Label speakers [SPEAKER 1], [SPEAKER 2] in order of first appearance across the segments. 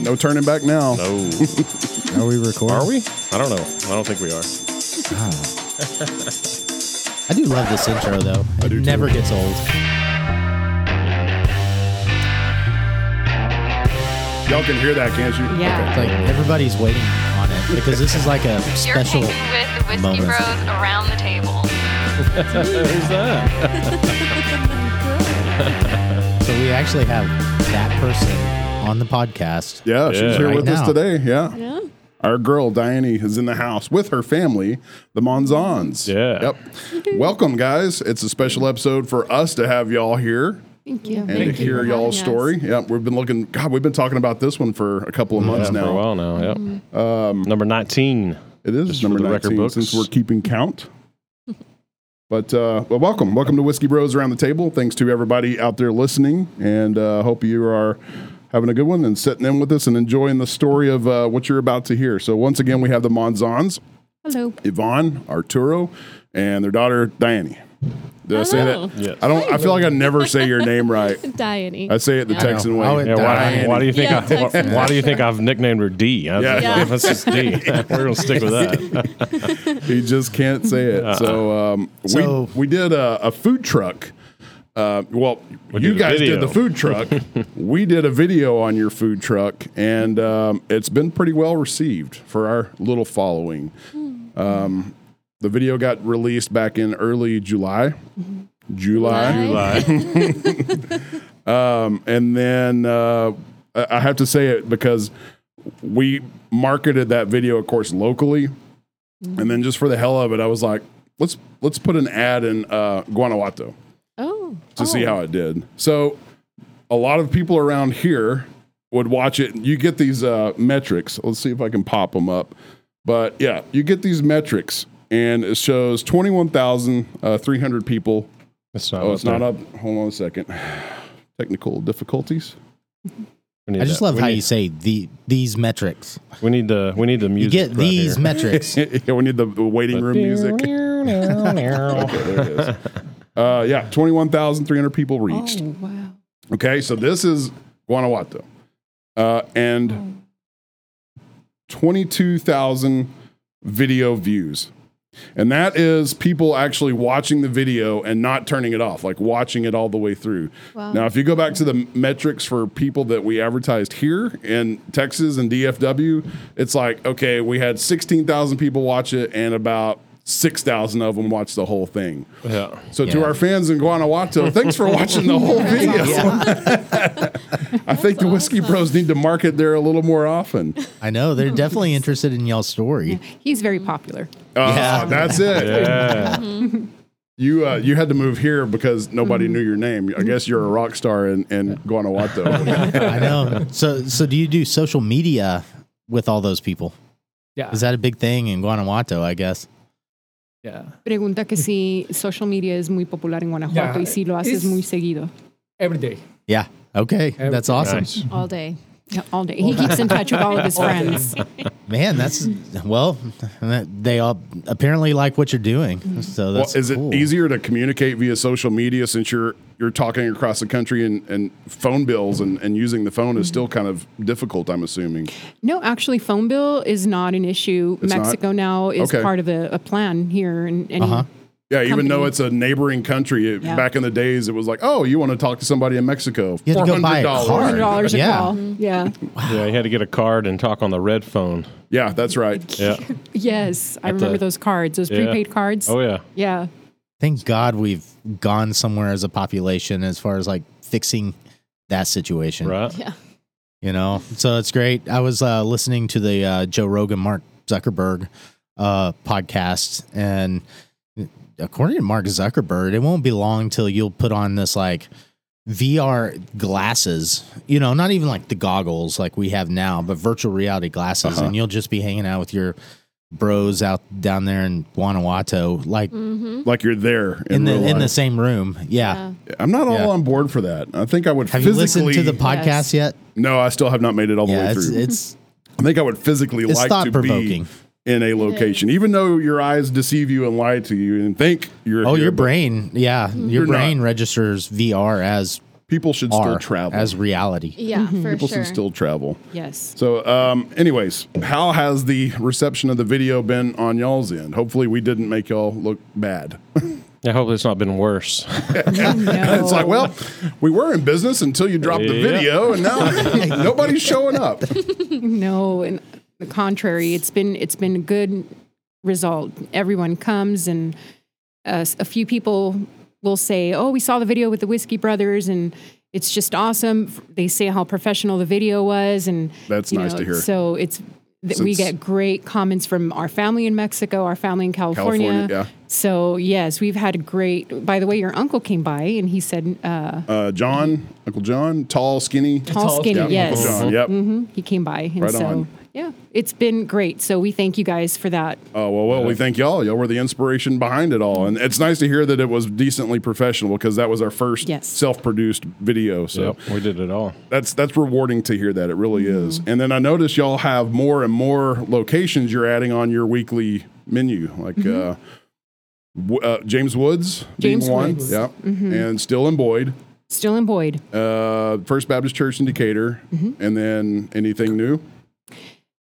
[SPEAKER 1] No turning back now.
[SPEAKER 2] No.
[SPEAKER 3] Are we recording?
[SPEAKER 2] Are we? I don't know. I don't think we are.
[SPEAKER 3] I do love this intro though. It never gets old.
[SPEAKER 1] Y'all can hear that, can't you?
[SPEAKER 4] Yeah.
[SPEAKER 3] Like everybody's waiting on it because this is like a
[SPEAKER 5] You're
[SPEAKER 3] special.
[SPEAKER 5] hanging with the Whiskey
[SPEAKER 3] moment.
[SPEAKER 5] Bros around the table.
[SPEAKER 2] Who's that?
[SPEAKER 3] So we actually have that person on the podcast.
[SPEAKER 1] Yeah, she's
[SPEAKER 2] Yeah.
[SPEAKER 1] here
[SPEAKER 3] Right
[SPEAKER 1] with us
[SPEAKER 3] now.
[SPEAKER 1] today. Yeah. Our girl Diane is in the house with her family, the Monzons.
[SPEAKER 2] Yeah.
[SPEAKER 1] Yep. Welcome, guys. It's a special episode for us to have y'all here
[SPEAKER 4] Thank you.
[SPEAKER 1] and to hear y'all's story. Yep. We've been looking. God, we've been talking about this one for a couple of months
[SPEAKER 2] Yeah, For a
[SPEAKER 1] now.
[SPEAKER 2] while now. Yep.
[SPEAKER 1] Mm-hmm.
[SPEAKER 3] Um,
[SPEAKER 2] Number 19.
[SPEAKER 1] It is
[SPEAKER 2] Just
[SPEAKER 1] number
[SPEAKER 2] for the record
[SPEAKER 1] 19
[SPEAKER 2] books.
[SPEAKER 1] since we're keeping count. But uh, well, welcome, welcome to Whiskey Bros around the table. Thanks to everybody out there listening, and uh, hope you are having a good one and sitting in with us and enjoying the story of uh, what you're about to hear. So once again, we have the Monzons,
[SPEAKER 4] Hello.
[SPEAKER 1] Yvonne, Arturo, and their daughter Diane. Did I say
[SPEAKER 4] Hello.
[SPEAKER 1] that?
[SPEAKER 2] Yes.
[SPEAKER 1] I don't. I feel like I never say your name right.
[SPEAKER 4] Diane.
[SPEAKER 1] I say it the Texan way.
[SPEAKER 3] Oh, it-
[SPEAKER 2] Yeah, why,
[SPEAKER 3] Diane.
[SPEAKER 2] why do you think
[SPEAKER 4] Yeah,
[SPEAKER 2] I, why,
[SPEAKER 4] Texas.
[SPEAKER 2] why do you think I've nicknamed her D? I was
[SPEAKER 1] Yeah.
[SPEAKER 2] like,
[SPEAKER 4] Yeah.
[SPEAKER 2] That's just D. We're gonna stick with that.
[SPEAKER 1] he just can't say it.
[SPEAKER 2] Uh-uh.
[SPEAKER 1] So, um,
[SPEAKER 3] So-
[SPEAKER 1] we we did a, a food truck. Uh, well, you
[SPEAKER 2] did a
[SPEAKER 1] guys
[SPEAKER 2] video.
[SPEAKER 1] did the food truck. we did a video on your food truck, and um, it's been pretty well received for our little following. Um, the video got released back in early July. July.
[SPEAKER 2] Lie.
[SPEAKER 4] July.
[SPEAKER 1] And then uh, I I have to say it because we marketed that video, of course, locally, and then just for the hell of it, I was like, let's let's put an ad in uh, Guanajuato
[SPEAKER 4] oh.
[SPEAKER 1] to see how it did. So a lot of people around here would watch it. You get these uh, metrics. Let's see if I can pop them up. But yeah, you get these metrics, and it shows twenty one thousand uh, three hundred people
[SPEAKER 2] It's not.
[SPEAKER 1] Oh, it's not up. Hold on a second. Technical difficulties.
[SPEAKER 3] I just love
[SPEAKER 2] we
[SPEAKER 3] how
[SPEAKER 2] need,
[SPEAKER 3] you say the these metrics.
[SPEAKER 2] We need the we need the
[SPEAKER 3] You
[SPEAKER 2] music.
[SPEAKER 3] get
[SPEAKER 2] right
[SPEAKER 3] these
[SPEAKER 2] here.
[SPEAKER 3] metrics.
[SPEAKER 1] yeah, we need the the waiting room music. Okay, there it is. Uh, yeah, 21,300 people reached.
[SPEAKER 4] Oh, wow.
[SPEAKER 1] Okay, so this is Guanajuato. Uh, and 22,000 video views. And that is people actually watching the video and not turning it off, like watching it all the way through.
[SPEAKER 4] Wow.
[SPEAKER 1] Now, if you go back to the metrics for people that we advertised here in Texas and DFW, it's like, okay, we had 16,000 people watch it and about 6,000 of them watched the whole thing.
[SPEAKER 2] Yeah.
[SPEAKER 1] So to
[SPEAKER 3] Yeah.
[SPEAKER 1] our fans in Guanajuato, thanks for watching the whole video. I think the Whiskey Bros need to market there a little more often.
[SPEAKER 3] I know they're definitely interested in y'all's story.
[SPEAKER 4] He's very popular.
[SPEAKER 1] Uh,
[SPEAKER 3] Yeah.
[SPEAKER 1] That's it.
[SPEAKER 2] Yeah.
[SPEAKER 1] You uh, you had to move here because nobody knew your name. I guess you're a rock star in, in Guanajuato.
[SPEAKER 3] I know. So so do you do social media with all those people?
[SPEAKER 6] Yeah.
[SPEAKER 3] Is that a big thing in Guanajuato? I guess.
[SPEAKER 6] yeah.
[SPEAKER 4] Pregunta que si social media es muy popular en Guanajuato
[SPEAKER 6] Yeah,
[SPEAKER 4] y si lo haces
[SPEAKER 6] it's-
[SPEAKER 4] muy seguido.
[SPEAKER 6] Every day.
[SPEAKER 3] Yeah. Okay. That's awesome.
[SPEAKER 2] Nice.
[SPEAKER 4] All day. All day. He keeps in touch with all of his friends.
[SPEAKER 3] Man, that's well. They all apparently like what you're doing, so
[SPEAKER 1] well,
[SPEAKER 3] that's
[SPEAKER 1] is
[SPEAKER 3] cool.
[SPEAKER 1] it easier to communicate via social media since you're you're talking across the country and, and phone bills and, and using the phone
[SPEAKER 3] Mm-hmm.
[SPEAKER 1] is still kind of difficult, I'm assuming.
[SPEAKER 4] No, actually, phone bill is not an issue.
[SPEAKER 1] not?
[SPEAKER 4] Mexico now is
[SPEAKER 1] Okay. Uh-huh.
[SPEAKER 4] part of a, a plan here. And, and
[SPEAKER 1] Yeah, even though it's a neighboring country, it,
[SPEAKER 4] Yeah.
[SPEAKER 1] back in the days, it was like, oh, you want to talk to somebody in Mexico?
[SPEAKER 3] You had to go buy a
[SPEAKER 4] $400 a
[SPEAKER 3] Yeah.
[SPEAKER 4] call. Yeah.
[SPEAKER 2] Yeah. You had to get a card and talk on the red phone.
[SPEAKER 1] Yeah, that's right.
[SPEAKER 2] Yeah.
[SPEAKER 4] Yes. I
[SPEAKER 2] At the-
[SPEAKER 4] remember those cards, those
[SPEAKER 2] Yeah.
[SPEAKER 4] prepaid cards.
[SPEAKER 2] Oh yeah.
[SPEAKER 4] yeah.
[SPEAKER 3] Thank God we've gone somewhere as a population as far as like fixing that situation.
[SPEAKER 2] Right.
[SPEAKER 3] You know, so it's great. I was uh, listening to the uh, Joe Rogan, Mark Zuckerberg uh, podcast, and according to Mark Zuckerberg, it won't be long till you'll put on this like VR glasses. You know, not even like the goggles like we have now, but virtual reality glasses,
[SPEAKER 1] Uh-huh.
[SPEAKER 3] and you'll just be hanging out with your bros out down there in Guanajuato, like
[SPEAKER 7] hmm?
[SPEAKER 1] Like you're there Mm-hmm. in,
[SPEAKER 3] in the
[SPEAKER 1] real
[SPEAKER 3] in the
[SPEAKER 1] life.
[SPEAKER 3] same room. Yeah.
[SPEAKER 1] I'm not all
[SPEAKER 3] Yeah.
[SPEAKER 1] on board for that. I think I would
[SPEAKER 3] Have you
[SPEAKER 1] physically.
[SPEAKER 3] listened to the podcast
[SPEAKER 4] Yes.
[SPEAKER 3] yet?
[SPEAKER 1] no, I still have not made it all the
[SPEAKER 3] Yeah,
[SPEAKER 1] way
[SPEAKER 3] it's
[SPEAKER 1] through.
[SPEAKER 3] it's
[SPEAKER 1] I think I would physically
[SPEAKER 3] it's
[SPEAKER 1] like to be
[SPEAKER 3] thought-provoking.
[SPEAKER 1] in a location, even though your eyes deceive you and lie to you and think you're.
[SPEAKER 3] oh
[SPEAKER 1] here,
[SPEAKER 3] your
[SPEAKER 1] but
[SPEAKER 3] brain, yeah, your
[SPEAKER 1] You're
[SPEAKER 3] brain
[SPEAKER 1] not.
[SPEAKER 3] registers VR as
[SPEAKER 1] people should still
[SPEAKER 3] are
[SPEAKER 1] travel.
[SPEAKER 3] as reality.
[SPEAKER 7] Yeah, for
[SPEAKER 1] people
[SPEAKER 7] sure.
[SPEAKER 1] should still travel.
[SPEAKER 4] Yes.
[SPEAKER 1] So, um, anyways, how has the reception of the video been on y'all's end? Hopefully, we didn't make y'all look bad.
[SPEAKER 2] I hope it's not been worse.
[SPEAKER 1] it's like, well, we were in business until you dropped the
[SPEAKER 2] Oh. Yeah.
[SPEAKER 1] video, and now nobody's showing up.
[SPEAKER 4] No, and the contrary, it's been it's been a good result. Everyone comes, and uh, s- a few people will say, "Oh, we saw the video with the Whiskey Brothers, and it's just awesome." F- They say how professional the video was, and
[SPEAKER 1] That's
[SPEAKER 4] you
[SPEAKER 1] nice
[SPEAKER 4] know,
[SPEAKER 1] to hear.
[SPEAKER 4] So it's that we
[SPEAKER 1] Since-
[SPEAKER 4] get great comments from our family in Mexico, our family in California.
[SPEAKER 1] California, yeah.
[SPEAKER 4] So yes, we've had great. By the way, your uncle came by and he said, uh,
[SPEAKER 1] Uh, John, Uncle John, tall, skinny.
[SPEAKER 4] "Tall,
[SPEAKER 6] Tall,
[SPEAKER 4] skinny,
[SPEAKER 1] Yeah,
[SPEAKER 4] yes."
[SPEAKER 1] Uncle John. Yep.
[SPEAKER 4] Mhm. He came by. And
[SPEAKER 1] Right
[SPEAKER 4] so,
[SPEAKER 1] on.
[SPEAKER 4] yeah, it's been great. So we thank you guys for that.
[SPEAKER 1] Oh well, well, we thank y'all. Y'all were the inspiration behind it all, and it's nice to hear that it was decently professional because that was our first
[SPEAKER 4] Yes.
[SPEAKER 1] self-produced video. So
[SPEAKER 2] Yep, we did it all.
[SPEAKER 1] that's that's rewarding to hear that. It really
[SPEAKER 4] Mm-hmm.
[SPEAKER 1] is. And then I notice y'all have more and more locations you're adding on your weekly menu, like uh, w- uh, James Woods, being
[SPEAKER 4] Mm-hmm. James
[SPEAKER 1] one,
[SPEAKER 4] Woods. Mm-hmm.
[SPEAKER 1] yeah, and still in Boyd,
[SPEAKER 4] Still in Boyd.
[SPEAKER 1] uh, First Baptist Church in Decatur,
[SPEAKER 4] Mm-hmm.
[SPEAKER 1] and then anything new?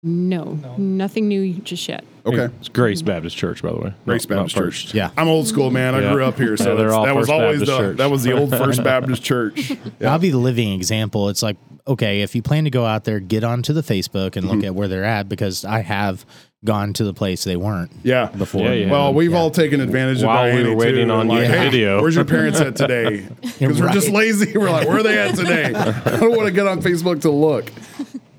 [SPEAKER 4] No, nothing new just yet.
[SPEAKER 1] Okay.
[SPEAKER 2] It's Grace Baptist Church, by the way.
[SPEAKER 1] Grace
[SPEAKER 2] Not- not
[SPEAKER 1] Baptist
[SPEAKER 2] First.
[SPEAKER 1] Church.
[SPEAKER 3] Yeah.
[SPEAKER 1] I'm old school, man. I
[SPEAKER 2] Yeah.
[SPEAKER 1] grew up here, so
[SPEAKER 2] Yeah, they're
[SPEAKER 1] that's-
[SPEAKER 2] all
[SPEAKER 1] that was
[SPEAKER 2] First
[SPEAKER 1] always
[SPEAKER 2] Baptist
[SPEAKER 1] the
[SPEAKER 2] Church.
[SPEAKER 1] that was the old First Baptist Church.
[SPEAKER 3] I'll be the living example. It's like, okay, if you plan to go out there, get onto the Facebook and look at where they're at because I have gone to the place they weren't.
[SPEAKER 1] Yeah.
[SPEAKER 3] Before.
[SPEAKER 2] Yeah, yeah.
[SPEAKER 1] Well, we've all taken advantage
[SPEAKER 2] While
[SPEAKER 1] of
[SPEAKER 2] we
[SPEAKER 1] Diane
[SPEAKER 2] were waiting
[SPEAKER 1] too,
[SPEAKER 2] on
[SPEAKER 1] and
[SPEAKER 2] your video.
[SPEAKER 1] Where's your parents at today? Because we're just
[SPEAKER 3] Right.
[SPEAKER 1] lazy. We're like, where are they at today? I don't want to get on Facebook to look.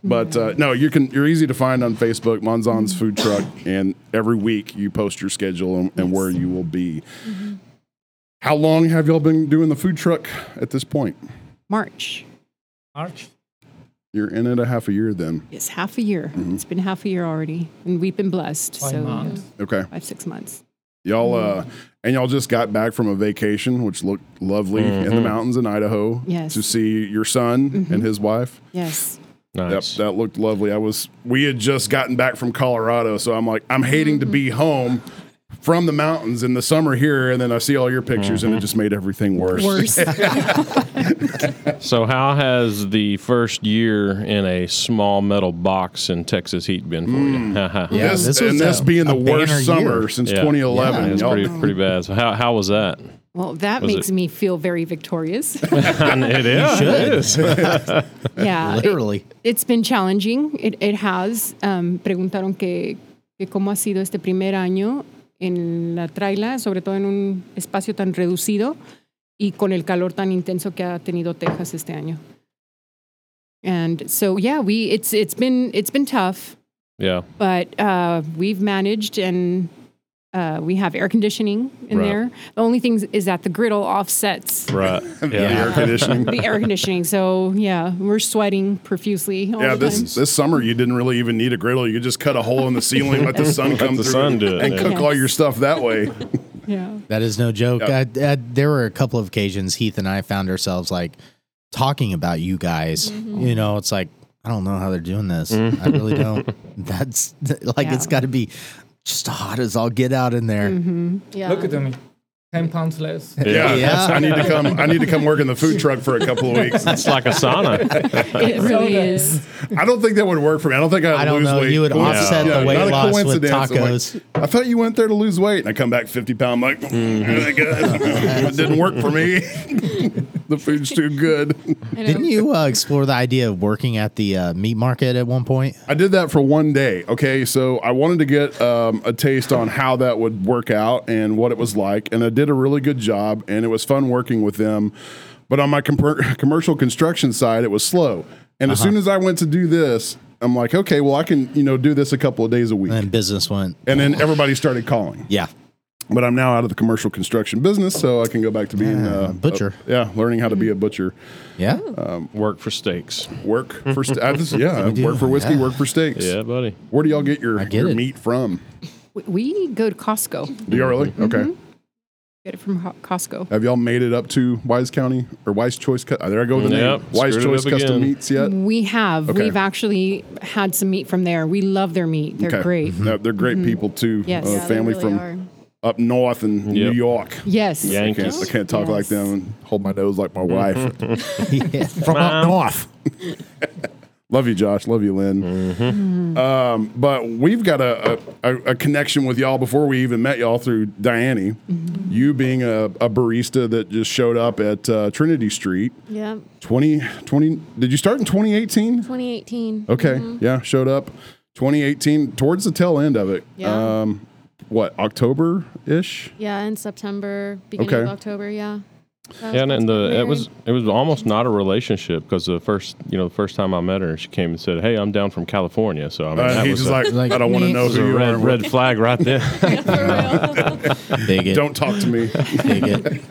[SPEAKER 1] But uh, no, you can. You're easy to find on Facebook, Monzon's Food Truck, and every week you post your schedule and, and where you will be.
[SPEAKER 3] Mm-hmm.
[SPEAKER 1] How long have y'all been doing the food truck at this point?
[SPEAKER 4] March.
[SPEAKER 6] March.
[SPEAKER 1] You're in it a half a year then.
[SPEAKER 4] It's half a year. It's been half a year already, and we've been blessed.
[SPEAKER 6] Five
[SPEAKER 4] so
[SPEAKER 6] months.
[SPEAKER 1] Okay.
[SPEAKER 4] five six months.
[SPEAKER 1] Y'all uh and y'all just got back from a vacation which looked lovely in the mountains in Idaho
[SPEAKER 4] Yes.
[SPEAKER 1] to see your son and his wife.
[SPEAKER 4] Yes.
[SPEAKER 1] Yep,
[SPEAKER 2] Nice.
[SPEAKER 1] that looked lovely. I was we had just gotten back from Colorado, so I'm like I'm hating to be home from the mountains in the summer here and then I see all your pictures and it just made everything worse.
[SPEAKER 4] Worse.
[SPEAKER 2] So, how has the first year in a small metal box in Texas heat been for
[SPEAKER 1] Mm.
[SPEAKER 2] you?
[SPEAKER 3] Yeah,
[SPEAKER 1] This,
[SPEAKER 3] this was
[SPEAKER 1] and this
[SPEAKER 3] a-
[SPEAKER 1] being the
[SPEAKER 3] a banner
[SPEAKER 1] worst summer
[SPEAKER 3] year.
[SPEAKER 1] since
[SPEAKER 2] Yeah.
[SPEAKER 1] 2011.
[SPEAKER 2] It's
[SPEAKER 1] y'all,
[SPEAKER 2] pretty pretty bad. So, how how was that?
[SPEAKER 4] Well, that
[SPEAKER 2] Was
[SPEAKER 4] makes
[SPEAKER 2] it-
[SPEAKER 4] me feel very victorious.
[SPEAKER 2] it is.
[SPEAKER 3] should.
[SPEAKER 2] It is.
[SPEAKER 4] yeah. it-
[SPEAKER 3] Literally.
[SPEAKER 4] It's been challenging. It, it has. Um, preguntaron que, que cómo ha sido este primer año en la traila, sobre todo en un espacio tan reducido y con el calor tan intenso que ha tenido Texas este año. And so yeah, we it's it's been it's been tough,
[SPEAKER 2] yeah.
[SPEAKER 4] but uh, we've managed and uh, we have air conditioning in
[SPEAKER 2] Right.
[SPEAKER 4] there. The only thing is that the griddle offsets
[SPEAKER 2] Right.
[SPEAKER 1] the air conditioning.
[SPEAKER 4] the air conditioning. So yeah, we're sweating profusely. All
[SPEAKER 1] Yeah,
[SPEAKER 4] the
[SPEAKER 1] this
[SPEAKER 4] time.
[SPEAKER 1] this summer you didn't really even need a griddle. You just cut a hole in the ceiling, let the sun come
[SPEAKER 2] the
[SPEAKER 1] through,
[SPEAKER 2] sun do it,
[SPEAKER 1] and
[SPEAKER 2] yeah.
[SPEAKER 1] cook all your stuff that way.
[SPEAKER 4] yeah.
[SPEAKER 3] That is no joke.
[SPEAKER 1] Yeah.
[SPEAKER 3] I, I, there were a couple of occasions Heath and I found ourselves like talking about you guys.
[SPEAKER 4] Mm-hmm.
[SPEAKER 3] You know, it's like I don't know how they're doing this. I really don't. That's like
[SPEAKER 4] Yeah. Mm-hmm.
[SPEAKER 3] it's got to be just hot as I'll get out in there.
[SPEAKER 7] yeah.
[SPEAKER 6] Look at me. Ten pounds less.
[SPEAKER 1] Yeah,
[SPEAKER 3] Yeah.
[SPEAKER 1] I need to come. I need to come work in the food truck for a couple of weeks.
[SPEAKER 2] It's like a sauna.
[SPEAKER 4] It really is.
[SPEAKER 1] I don't think that would work for me. I don't think I'd
[SPEAKER 3] I don't
[SPEAKER 1] lose
[SPEAKER 3] know.
[SPEAKER 1] weight.
[SPEAKER 3] You would offset the weight
[SPEAKER 1] not a
[SPEAKER 3] loss with
[SPEAKER 1] coincidence. I'm like,
[SPEAKER 3] tacos.
[SPEAKER 1] I thought you went there to lose weight, and I come back fifty pound. Like I guess it didn't work for me. the food's too good.
[SPEAKER 3] Didn't you uh, explore the idea of working at the uh, meat market at one point?
[SPEAKER 1] I did that for one day. Okay, so I wanted to get um, a taste on how that would work out and what it was like, and I did a really good job, and it was fun working with them. But on my com- commercial construction side, it was slow. And
[SPEAKER 3] Uh-huh.
[SPEAKER 1] as soon as I went to do this, I'm like, okay, well, I can you know do this a couple of days a week,
[SPEAKER 3] And then business went.
[SPEAKER 1] and then everybody started calling.
[SPEAKER 3] Yeah.
[SPEAKER 1] But I'm now out of the commercial construction business, so I can go back to being
[SPEAKER 3] Ah,
[SPEAKER 1] uh,
[SPEAKER 3] butcher.
[SPEAKER 1] a- yeah, learning how to be a butcher.
[SPEAKER 3] Yeah.
[SPEAKER 2] Work for steaks.
[SPEAKER 1] Work for st- I just- yeah,
[SPEAKER 3] do,
[SPEAKER 1] work for whiskey,
[SPEAKER 3] yeah.
[SPEAKER 1] work for steaks.
[SPEAKER 2] Yeah, buddy.
[SPEAKER 1] Where do y'all get your,
[SPEAKER 3] get
[SPEAKER 1] your
[SPEAKER 3] it.
[SPEAKER 1] meat from?
[SPEAKER 4] We- We go to Costco.
[SPEAKER 1] Do y'all really?
[SPEAKER 4] Mm-hmm.
[SPEAKER 1] Okay.
[SPEAKER 4] Get it from Ho- Costco.
[SPEAKER 1] Have y'all made it up to Wise County or Wise Choice? Cu- there I go with the
[SPEAKER 2] Yep,
[SPEAKER 1] name. Wise
[SPEAKER 2] screwed it
[SPEAKER 1] Choice
[SPEAKER 2] up
[SPEAKER 1] Custom
[SPEAKER 2] again.
[SPEAKER 1] Meats yet?
[SPEAKER 4] We have.
[SPEAKER 1] Okay.
[SPEAKER 4] We've actually had some meat from there. We love their meat. They're
[SPEAKER 1] Okay.
[SPEAKER 4] great. Mm-hmm.
[SPEAKER 1] No, they're great people too.
[SPEAKER 4] Yes.
[SPEAKER 1] Uh,
[SPEAKER 4] Yeah,
[SPEAKER 7] they
[SPEAKER 1] family from
[SPEAKER 7] really are.
[SPEAKER 1] up north in New
[SPEAKER 2] Yep.
[SPEAKER 1] York.
[SPEAKER 4] Yes.
[SPEAKER 1] I can't,
[SPEAKER 2] Yankees.
[SPEAKER 1] I can't talk like
[SPEAKER 4] Yes.
[SPEAKER 1] them and hold my nose like my wife.
[SPEAKER 2] Mm-hmm.
[SPEAKER 3] Yeah.
[SPEAKER 7] From up north.
[SPEAKER 1] Love you, Josh. Love you, Lynn.
[SPEAKER 4] Mm-hmm.
[SPEAKER 1] Um, but we've got a, a, a connection with y'all before we even met y'all through Diane.
[SPEAKER 4] Mm-hmm.
[SPEAKER 1] You being a, a barista that just showed up at uh, Trinity Street.
[SPEAKER 8] Yeah,
[SPEAKER 1] 20, 20, did you start in 2018?
[SPEAKER 8] 2018.
[SPEAKER 1] Okay. Yeah. Showed up 2018, towards the tail end of it.
[SPEAKER 8] Yeah.
[SPEAKER 1] Um, what, October ish?
[SPEAKER 8] Yeah, in September, beginning
[SPEAKER 1] Okay.
[SPEAKER 8] of October. Yeah. That
[SPEAKER 2] Yeah, and,
[SPEAKER 8] that's
[SPEAKER 2] and the
[SPEAKER 8] married.
[SPEAKER 2] it was it was almost not a relationship because the first you know the first time I met her, she came and said, "Hey, I'm down from California." So I mean,
[SPEAKER 1] Uh,
[SPEAKER 2] that
[SPEAKER 1] he's
[SPEAKER 2] was
[SPEAKER 1] just
[SPEAKER 2] a,
[SPEAKER 1] like,
[SPEAKER 3] like,
[SPEAKER 1] I don't want to
[SPEAKER 3] meh.
[SPEAKER 1] know
[SPEAKER 2] was
[SPEAKER 1] who
[SPEAKER 2] a
[SPEAKER 1] you are.
[SPEAKER 2] red red flag right there.
[SPEAKER 3] bigot,
[SPEAKER 1] Don't talk to me.
[SPEAKER 3] bigot.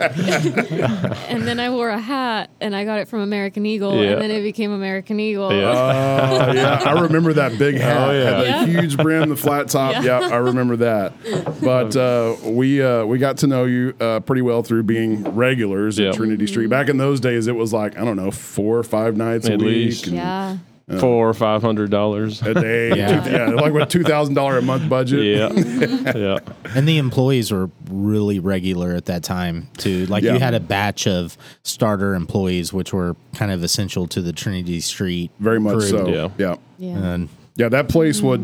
[SPEAKER 8] and then I wore a hat, and I got it from American Eagle,
[SPEAKER 2] Yeah.
[SPEAKER 8] and then it became American Eagle.
[SPEAKER 2] yeah.
[SPEAKER 1] Oh yeah, I remember that big hat.
[SPEAKER 2] Oh, yeah.
[SPEAKER 1] Had the huge brim, the flat top. Yeah, I remember that. But uh, we uh, we got to know you uh, pretty well through being regulars
[SPEAKER 2] Yeah.
[SPEAKER 1] at Trinity Street. Back in those days, it was like I don't know, four or five nights a
[SPEAKER 2] At
[SPEAKER 1] week.
[SPEAKER 2] least.
[SPEAKER 1] and
[SPEAKER 8] Yeah.
[SPEAKER 2] Four or five hundred dollars.
[SPEAKER 1] A day, yeah. like with two thousand dollar a month budget.
[SPEAKER 2] Yeah, yeah.
[SPEAKER 3] And the employees were really regular at that time too. Like
[SPEAKER 1] Yeah.
[SPEAKER 3] you had a batch of starter employees, which were kind of essential to the Trinity Street.
[SPEAKER 1] very much
[SPEAKER 3] crew.
[SPEAKER 1] so.
[SPEAKER 2] Yeah.
[SPEAKER 1] yeah,
[SPEAKER 8] Yeah.
[SPEAKER 3] And
[SPEAKER 1] Yeah, That place would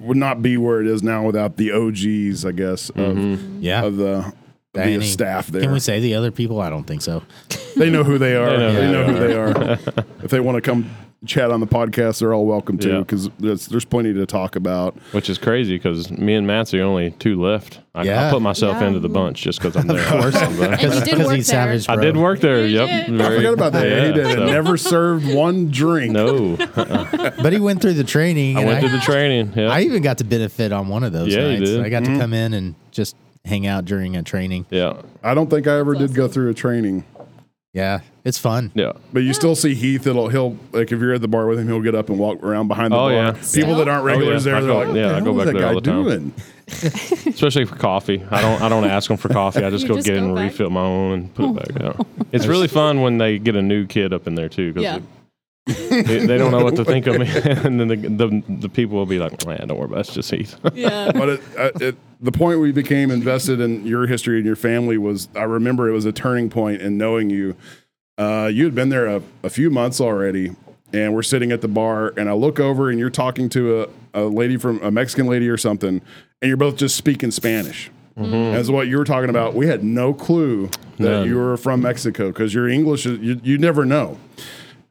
[SPEAKER 1] would not be where it is now without the OGs, I guess, of,
[SPEAKER 3] yeah,
[SPEAKER 1] of the. of The
[SPEAKER 3] Dining.
[SPEAKER 1] staff there.
[SPEAKER 3] Can we say the other people? I don't think so.
[SPEAKER 1] They know who they are. They
[SPEAKER 2] They
[SPEAKER 1] know,
[SPEAKER 2] know who
[SPEAKER 1] who they are. if they want to come chat on the podcast, they're all welcome to
[SPEAKER 2] Yeah.
[SPEAKER 1] because there's, there's plenty to talk about.
[SPEAKER 2] Which is crazy because me and Matt's the only two left. I,
[SPEAKER 3] Yeah.
[SPEAKER 2] I put myself
[SPEAKER 4] Yeah.
[SPEAKER 2] into the bunch just because I'm there.
[SPEAKER 8] And you did work
[SPEAKER 3] he's
[SPEAKER 8] there.
[SPEAKER 3] Savage
[SPEAKER 2] I
[SPEAKER 3] Bro.
[SPEAKER 2] did work there.
[SPEAKER 8] You
[SPEAKER 2] Yep.
[SPEAKER 8] did.
[SPEAKER 1] I
[SPEAKER 2] Very-
[SPEAKER 1] forgot about that.
[SPEAKER 2] yeah,
[SPEAKER 1] he did.
[SPEAKER 2] so-
[SPEAKER 1] Never served one drink.
[SPEAKER 2] No,
[SPEAKER 3] but he went through the training.
[SPEAKER 2] I
[SPEAKER 3] and
[SPEAKER 2] went to the training. Yeah.
[SPEAKER 3] I even got to benefit on one of those
[SPEAKER 2] Yeah, you
[SPEAKER 3] nights.
[SPEAKER 2] did.
[SPEAKER 3] I got to come in and just hang out during a training.
[SPEAKER 2] yeah,
[SPEAKER 1] I don't think I ever did go through a training.
[SPEAKER 3] Yeah, it's fun.
[SPEAKER 2] yeah.
[SPEAKER 1] But you still see Heath. It'll he'll like if you're at the bar with him, he'll get up and walk around behind the
[SPEAKER 2] Oh,
[SPEAKER 1] bar.
[SPEAKER 2] yeah.
[SPEAKER 1] People that aren't regulars
[SPEAKER 2] Oh, yeah. I
[SPEAKER 1] there, they're
[SPEAKER 2] go-
[SPEAKER 1] like, what
[SPEAKER 2] yeah,
[SPEAKER 1] the
[SPEAKER 2] I
[SPEAKER 1] hell
[SPEAKER 2] go
[SPEAKER 1] is
[SPEAKER 2] back
[SPEAKER 1] that
[SPEAKER 2] there
[SPEAKER 1] guy
[SPEAKER 2] all the time.
[SPEAKER 1] doing?
[SPEAKER 2] Especially for coffee. I don't. I don't ask them for coffee. I just
[SPEAKER 8] You
[SPEAKER 2] go
[SPEAKER 8] just
[SPEAKER 2] get
[SPEAKER 8] go
[SPEAKER 2] it and
[SPEAKER 8] back.
[SPEAKER 2] refill my own and put it back
[SPEAKER 3] Oh.
[SPEAKER 2] out. It's really fun when they get a new kid up in there too because
[SPEAKER 8] Yeah.
[SPEAKER 2] they, they don't know what to think of me, and then the, the the people will be like, "Man, don't worry about it. It's just Heath."
[SPEAKER 8] Yeah.
[SPEAKER 1] But it, uh, it, the point we became invested in your history and your family was, I remember it was a turning point in knowing you. Uh, you had been there a, a few months already, and we're sitting at the bar, and I look over, and you're talking to a, a lady from a Mexican lady or something, and you're both just speaking Spanish. As what you were talking about, we had no clue that
[SPEAKER 2] None.
[SPEAKER 1] you were from Mexico because your English, is- you, you never know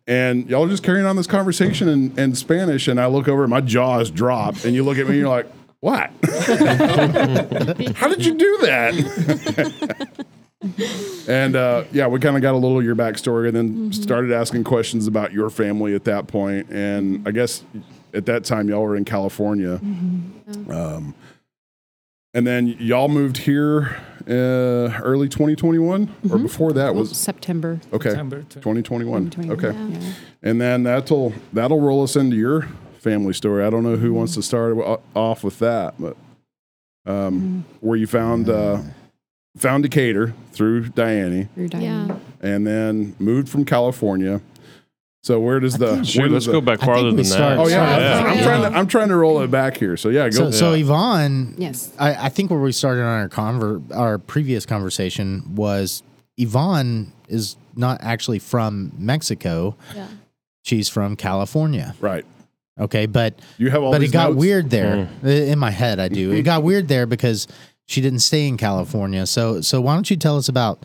[SPEAKER 1] and y'all are just carrying on this conversation in, in Spanish. And I look over, my jaws drop, and you look at me, and you're like, "What? How did you do that?" and uh, yeah, we kind of got a little of your backstory, and then started asking questions about your family at that point. And I guess at that time, y'all were in California, um, and then y'all moved here uh, early 2021, or before that was
[SPEAKER 4] September.
[SPEAKER 1] okay.
[SPEAKER 6] September 20.
[SPEAKER 1] 2021.
[SPEAKER 4] 2021,
[SPEAKER 1] Okay.
[SPEAKER 8] Yeah.
[SPEAKER 1] And then that'll that'll roll us into your family story. I don't know who wants to start o- off with that, but um, where you found uh, found Decatur through Diane,
[SPEAKER 4] You're dying.
[SPEAKER 8] Yeah.
[SPEAKER 1] and then moved from California. So where does the where
[SPEAKER 2] Shoot,
[SPEAKER 1] does
[SPEAKER 2] let's
[SPEAKER 1] the-
[SPEAKER 2] go back
[SPEAKER 3] I think
[SPEAKER 2] farther
[SPEAKER 3] we
[SPEAKER 2] than
[SPEAKER 3] start-
[SPEAKER 2] that.
[SPEAKER 1] Oh yeah,
[SPEAKER 8] Yeah.
[SPEAKER 1] I'm
[SPEAKER 8] Yeah.
[SPEAKER 1] trying to I'm trying to roll it back here. So yeah,
[SPEAKER 3] So,
[SPEAKER 1] go.
[SPEAKER 3] so Yvonne,
[SPEAKER 4] Yes.
[SPEAKER 3] I, I think where we started on our conver- our previous conversation was Yvonne is not actually from Mexico.
[SPEAKER 8] Yeah.
[SPEAKER 3] She's from California.
[SPEAKER 1] right.
[SPEAKER 3] Okay, but
[SPEAKER 1] You have all.
[SPEAKER 3] but
[SPEAKER 1] these
[SPEAKER 3] it got
[SPEAKER 1] notes? Mm.
[SPEAKER 3] weird there I- in my head. I do. It got weird there because she didn't stay in California. So so why don't you tell us about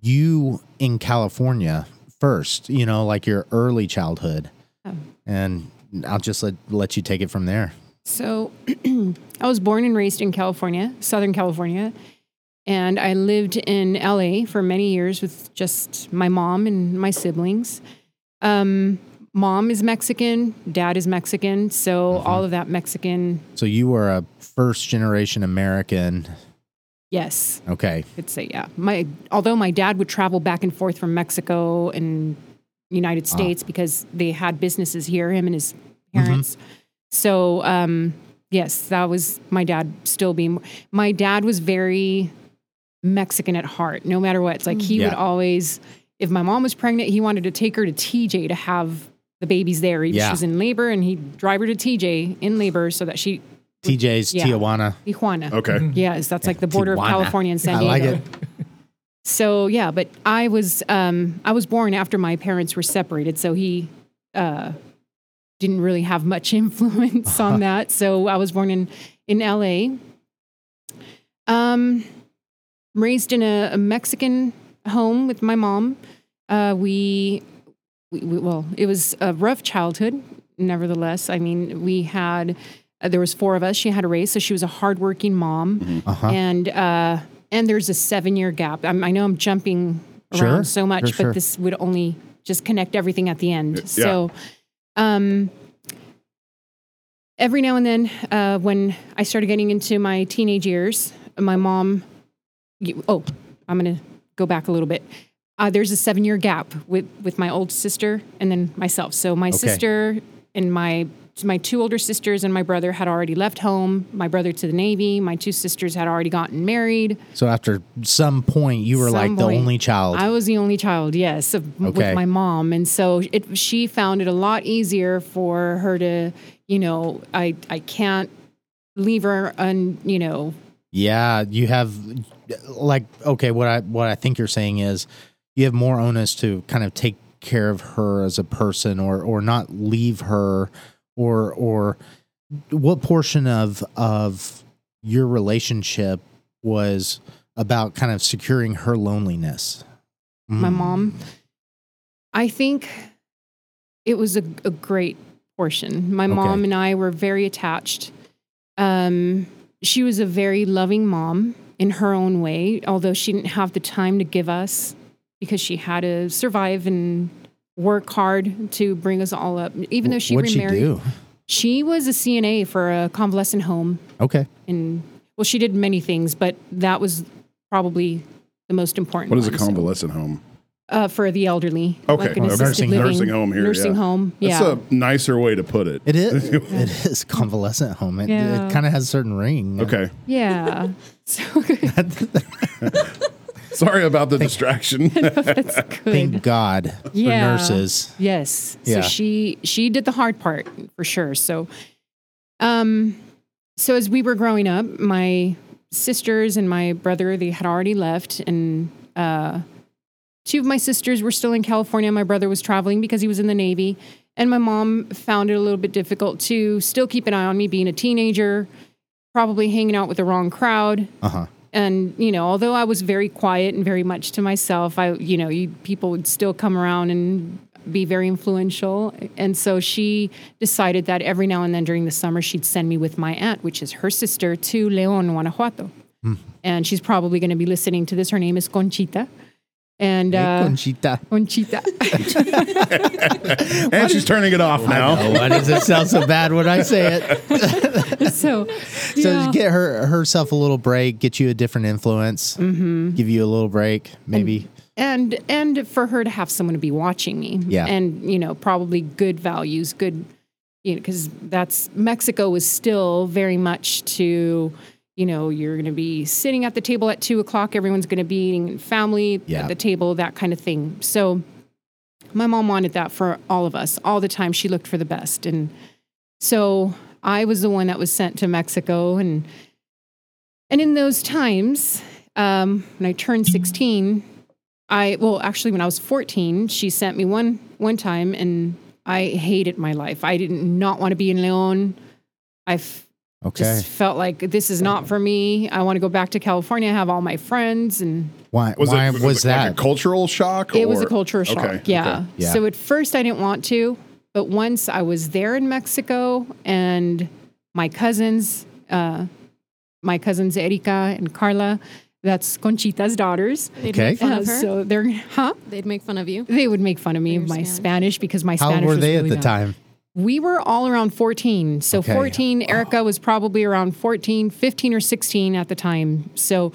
[SPEAKER 3] you in California first? You know, like your early childhood,
[SPEAKER 4] Oh.
[SPEAKER 3] and I'll just let let you take it from there.
[SPEAKER 4] So I was born and raised in California, Southern California, and I lived in LA for many years with just my mom and my siblings. Um, mom is Mexican, dad is Mexican, so all of that Mexican,
[SPEAKER 3] So you were a first generation American.
[SPEAKER 4] yes,
[SPEAKER 3] Okay.
[SPEAKER 4] I could say yeah. My although my dad would travel back and forth from Mexico and United
[SPEAKER 3] Ah.
[SPEAKER 4] States because they had businesses here, him and his
[SPEAKER 3] Mm-hmm.
[SPEAKER 4] parents. So um, yes, that was my dad still being. My dad was very Mexican at heart, no matter what. It's like he would
[SPEAKER 3] Yeah.
[SPEAKER 4] always, if my mom was pregnant, he wanted to take her to TJ to have the babies there. If
[SPEAKER 3] Yeah.
[SPEAKER 4] she was in labor, and he'd drive her to TJ in labor so that she
[SPEAKER 3] TJ's
[SPEAKER 4] Yeah.
[SPEAKER 3] Tijuana.
[SPEAKER 4] Tijuana.
[SPEAKER 1] Okay.
[SPEAKER 4] Yes, that's like the border
[SPEAKER 3] Tijuana.
[SPEAKER 4] of California and San
[SPEAKER 3] I
[SPEAKER 4] Diego.
[SPEAKER 3] like it.
[SPEAKER 4] So yeah, but I was um, I was born after my parents were separated, so he uh, didn't really have much influence on that. So I was born in in L.A. Um, raised in a, a Mexican home with my mom. Uh, we, we, we well, it was a rough childhood. Nevertheless, I mean, we had uh, there was four of us. She had to raise, so she was a hardworking mom
[SPEAKER 3] Uh-huh.
[SPEAKER 4] and uh, and there's a seven year gap. I'm, I know I'm jumping around
[SPEAKER 3] Sure,
[SPEAKER 4] so much,
[SPEAKER 3] sure,
[SPEAKER 4] but
[SPEAKER 3] sure.
[SPEAKER 4] this would only just connect everything at the end.
[SPEAKER 1] yeah.
[SPEAKER 4] So, um, every now and then, uh, when I started getting into my teenage years, my mom. you- Oh, I'm gonna go back a little bit. Uh, there's a seven year gap with with my old sister and then myself. So my sister and my my two older sisters and my brother had already left home. My brother to the navy. My two sisters had already gotten married.
[SPEAKER 3] So after some point, you were
[SPEAKER 4] Some
[SPEAKER 3] like the
[SPEAKER 4] point.
[SPEAKER 3] only child.
[SPEAKER 4] I was the only child, yes, of,
[SPEAKER 3] Okay.
[SPEAKER 4] with my mom, and so it, she found it a lot easier for her to, you know, I I can't leave her, and you know,
[SPEAKER 3] yeah, you have like okay. What I what I think you're saying is you have more onus to kind of take care of her as a person, or or not leave her, or or what portion of of your relationship was about kind of securing her loneliness.
[SPEAKER 4] my
[SPEAKER 3] Mm.
[SPEAKER 4] mom. I think it was a, a great portion. My mom and I were very attached. Um, she was a very loving mom in her own way, although she didn't have the time to give us because she had to survive and work hard to bring us all up. Even though she
[SPEAKER 3] What'd she
[SPEAKER 4] remarried,
[SPEAKER 3] do?
[SPEAKER 4] she was a CNA for a convalescent home
[SPEAKER 3] Okay.
[SPEAKER 4] and well, she did many things, but that was probably the most important.
[SPEAKER 1] What is a
[SPEAKER 4] one, so-
[SPEAKER 1] convalescent home?
[SPEAKER 4] uh, for the elderly.
[SPEAKER 1] Okay,
[SPEAKER 4] like an
[SPEAKER 1] okay.
[SPEAKER 4] assisted
[SPEAKER 3] Nursing home.
[SPEAKER 4] living,
[SPEAKER 1] Nursing home here,
[SPEAKER 4] Nursing
[SPEAKER 1] yeah.
[SPEAKER 4] home.
[SPEAKER 1] That's
[SPEAKER 4] Yeah.
[SPEAKER 1] a nicer way to put it.
[SPEAKER 3] It is. it is convalescent home. It,
[SPEAKER 4] Yeah.
[SPEAKER 3] it kind of has a certain ring.
[SPEAKER 1] Okay.
[SPEAKER 4] yeah. So
[SPEAKER 1] Sorry about the distraction.
[SPEAKER 4] that's good.
[SPEAKER 3] Thank God
[SPEAKER 4] Yeah.
[SPEAKER 3] for nurses.
[SPEAKER 4] Yes.
[SPEAKER 3] Yeah.
[SPEAKER 4] So she she did the hard part for sure. So um so as we were growing up, my sisters and my brother, they had already left and uh two of my sisters were still in California. My brother was traveling because he was in the Navy. And my mom found it a little bit difficult to still keep an eye on me being a teenager, probably hanging out with the wrong crowd.
[SPEAKER 3] Uh huh.
[SPEAKER 4] and you know although i was very quiet and very much to myself i you know you, people would still come around and be very influential and so she decided that every now and then during the summer she'd send me with my aunt which is her sister to leon guanajuato and she's probably going to be listening to this her name is conchita and uh,
[SPEAKER 3] Conchita.
[SPEAKER 4] conchita
[SPEAKER 1] and she's turning it off now.
[SPEAKER 3] Oh, why does it sound so bad when I say it?
[SPEAKER 4] so
[SPEAKER 3] So
[SPEAKER 4] yeah.
[SPEAKER 3] get her herself a little break, get you a different influence, mm-hmm. give you a little break, maybe.
[SPEAKER 4] and and for her to have someone to be watching me
[SPEAKER 3] Yeah.
[SPEAKER 4] and you know probably good values good you know because that's mexico was still very much to you know you're going to be sitting at the table at two o'clock everyone's going to be eating family
[SPEAKER 3] Yeah.
[SPEAKER 4] at the table that kind of thing so my mom wanted that for all of us all the time she looked for the best and so i was the one that was sent to mexico and and in those times um, when i turned 16 I well actually when I was 14, she sent me one one time and I hated my life. I did not want to be in Leon. I f-
[SPEAKER 3] okay.
[SPEAKER 4] just felt like this is not for me. I want to go back to California, have all my friends and
[SPEAKER 3] why was, why was,
[SPEAKER 1] it like
[SPEAKER 3] that?
[SPEAKER 1] a cultural shock?
[SPEAKER 4] it was a
[SPEAKER 1] or-
[SPEAKER 4] cultural shock.
[SPEAKER 1] Okay,
[SPEAKER 4] Yeah.
[SPEAKER 1] okay.
[SPEAKER 3] Yeah.
[SPEAKER 4] So at first I didn't want to, but once I was there in Mexico and my cousins, uh, my cousins Erika and Carla, that's Conchita's daughters.
[SPEAKER 8] They'd
[SPEAKER 3] Okay.
[SPEAKER 8] make fun
[SPEAKER 4] Uh,
[SPEAKER 8] of her.
[SPEAKER 4] so they're huh?
[SPEAKER 8] They'd make fun of you.
[SPEAKER 4] They would make fun of me
[SPEAKER 8] Your
[SPEAKER 4] of my
[SPEAKER 8] Spanish.
[SPEAKER 4] Spanish. because my
[SPEAKER 3] How
[SPEAKER 4] Spanish.
[SPEAKER 3] old were
[SPEAKER 4] was
[SPEAKER 3] they
[SPEAKER 4] really
[SPEAKER 3] at the
[SPEAKER 4] bad.
[SPEAKER 3] time?
[SPEAKER 4] We were all around 14. So
[SPEAKER 3] Okay.
[SPEAKER 4] 14, Erica was probably around 14, 15 or 16 at the time. So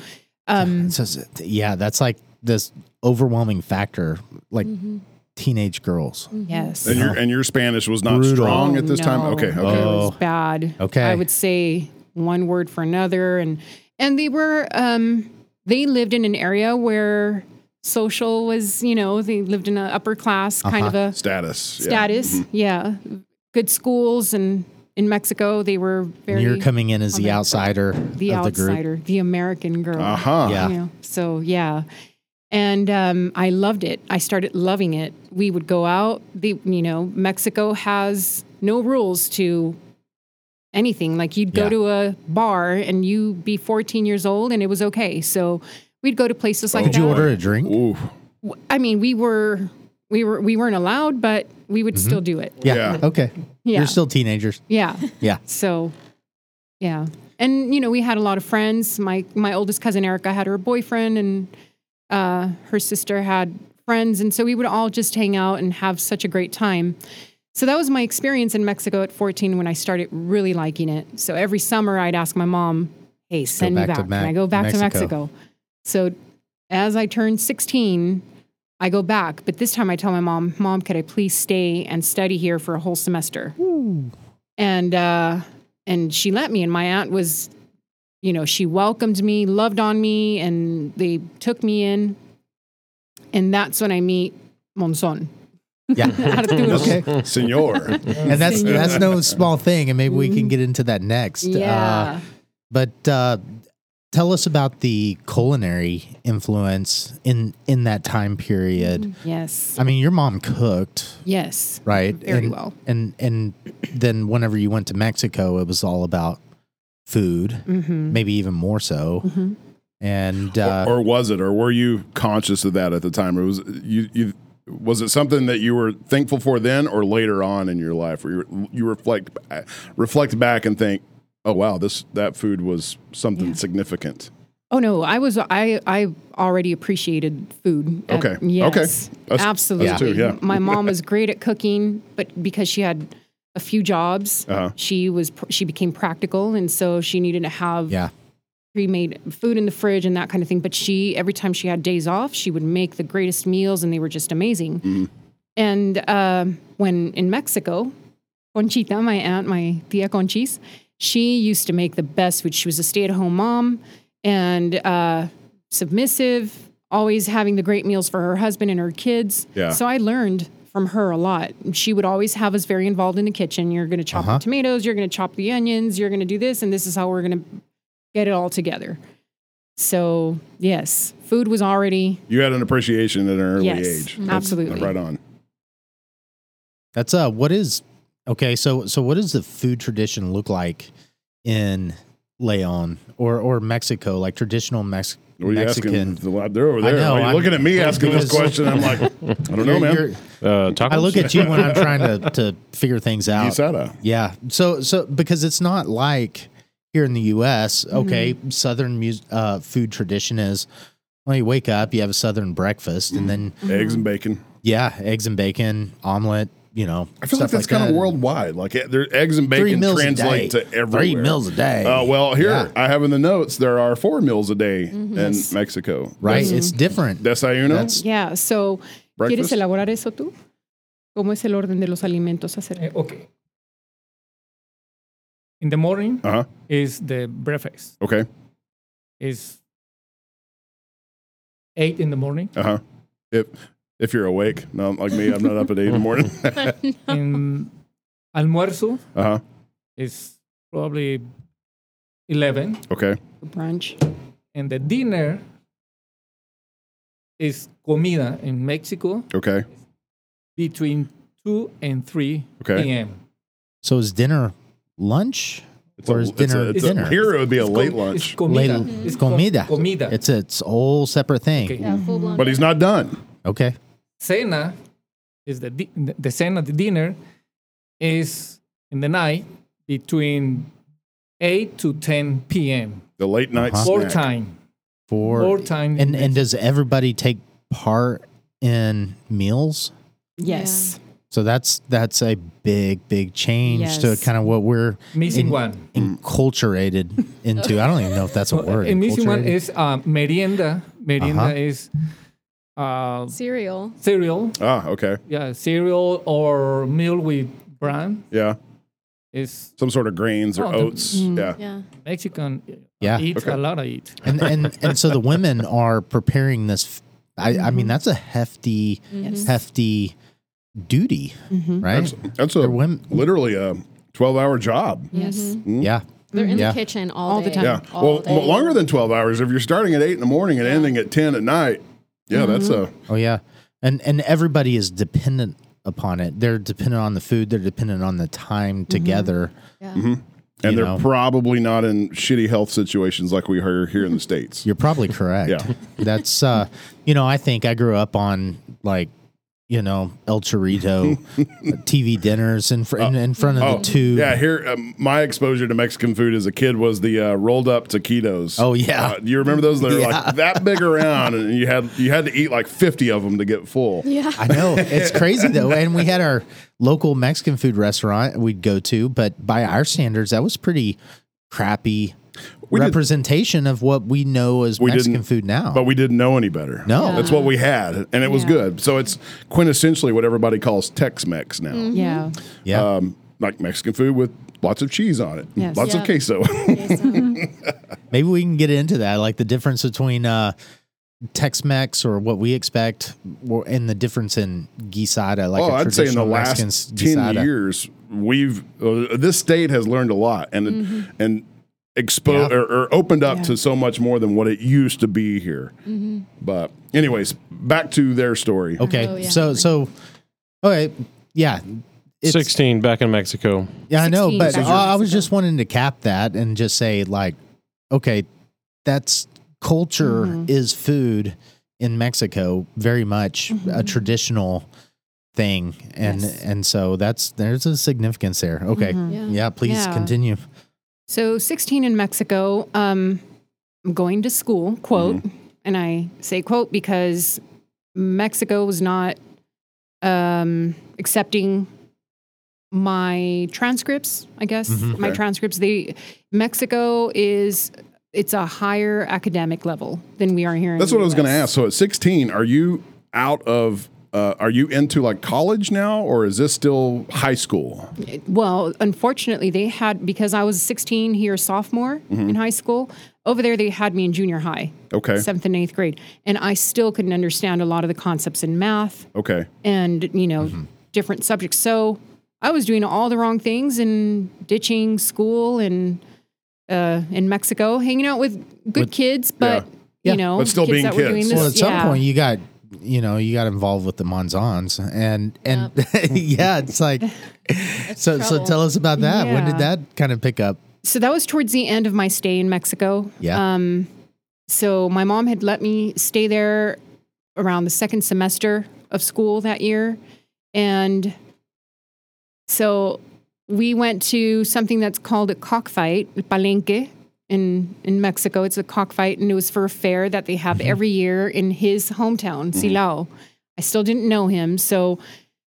[SPEAKER 4] um,
[SPEAKER 3] So, s- yeah, that's like this overwhelming factor, like
[SPEAKER 4] Mm-hmm.
[SPEAKER 3] teenage girls.
[SPEAKER 4] Mm, yes.
[SPEAKER 1] And your and your Spanish was not
[SPEAKER 3] Brutal.
[SPEAKER 1] strong at this
[SPEAKER 4] Oh,
[SPEAKER 1] time.
[SPEAKER 4] no.
[SPEAKER 1] Okay, okay.
[SPEAKER 4] It
[SPEAKER 3] Oh.
[SPEAKER 4] was bad.
[SPEAKER 3] Okay.
[SPEAKER 4] I would say one word for another and and they were um they lived in an area where social was, you know, they lived
[SPEAKER 3] Uh-huh.
[SPEAKER 4] in an upper class kind of a
[SPEAKER 1] Status. yeah.
[SPEAKER 4] status. Yeah. Good schools and in Mexico, they were very
[SPEAKER 3] And you're coming in as
[SPEAKER 4] on
[SPEAKER 3] the
[SPEAKER 4] the-
[SPEAKER 3] outsider
[SPEAKER 4] the
[SPEAKER 3] of the group. Uh-huh.
[SPEAKER 4] outsider, the American girl.
[SPEAKER 1] Uh huh.
[SPEAKER 3] Yeah.
[SPEAKER 4] you know, so yeah and um, i loved it i started loving it we would go out the you know mexico has no rules to anything like you'd go
[SPEAKER 3] Yeah.
[SPEAKER 4] to a bar and you be 14 years old and it was okay so we'd go to places like
[SPEAKER 3] Did you
[SPEAKER 4] that
[SPEAKER 3] order a drink?
[SPEAKER 1] Ooh.
[SPEAKER 4] i mean we were we were we weren't allowed but we
[SPEAKER 3] Mm-hmm.
[SPEAKER 4] would still do it
[SPEAKER 3] Yeah.
[SPEAKER 1] Yeah.
[SPEAKER 3] Okay.
[SPEAKER 4] yeah
[SPEAKER 3] You're still teenagers.
[SPEAKER 4] yeah
[SPEAKER 3] Yeah.
[SPEAKER 4] so yeah and you know we had a lot of friends my my oldest cousin erica had her boyfriend and uh, her sister had friends and so we would all just hang out and have such a great time so that was my experience in mexico at 14 when i started really liking it so every summer i'd ask my mom hey send me
[SPEAKER 3] back
[SPEAKER 4] back
[SPEAKER 3] to
[SPEAKER 4] and
[SPEAKER 3] Mac-
[SPEAKER 4] i go back to
[SPEAKER 3] Mexico.
[SPEAKER 4] mexico so as i turned 16 i go back but this time i tell my mom mom could i please stay and study here for a whole semester and uh, and she let me. And my aunt was, you know, she welcomed me, loved on me, and they took me in. And that's when I meet Monson.
[SPEAKER 3] Yeah.
[SPEAKER 4] Arturo.
[SPEAKER 3] okay.
[SPEAKER 1] Senor.
[SPEAKER 3] And that's that's no small thing, and maybe we can get into that next. Uh,
[SPEAKER 4] Mm-hmm. Yeah.
[SPEAKER 3] but uh, tell us about the culinary influence in in that time period.
[SPEAKER 4] yes.
[SPEAKER 3] I mean, your mom cooked,
[SPEAKER 4] Yes.
[SPEAKER 3] right?
[SPEAKER 4] Very
[SPEAKER 3] and,
[SPEAKER 4] well.
[SPEAKER 3] And and then whenever you went to Mexico, it was all about food,
[SPEAKER 4] Mm-hmm.
[SPEAKER 3] maybe even more so.
[SPEAKER 4] Mhm.
[SPEAKER 3] And uh,
[SPEAKER 1] or was it? Or were you conscious of that at the time? It was you. You was it something that you were thankful for then, or later on in your life, where you, you reflect reflect back and think, "Oh wow, this that food was something significant."
[SPEAKER 4] Oh no, I was I I already appreciated food. Uh,
[SPEAKER 1] Okay.
[SPEAKER 4] Yes.
[SPEAKER 1] Okay. Us- us
[SPEAKER 4] Absolutely.
[SPEAKER 1] too, yeah.
[SPEAKER 4] My mom was great at cooking, but because she had a few jobs,
[SPEAKER 1] Uh-huh.
[SPEAKER 4] she was pr- she became practical, and so she needed to have
[SPEAKER 3] yeah,
[SPEAKER 4] pre-made food in the fridge and that kind of thing. But she, every time she had days off, she would make the greatest meals, and they were just amazing. And um when in Mexico, Conchita, my aunt, my tia Conchis, she used to make the best food. She was a stay-at-home mom and uh, submissive, always having the great meals for her husband and her kids.
[SPEAKER 1] Yeah.
[SPEAKER 4] So I learned from her a lot. She would always have us very involved in the kitchen. You're going to chop the tomatoes. You're going to chop the onions. You're going to do this, and this is how we're going to get it all together. So yes, food was already
[SPEAKER 1] You had an appreciation at an early
[SPEAKER 4] yes,
[SPEAKER 1] age.
[SPEAKER 4] absolutely.
[SPEAKER 1] Right on.
[SPEAKER 3] that's uh, what is okay. So so what does the food tradition look like in Leon or or Mexico, like traditional Mex-
[SPEAKER 1] What are you
[SPEAKER 3] Mexican?
[SPEAKER 1] asking? The lab- They're over there.
[SPEAKER 3] know,
[SPEAKER 1] Why are you
[SPEAKER 3] I'm-
[SPEAKER 1] looking at me asking this
[SPEAKER 3] because-
[SPEAKER 1] question. I'm like, I don't know,
[SPEAKER 3] You're-
[SPEAKER 1] man.
[SPEAKER 3] you're-
[SPEAKER 2] Uh, tacos?
[SPEAKER 3] I look at you when I'm trying to to figure things out.
[SPEAKER 1] Quesada.
[SPEAKER 3] Yeah. So so because it's not like here in the U.S. Okay, southern mus uh, food tradition is well, you wake up, you have a southern breakfast, and then
[SPEAKER 1] Eggs and bacon.
[SPEAKER 3] yeah, eggs and bacon, omelet. You know,
[SPEAKER 1] I feel like
[SPEAKER 3] stuff
[SPEAKER 1] that's kind
[SPEAKER 3] that.
[SPEAKER 1] of worldwide. Like eh, their eggs and
[SPEAKER 3] Three
[SPEAKER 1] bacon
[SPEAKER 3] meals a
[SPEAKER 1] translate
[SPEAKER 3] day.
[SPEAKER 1] to everywhere.
[SPEAKER 3] Three meals a day.
[SPEAKER 1] Uh, well, here
[SPEAKER 3] Yeah. Mm-hmm.
[SPEAKER 1] I have in the notes there are four meals a day in Mexico.
[SPEAKER 3] right? It's different.
[SPEAKER 1] Desayuno.
[SPEAKER 3] That's-
[SPEAKER 4] Yeah. So,
[SPEAKER 1] Breakfast?
[SPEAKER 4] ¿quieres elaborar eso tú? ¿Cómo es el orden de los alimentos a hacer?
[SPEAKER 6] Eh, okay. In the morning
[SPEAKER 1] uh huh.
[SPEAKER 6] is the breakfast.
[SPEAKER 1] Okay.
[SPEAKER 6] Is eight in the morning.
[SPEAKER 1] Uh huh. If if you're awake, not like me, I'm not up at eight in the morning. uh
[SPEAKER 6] In almuerzo
[SPEAKER 1] huh.
[SPEAKER 6] is probably eleven,
[SPEAKER 1] Okay.
[SPEAKER 4] Brunch.
[SPEAKER 6] and the dinner is comida in Mexico
[SPEAKER 1] Okay.
[SPEAKER 6] between two and three
[SPEAKER 1] Okay.
[SPEAKER 6] p.m.
[SPEAKER 3] so is dinner lunch or is dinner
[SPEAKER 1] it's
[SPEAKER 3] dinner?
[SPEAKER 1] here it would be a
[SPEAKER 6] It's
[SPEAKER 1] late
[SPEAKER 6] com- It's
[SPEAKER 1] lunch,
[SPEAKER 6] comida.
[SPEAKER 3] Late-
[SPEAKER 6] It's co-
[SPEAKER 3] comida.
[SPEAKER 6] Comida.
[SPEAKER 3] It's its whole separate thing.
[SPEAKER 6] Okay.
[SPEAKER 8] Yeah, full blown.
[SPEAKER 1] but he's not done.
[SPEAKER 3] Okay.
[SPEAKER 6] Cena is the di- the cena, the dinner is in the night between 8 to 10 p.m.
[SPEAKER 1] The late night
[SPEAKER 3] Uh-huh.
[SPEAKER 6] Four
[SPEAKER 1] snack.
[SPEAKER 6] time.
[SPEAKER 3] For
[SPEAKER 6] Four time.
[SPEAKER 3] and and does everybody take part in meals?
[SPEAKER 4] Yes.
[SPEAKER 3] So that's that's a big big change to
[SPEAKER 4] Yes.
[SPEAKER 3] kind of what we're
[SPEAKER 6] missing
[SPEAKER 3] in-
[SPEAKER 6] one.
[SPEAKER 3] enculturated into. I don't even know if that's a word.
[SPEAKER 6] and missing one
[SPEAKER 3] enculturated?
[SPEAKER 6] is uh, merienda. Merienda
[SPEAKER 3] Uh-huh.
[SPEAKER 6] is uh,
[SPEAKER 8] Cereal.
[SPEAKER 6] cereal.
[SPEAKER 1] Ah. Okay.
[SPEAKER 6] Yeah, cereal or meal with bran
[SPEAKER 1] Yeah.
[SPEAKER 6] is
[SPEAKER 1] Some sort of grains or
[SPEAKER 6] Oh, the-
[SPEAKER 1] oats. yeah.
[SPEAKER 8] Yeah.
[SPEAKER 6] Mexican.
[SPEAKER 3] Yeah.
[SPEAKER 6] Eat a lot of eat.
[SPEAKER 3] and and and so the women are preparing this. I, I mean that's a hefty hefty duty, right?
[SPEAKER 1] That's a
[SPEAKER 3] They're women.
[SPEAKER 1] literally a 12 hour job.
[SPEAKER 8] Yes.
[SPEAKER 3] Yeah.
[SPEAKER 8] They're in
[SPEAKER 3] Yeah.
[SPEAKER 8] the kitchen all,
[SPEAKER 4] All
[SPEAKER 8] day.
[SPEAKER 4] the time.
[SPEAKER 1] Yeah.
[SPEAKER 8] All
[SPEAKER 1] well,
[SPEAKER 8] day.
[SPEAKER 1] m- longer than 12 hours. If you're starting at 8 in the morning and ending at 10 at night, yeah, that's a.
[SPEAKER 3] Oh yeah. And and everybody is dependent upon it. They're dependent on the food. They're dependent on the time together.
[SPEAKER 1] And
[SPEAKER 3] You
[SPEAKER 1] they're
[SPEAKER 3] know.
[SPEAKER 1] probably not in shitty health situations like we hear here in the States.
[SPEAKER 3] You're probably correct.
[SPEAKER 1] Yeah.
[SPEAKER 3] That's uh you know, I think I grew up on like you know, El Chorito TV dinners in, fr- in, in front of the tube.
[SPEAKER 1] Oh. Yeah, here um, my exposure to Mexican food as a kid was the uh, rolled up taquitos.
[SPEAKER 3] Oh, yeah.
[SPEAKER 1] Uh, you remember those? They're like that big around, and you had you had to eat like fifty of them to get full.
[SPEAKER 8] Yeah.
[SPEAKER 3] I know it's crazy though, and we had our local Mexican food restaurant we'd go to, but by our standards, that was pretty crappy
[SPEAKER 1] did-
[SPEAKER 3] representation of what we know as
[SPEAKER 1] We
[SPEAKER 3] Mexican
[SPEAKER 1] didn't-
[SPEAKER 3] food now.
[SPEAKER 1] But we didn't know any better.
[SPEAKER 3] No. Yeah.
[SPEAKER 1] that's what we had, and it was
[SPEAKER 4] Yeah.
[SPEAKER 1] good. So it's quintessentially what everybody calls Tex-Mex now,
[SPEAKER 4] Yeah.
[SPEAKER 3] yeah,
[SPEAKER 1] um, like Mexican food with lots of cheese on it,
[SPEAKER 4] Yes.
[SPEAKER 1] lots of
[SPEAKER 8] Yeah.
[SPEAKER 1] queso.
[SPEAKER 3] maybe we can get into that, like the difference between uh, Tex-Mex or what we expect, or- and the difference in guisada. Like
[SPEAKER 1] oh,
[SPEAKER 3] a
[SPEAKER 1] I'd say in the
[SPEAKER 3] traditional
[SPEAKER 1] last
[SPEAKER 3] Mexican
[SPEAKER 1] ten
[SPEAKER 3] guisada.
[SPEAKER 1] years, we've uh, this state has learned a lot and and exposed
[SPEAKER 3] Yeah.
[SPEAKER 1] or, or opened up
[SPEAKER 4] Mm-hmm. Yeah. Mm-hmm.
[SPEAKER 1] to so much more than what it used to be here. But anyways, back to their story.
[SPEAKER 3] Okay,
[SPEAKER 8] Oh, yeah.
[SPEAKER 3] so so okay, yeah. It's-
[SPEAKER 2] 16 back in Mexico.
[SPEAKER 3] Yeah, I know,
[SPEAKER 4] 16
[SPEAKER 3] but
[SPEAKER 4] back
[SPEAKER 3] uh, I was
[SPEAKER 4] Mexico.
[SPEAKER 3] just wanting to cap that and just say, like, okay, that's culture
[SPEAKER 8] Mm-hmm.
[SPEAKER 3] is food in Mexico, very much
[SPEAKER 8] Mm-hmm.
[SPEAKER 3] a traditional thing, and
[SPEAKER 4] Yes.
[SPEAKER 3] and so that's there's a significance there. Okay,
[SPEAKER 8] Yeah.
[SPEAKER 3] yeah, please
[SPEAKER 4] Yeah.
[SPEAKER 3] continue.
[SPEAKER 4] Mm-hmm. So 16 in Mexico, um, I'm going to school, quote,
[SPEAKER 1] Mm-hmm.
[SPEAKER 4] and I say quote because Mexico was not um, accepting my transcripts, I guess.
[SPEAKER 1] Mm-hmm.
[SPEAKER 4] My transcripts, they Mexico is it's a higher academic level than we are here in
[SPEAKER 1] That's
[SPEAKER 4] the
[SPEAKER 1] what I was going to
[SPEAKER 4] US.
[SPEAKER 1] ask. So at sixteen, are you out of? Uh, are you into like college now, or is this still high school?
[SPEAKER 4] Well, unfortunately, they had because I was 16 here, sophomore in high school. Over there, they had me in junior high,
[SPEAKER 1] Mm-hmm. Okay.
[SPEAKER 4] seventh and eighth grade, and I still couldn't understand a lot of the concepts in math
[SPEAKER 1] Okay.
[SPEAKER 4] and you know
[SPEAKER 1] Mm-hmm.
[SPEAKER 4] different subjects. So I was doing all the wrong things and ditching school and uh, in Mexico, hanging out with good kids, but
[SPEAKER 3] Yeah.
[SPEAKER 4] you know,
[SPEAKER 1] But still
[SPEAKER 4] kids
[SPEAKER 1] being
[SPEAKER 4] that were doing
[SPEAKER 1] kids.
[SPEAKER 4] this-
[SPEAKER 3] Well, at some
[SPEAKER 4] yeah.
[SPEAKER 3] point, you got you know you got involved with the Monzons, and and yeah, it's like so so.
[SPEAKER 8] trouble.
[SPEAKER 3] Tell us about that. When did
[SPEAKER 4] Yeah.
[SPEAKER 3] that kind of pick up?
[SPEAKER 4] so that was towards the end of my stay in Mexico.
[SPEAKER 3] Yeah.
[SPEAKER 4] Um, so my mom had let me stay there around the second semester of school that year, and so we went to something that's called a cockfight, el palenque. In, in Mexico, it's a cockfight, and it was for a fair that they have every year in his hometown, Silao. I still didn't know him, so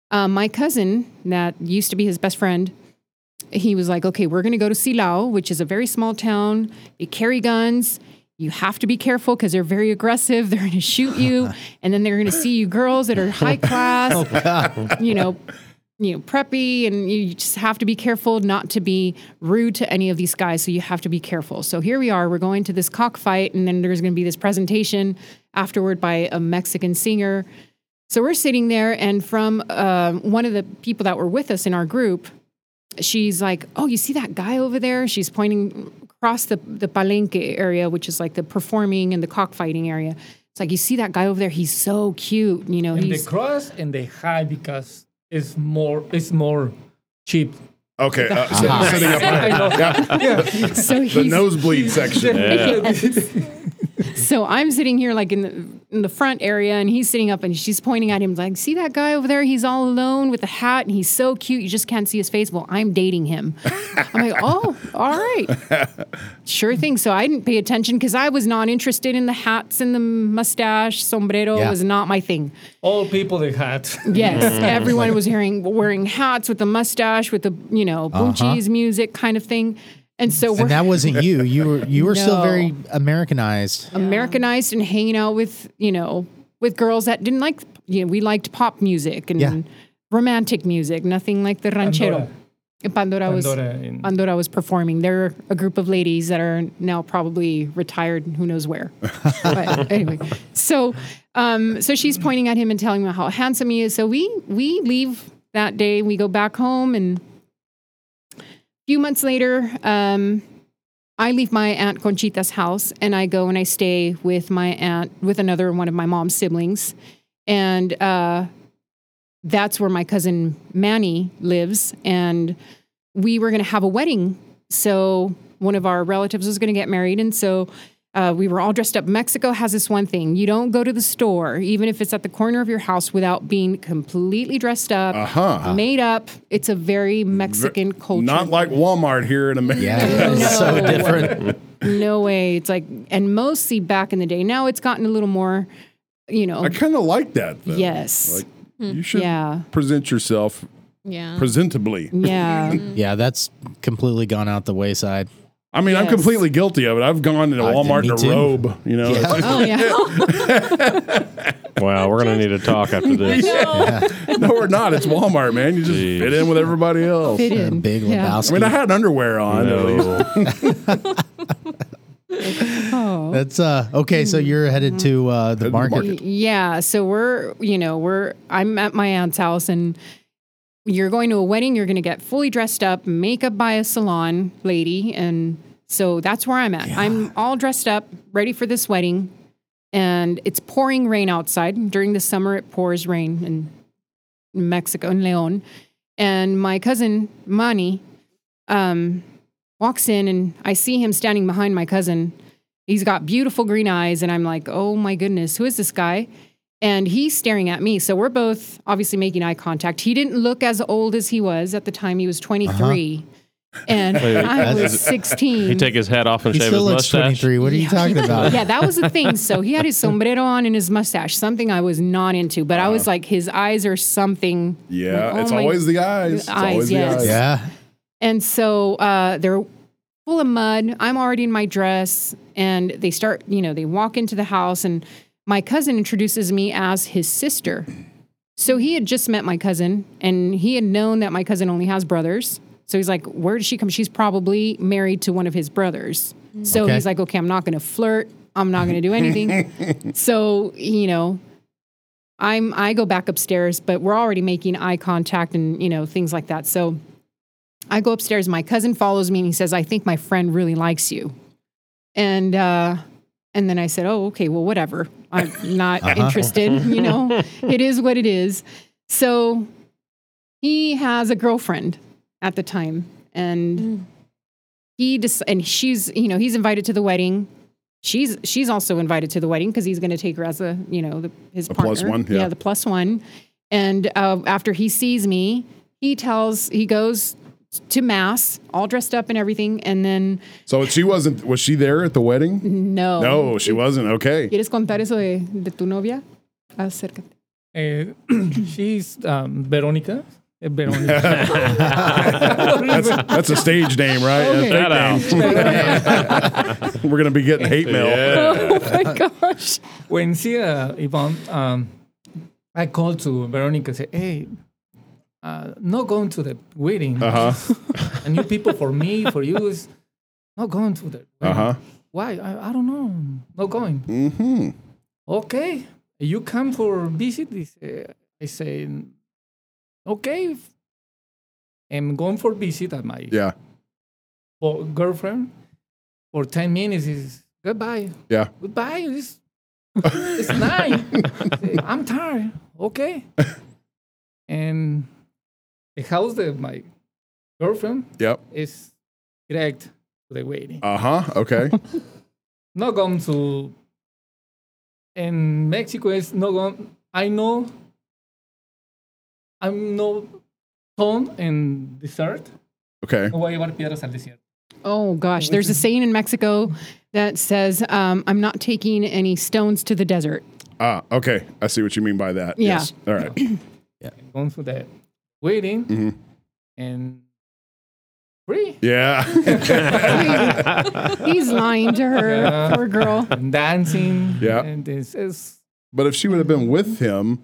[SPEAKER 4] uh, my cousin that used to be his best friend he was like, okay, we're going to go to Silao, which is a very small town. They carry guns. You have to be careful because they're very aggressive. They're going to shoot you, and then they're going to see you girls that are high class,
[SPEAKER 3] Oh,
[SPEAKER 4] you know, you know, preppy, and you just have to be careful not to be rude to any of these guys. So you have to be careful. So here we are. We're going to this cockfight, and then there's going to be this presentation afterward by a Mexican singer. So we're sitting there, and from uh, one of the people that were with us in our group, she's like, "Oh, you see that guy over there?" She's pointing across the the palenque area, which is like the performing and the cockfighting area. It's like you see that guy over there. He's so cute, you know.
[SPEAKER 6] And the
[SPEAKER 4] He's
[SPEAKER 6] cross and the high because it's more it's more cheap.
[SPEAKER 1] Okay. Uh, so- Setting up
[SPEAKER 4] so
[SPEAKER 1] the
[SPEAKER 4] he's
[SPEAKER 1] nosebleed section.
[SPEAKER 4] so I'm sitting here like in the in the front area, and he's sitting up, and she's pointing at him like, "See that guy over there? He's all alone with a hat, and he's so cute. You just can't see his face." Well, I'm dating him. I'm like, "Oh, all right, sure thing." So I didn't pay attention because I was not interested in the hats and the mustache. Sombrero
[SPEAKER 3] Yeah. Mm.
[SPEAKER 4] was not my thing.
[SPEAKER 6] All people they had.
[SPEAKER 4] Yes, everyone was wearing wearing hats with the mustache, with the you know bunchies music kind of thing, and so we're
[SPEAKER 3] Uh-huh. And that wasn't you. You were you were still
[SPEAKER 4] No.
[SPEAKER 3] very Americanized.
[SPEAKER 4] Americanized and hanging out with you know with girls that didn't like you know we liked pop music and
[SPEAKER 3] Yeah.
[SPEAKER 4] romantic music, nothing like the ranchero. And Pandora,
[SPEAKER 6] Pandora
[SPEAKER 4] was
[SPEAKER 6] in-
[SPEAKER 4] Pandora was performing. They're a group of ladies that are now probably retired, and who knows where. but anyway, so um, so she's pointing at him and telling him how handsome he is. So we we leave that day. We go back home and few months later, um, I leave my aunt Conchita's house and I go and I stay with my aunt with another one of my mom's siblings, and uh, that's where my cousin Manny lives. And we were going to have a wedding, so one of our relatives was going to get married, and so. Uh, we were all dressed up. Mexico has this one thing: you don't go to the store, even if it's at the corner of your house, without being completely dressed up,
[SPEAKER 1] Uh-huh.
[SPEAKER 4] made up. It's a very Mexican culture.
[SPEAKER 1] Not like Walmart here in America.
[SPEAKER 3] Yeah, it's so
[SPEAKER 4] No.
[SPEAKER 3] different.
[SPEAKER 4] no way. It's like, and mostly back in the day. Now it's gotten a little more, you know.
[SPEAKER 1] I kind of like that. Though.
[SPEAKER 4] yes. Hmm.
[SPEAKER 1] Like, you should
[SPEAKER 4] Yeah. Mm.
[SPEAKER 1] present yourself
[SPEAKER 8] Yeah.
[SPEAKER 1] presentably.
[SPEAKER 4] yeah.
[SPEAKER 3] Yeah, that's completely gone out the wayside.
[SPEAKER 1] I mean, I'm
[SPEAKER 4] Yes.
[SPEAKER 1] completely guilty of it. I've gone to
[SPEAKER 3] I-
[SPEAKER 1] Walmart in
[SPEAKER 3] Uh, me
[SPEAKER 1] a
[SPEAKER 3] too.
[SPEAKER 1] robe, you know.
[SPEAKER 3] Yeah.
[SPEAKER 4] oh yeah.
[SPEAKER 2] Wow, we're gonna need to talk after this.
[SPEAKER 1] no, we're not. It's Walmart, man. You just
[SPEAKER 2] Jeez.
[SPEAKER 1] fit in with everybody else.
[SPEAKER 4] Fit in.
[SPEAKER 3] Big
[SPEAKER 4] Yeah.
[SPEAKER 1] I
[SPEAKER 3] Lebowski.
[SPEAKER 1] mean, I had underwear on. at least.
[SPEAKER 2] No.
[SPEAKER 4] Oh.
[SPEAKER 3] that's uh okay.
[SPEAKER 4] Mm-hmm.
[SPEAKER 3] So you're headed to uh,
[SPEAKER 2] Mm-hmm.
[SPEAKER 3] the
[SPEAKER 1] the
[SPEAKER 3] market.
[SPEAKER 1] market.
[SPEAKER 4] Yeah. So we're, you know, we're, I'm at my aunt's house and you're going to a wedding. You're going to get fully dressed up, makeup by a salon lady. And so that's where I'm at. I'm all dressed up, ready for this wedding. And it's pouring rain outside. During the summer, it pours rain in Mexico and Leon. And my cousin, Mani, um, walks in and I see him standing behind my cousin. He's got beautiful green eyes, and I'm like, oh my goodness, who is this guy? And he's staring at me. So we're both obviously making eye contact. He didn't look as old as he was at the time. He was
[SPEAKER 2] Uh-huh.
[SPEAKER 4] 23, and I
[SPEAKER 3] that's-
[SPEAKER 4] was 16.
[SPEAKER 2] He take his hat off and
[SPEAKER 3] He
[SPEAKER 2] shave
[SPEAKER 3] still
[SPEAKER 2] his
[SPEAKER 3] looks
[SPEAKER 2] mustache.
[SPEAKER 3] 23. What are you talking about?
[SPEAKER 4] yeah, that was the thing. So he had his sombrero on and his mustache, something I was not into, but I was
[SPEAKER 2] Uh-huh.
[SPEAKER 4] like, his eyes are something.
[SPEAKER 1] Yeah,
[SPEAKER 4] Like, oh
[SPEAKER 1] it's
[SPEAKER 4] my-
[SPEAKER 1] always the eyes. It's
[SPEAKER 4] eyes,
[SPEAKER 1] always
[SPEAKER 4] yes.
[SPEAKER 1] the eyes.
[SPEAKER 3] Yeah.
[SPEAKER 4] And so uh, they're full of mud. I'm already in my dress. And they start, you know, they walk into the house, and my cousin introduces me as his sister. So he had just met my cousin, and he had known that my cousin only has brothers. So he's like, Where did she come? She's probably married to one of his brothers. So
[SPEAKER 3] Okay.
[SPEAKER 4] he's like, Okay, I'm not going to flirt. I'm not going to do anything. so, you know, I'm I go back upstairs, but we're already making eye contact and you know things like that. So I go upstairs. My cousin follows me and he says, "I think my friend really likes you," and uh, and then I said, "Oh, okay, well, whatever. I'm not interested. You know, it is what it is." So he has a girlfriend at the time, and he dis- and she's you know he's invited to the wedding. She's she's also invited to the wedding because he's going to take her as a you know the, his
[SPEAKER 1] A
[SPEAKER 4] partner.
[SPEAKER 1] plus one, yeah.
[SPEAKER 4] the plus one. And uh, after he sees me, he tells he goes to mass, all dressed up and everything, and then
[SPEAKER 1] So she wasn't. Was she there at the wedding?
[SPEAKER 4] no,
[SPEAKER 1] No, she wasn't. Okay.
[SPEAKER 4] ¿Quieres contar eso de, de tu novia? Acércate.
[SPEAKER 6] Eh, she's um, Veronica. Eh, Veronica.
[SPEAKER 1] That's that's a stage name, right? A fake
[SPEAKER 2] Shout out.
[SPEAKER 1] name. We're gonna be getting hate mail.
[SPEAKER 4] Oh my gosh.
[SPEAKER 6] when she, uh, Yvonne, um, I called to Veronica say, hey, uh, not going to the wedding.
[SPEAKER 1] Uh-huh.
[SPEAKER 6] And you people, for me, for you, is not going to the wedding.
[SPEAKER 1] Uh-huh.
[SPEAKER 6] Why? I, I don't know. Not going.
[SPEAKER 1] Mm-hmm.
[SPEAKER 6] okay you come for visit He say- i say okay if i'm going for visit at my
[SPEAKER 1] Yeah.
[SPEAKER 6] bo- girlfriend for 10 minutes is goodbye
[SPEAKER 1] Yeah.
[SPEAKER 6] goodbye it's, it's nine Say, i'm tired okay and the house that my girlfriend
[SPEAKER 1] Yep.
[SPEAKER 6] is dragged to the wedding
[SPEAKER 1] Uh huh. Okay.
[SPEAKER 6] not going to in Mexico is not going I know I'm no ton and desert.
[SPEAKER 1] Okay.
[SPEAKER 6] No voy a llevar piedras al desierto.
[SPEAKER 4] Oh gosh, there's a saying in Mexico that says, um, "I'm not taking any stones to the desert."
[SPEAKER 1] Ah. Okay. I see what you mean by that.
[SPEAKER 4] Yeah.
[SPEAKER 1] Yes. All right. Mm-hmm.
[SPEAKER 6] Going to the wedding and free
[SPEAKER 1] Yeah.
[SPEAKER 4] He's lying to her,
[SPEAKER 6] Yeah.
[SPEAKER 4] poor girl.
[SPEAKER 6] and dancing.
[SPEAKER 1] Yeah.
[SPEAKER 6] And this is
[SPEAKER 1] But if she would have been with him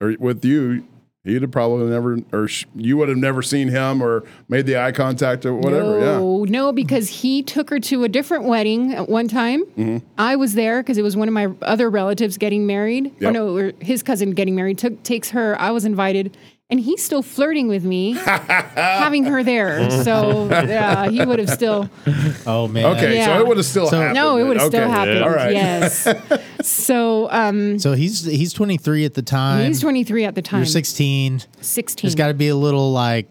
[SPEAKER 1] or with you, he'd have probably never, or sh- you would have never seen him or made the eye contact or whatever. Yeah.
[SPEAKER 4] No, no, because he took her to a different wedding at one time.
[SPEAKER 1] Mm-hmm.
[SPEAKER 4] I was there because it was one of my other relatives getting married. Oh
[SPEAKER 1] Yep.
[SPEAKER 4] no, or his cousin getting married. Took takes her. I was invited, and he's still flirting with me, having her there. So yeah, he would have still.
[SPEAKER 3] Oh man.
[SPEAKER 1] Okay,
[SPEAKER 4] Yeah.
[SPEAKER 1] so it would have still
[SPEAKER 3] So-
[SPEAKER 1] happened.
[SPEAKER 4] No, it
[SPEAKER 1] then.
[SPEAKER 4] would have still
[SPEAKER 1] Okay.
[SPEAKER 4] happened.
[SPEAKER 1] All right.
[SPEAKER 4] Yes. So um,
[SPEAKER 3] So he's he's 23 at the time.
[SPEAKER 4] he's 23 at the time.
[SPEAKER 3] You're 16.
[SPEAKER 4] 16.
[SPEAKER 3] There's got to be a little like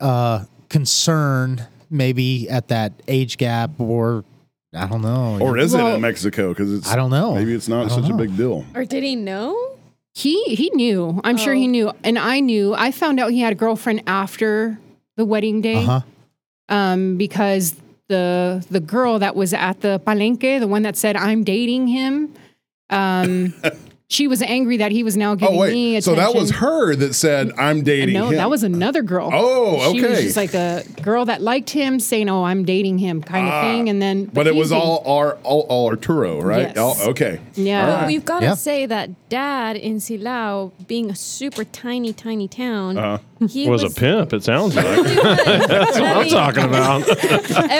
[SPEAKER 3] uh concern maybe at that age gap or I don't know.
[SPEAKER 1] Or is it
[SPEAKER 4] Well,
[SPEAKER 1] in Mexico? Because it's
[SPEAKER 3] I don't know.
[SPEAKER 1] Maybe it's
[SPEAKER 3] I
[SPEAKER 1] not
[SPEAKER 3] don't
[SPEAKER 1] such a
[SPEAKER 3] know.
[SPEAKER 1] big deal.
[SPEAKER 8] Or did he know?
[SPEAKER 4] He he knew. I'm sure he
[SPEAKER 8] Oh.
[SPEAKER 4] knew, and I knew. I found out he had a girlfriend after the wedding day,
[SPEAKER 3] Uh-huh.
[SPEAKER 4] um, because the the girl that was at the palenque, the one that said I'm dating him, um, she was angry that he was now giving
[SPEAKER 1] Oh
[SPEAKER 4] me
[SPEAKER 1] wait, so
[SPEAKER 4] attention.
[SPEAKER 1] that was her that said, "I'm dating."
[SPEAKER 4] No,
[SPEAKER 1] him."
[SPEAKER 4] that was another girl.
[SPEAKER 1] Oh,
[SPEAKER 4] She was
[SPEAKER 1] okay.
[SPEAKER 4] just like a girl that liked him, saying, "Oh, I'm dating him," kind of thing, and then.
[SPEAKER 1] Ah. But it was
[SPEAKER 4] he-
[SPEAKER 1] all our all, all Arturo, right?
[SPEAKER 4] Yes.
[SPEAKER 1] Oh, okay.
[SPEAKER 4] Uh, Yeah.
[SPEAKER 1] All
[SPEAKER 8] But
[SPEAKER 1] right.
[SPEAKER 8] we've got to
[SPEAKER 3] Yeah.
[SPEAKER 8] say that dad in Silao, being a super tiny, tiny town, he
[SPEAKER 2] was a pimp. It sounds like
[SPEAKER 8] That's what
[SPEAKER 2] I'm talking about.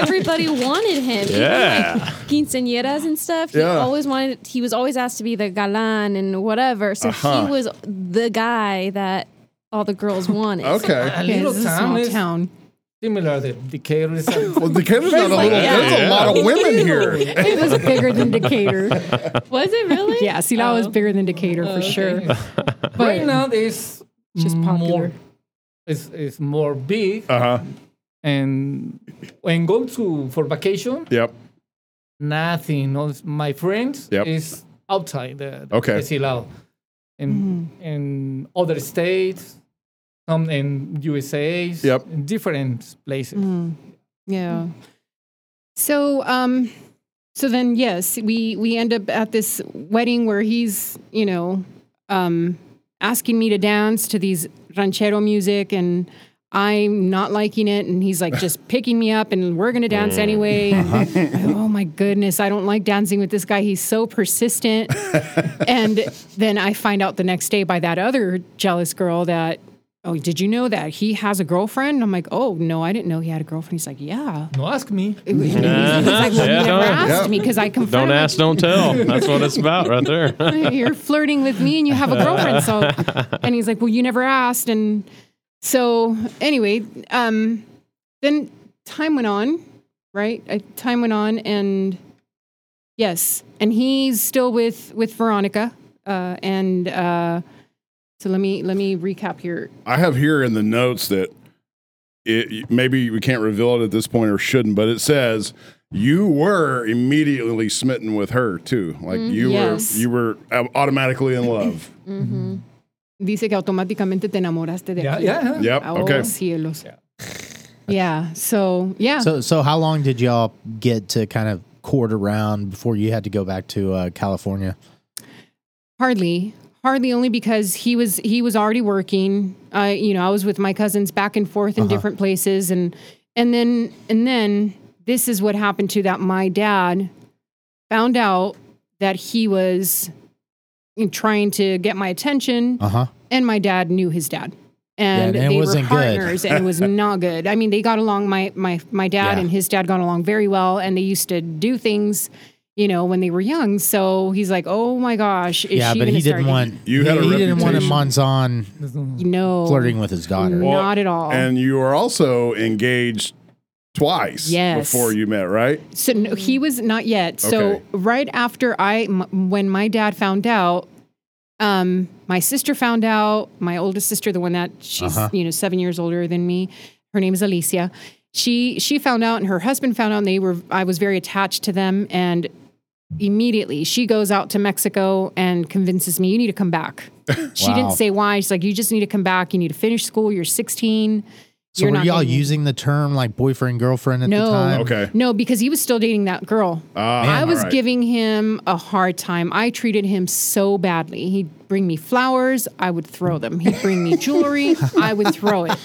[SPEAKER 8] Everybody wanted him. Even,
[SPEAKER 2] Yeah.
[SPEAKER 8] like quinceañeras and stuff. He
[SPEAKER 1] Yeah.
[SPEAKER 8] always wanted. He was always asked to be the galan and whatever. So
[SPEAKER 1] Uh-huh.
[SPEAKER 8] he was the guy that all the girls wanted.
[SPEAKER 1] Okay.
[SPEAKER 6] A
[SPEAKER 4] Yeah,
[SPEAKER 6] little
[SPEAKER 4] it's a small
[SPEAKER 6] town is
[SPEAKER 4] town.
[SPEAKER 6] similar to Decatur. It's a-
[SPEAKER 1] Well, Decatur's not a little.
[SPEAKER 8] yeah.
[SPEAKER 1] There's a lot of women here.
[SPEAKER 4] It was bigger than Decatur.
[SPEAKER 8] Was it really?
[SPEAKER 4] Yeah, Silao
[SPEAKER 6] Oh.
[SPEAKER 4] is bigger than Decatur for sure. But
[SPEAKER 6] right now, it's
[SPEAKER 4] just popular.
[SPEAKER 6] More, it's, it's more big.
[SPEAKER 1] Uh huh.
[SPEAKER 6] and when go to for vacation,
[SPEAKER 1] Yep.
[SPEAKER 6] nothing. No, my friends
[SPEAKER 1] Yep.
[SPEAKER 6] is outside the, the
[SPEAKER 1] Okay.
[SPEAKER 6] the Silao, and and other states, some in USA,
[SPEAKER 1] Yep.
[SPEAKER 6] in different places.
[SPEAKER 4] Mm. Yeah. So um so then yes, we we end up at this wedding where he's, you know, um asking me to dance to these ranchero music and I'm not liking it and he's like just picking me up and we're going to dance anyway. oh my goodness, I don't like dancing with this guy. He's so persistent. and then I find out the next day by that other jealous girl that, oh, did you know that he has a girlfriend? I'm like, oh, no, I didn't know he had a girlfriend. He's like, yeah.
[SPEAKER 6] No, ask me.
[SPEAKER 4] He's like, well, you
[SPEAKER 2] Yeah,
[SPEAKER 4] never
[SPEAKER 2] don't-
[SPEAKER 4] asked
[SPEAKER 1] yeah.
[SPEAKER 4] me because I confirmed.
[SPEAKER 2] Don't ask, don't tell. That's what it's about right there.
[SPEAKER 4] You're flirting with me and you have a girlfriend. So, and he's like, well, you never asked. And so, anyway, um, then time went on, right? Uh, time went on, and yes, and he's still with with Veronica. Uh, and uh, so let me let me recap here.
[SPEAKER 1] I have here in the notes that it maybe we can't reveal it at this point or shouldn't, but it says you were immediately smitten with her too. Like you
[SPEAKER 4] Mm, yes.
[SPEAKER 1] were you were au- automatically in love.
[SPEAKER 4] Dice que automáticamente te enamoraste de
[SPEAKER 6] Yeah,
[SPEAKER 4] aquí.
[SPEAKER 6] yeah. yeah.
[SPEAKER 1] yep.
[SPEAKER 4] Oh,
[SPEAKER 1] okay.
[SPEAKER 4] cielos.
[SPEAKER 6] Yeah.
[SPEAKER 4] Yeah. So yeah.
[SPEAKER 3] So so how long did y'all get to kind of court around before you had to go back to uh, California?
[SPEAKER 4] Hardly, hardly only because he was he was already working. I you know I was with my cousins back and forth in different places, and and then and then this is what happened to that. My dad found out that he was in- trying to get my attention,
[SPEAKER 3] Uh huh.
[SPEAKER 4] and my dad knew his dad. And,
[SPEAKER 3] and it
[SPEAKER 4] they were
[SPEAKER 3] wasn't good.
[SPEAKER 4] partners, and it was not good. I mean, they got along. My my my dad
[SPEAKER 3] Yeah.
[SPEAKER 4] and his dad got along very well, and they used to do things, you know, when they were young. So he's like, "Oh my gosh, is
[SPEAKER 3] Yeah,
[SPEAKER 4] she
[SPEAKER 3] but
[SPEAKER 4] gonna
[SPEAKER 3] he
[SPEAKER 4] start
[SPEAKER 3] didn't
[SPEAKER 4] again?"
[SPEAKER 3] want
[SPEAKER 1] You
[SPEAKER 3] he,
[SPEAKER 1] had a
[SPEAKER 3] he didn't want a Monzon
[SPEAKER 4] no
[SPEAKER 3] flirting with his daughter.
[SPEAKER 1] Well,
[SPEAKER 4] Not at all.
[SPEAKER 1] And you were also engaged twice
[SPEAKER 4] Yes.
[SPEAKER 1] before you met, right?
[SPEAKER 4] So no,
[SPEAKER 3] Mm.
[SPEAKER 4] he was not yet. So
[SPEAKER 1] Okay.
[SPEAKER 4] right after I, m- when my dad found out, um, my sister found out. My oldest sister, the one that she's
[SPEAKER 3] Uh-huh.
[SPEAKER 4] you know seven years older than me, her name is Alicia. She she found out, and her husband found out. And they were I was very attached to them, and immediately she goes out to Mexico and convinces me you need to come back. She
[SPEAKER 3] Wow.
[SPEAKER 4] didn't say why. She's like, you just need to come back. You need to finish school. You're 16.
[SPEAKER 3] So were y'all
[SPEAKER 4] gonna-
[SPEAKER 3] using the term like boyfriend girlfriend at the
[SPEAKER 4] No.
[SPEAKER 3] time?
[SPEAKER 1] Okay.
[SPEAKER 4] No, because he was still dating that girl.
[SPEAKER 1] Ah,
[SPEAKER 4] I
[SPEAKER 1] all
[SPEAKER 4] was
[SPEAKER 1] right.
[SPEAKER 4] giving him a hard time. I treated him so badly. He'd bring me flowers, I would throw them. He'd bring me jewelry, I would throw it.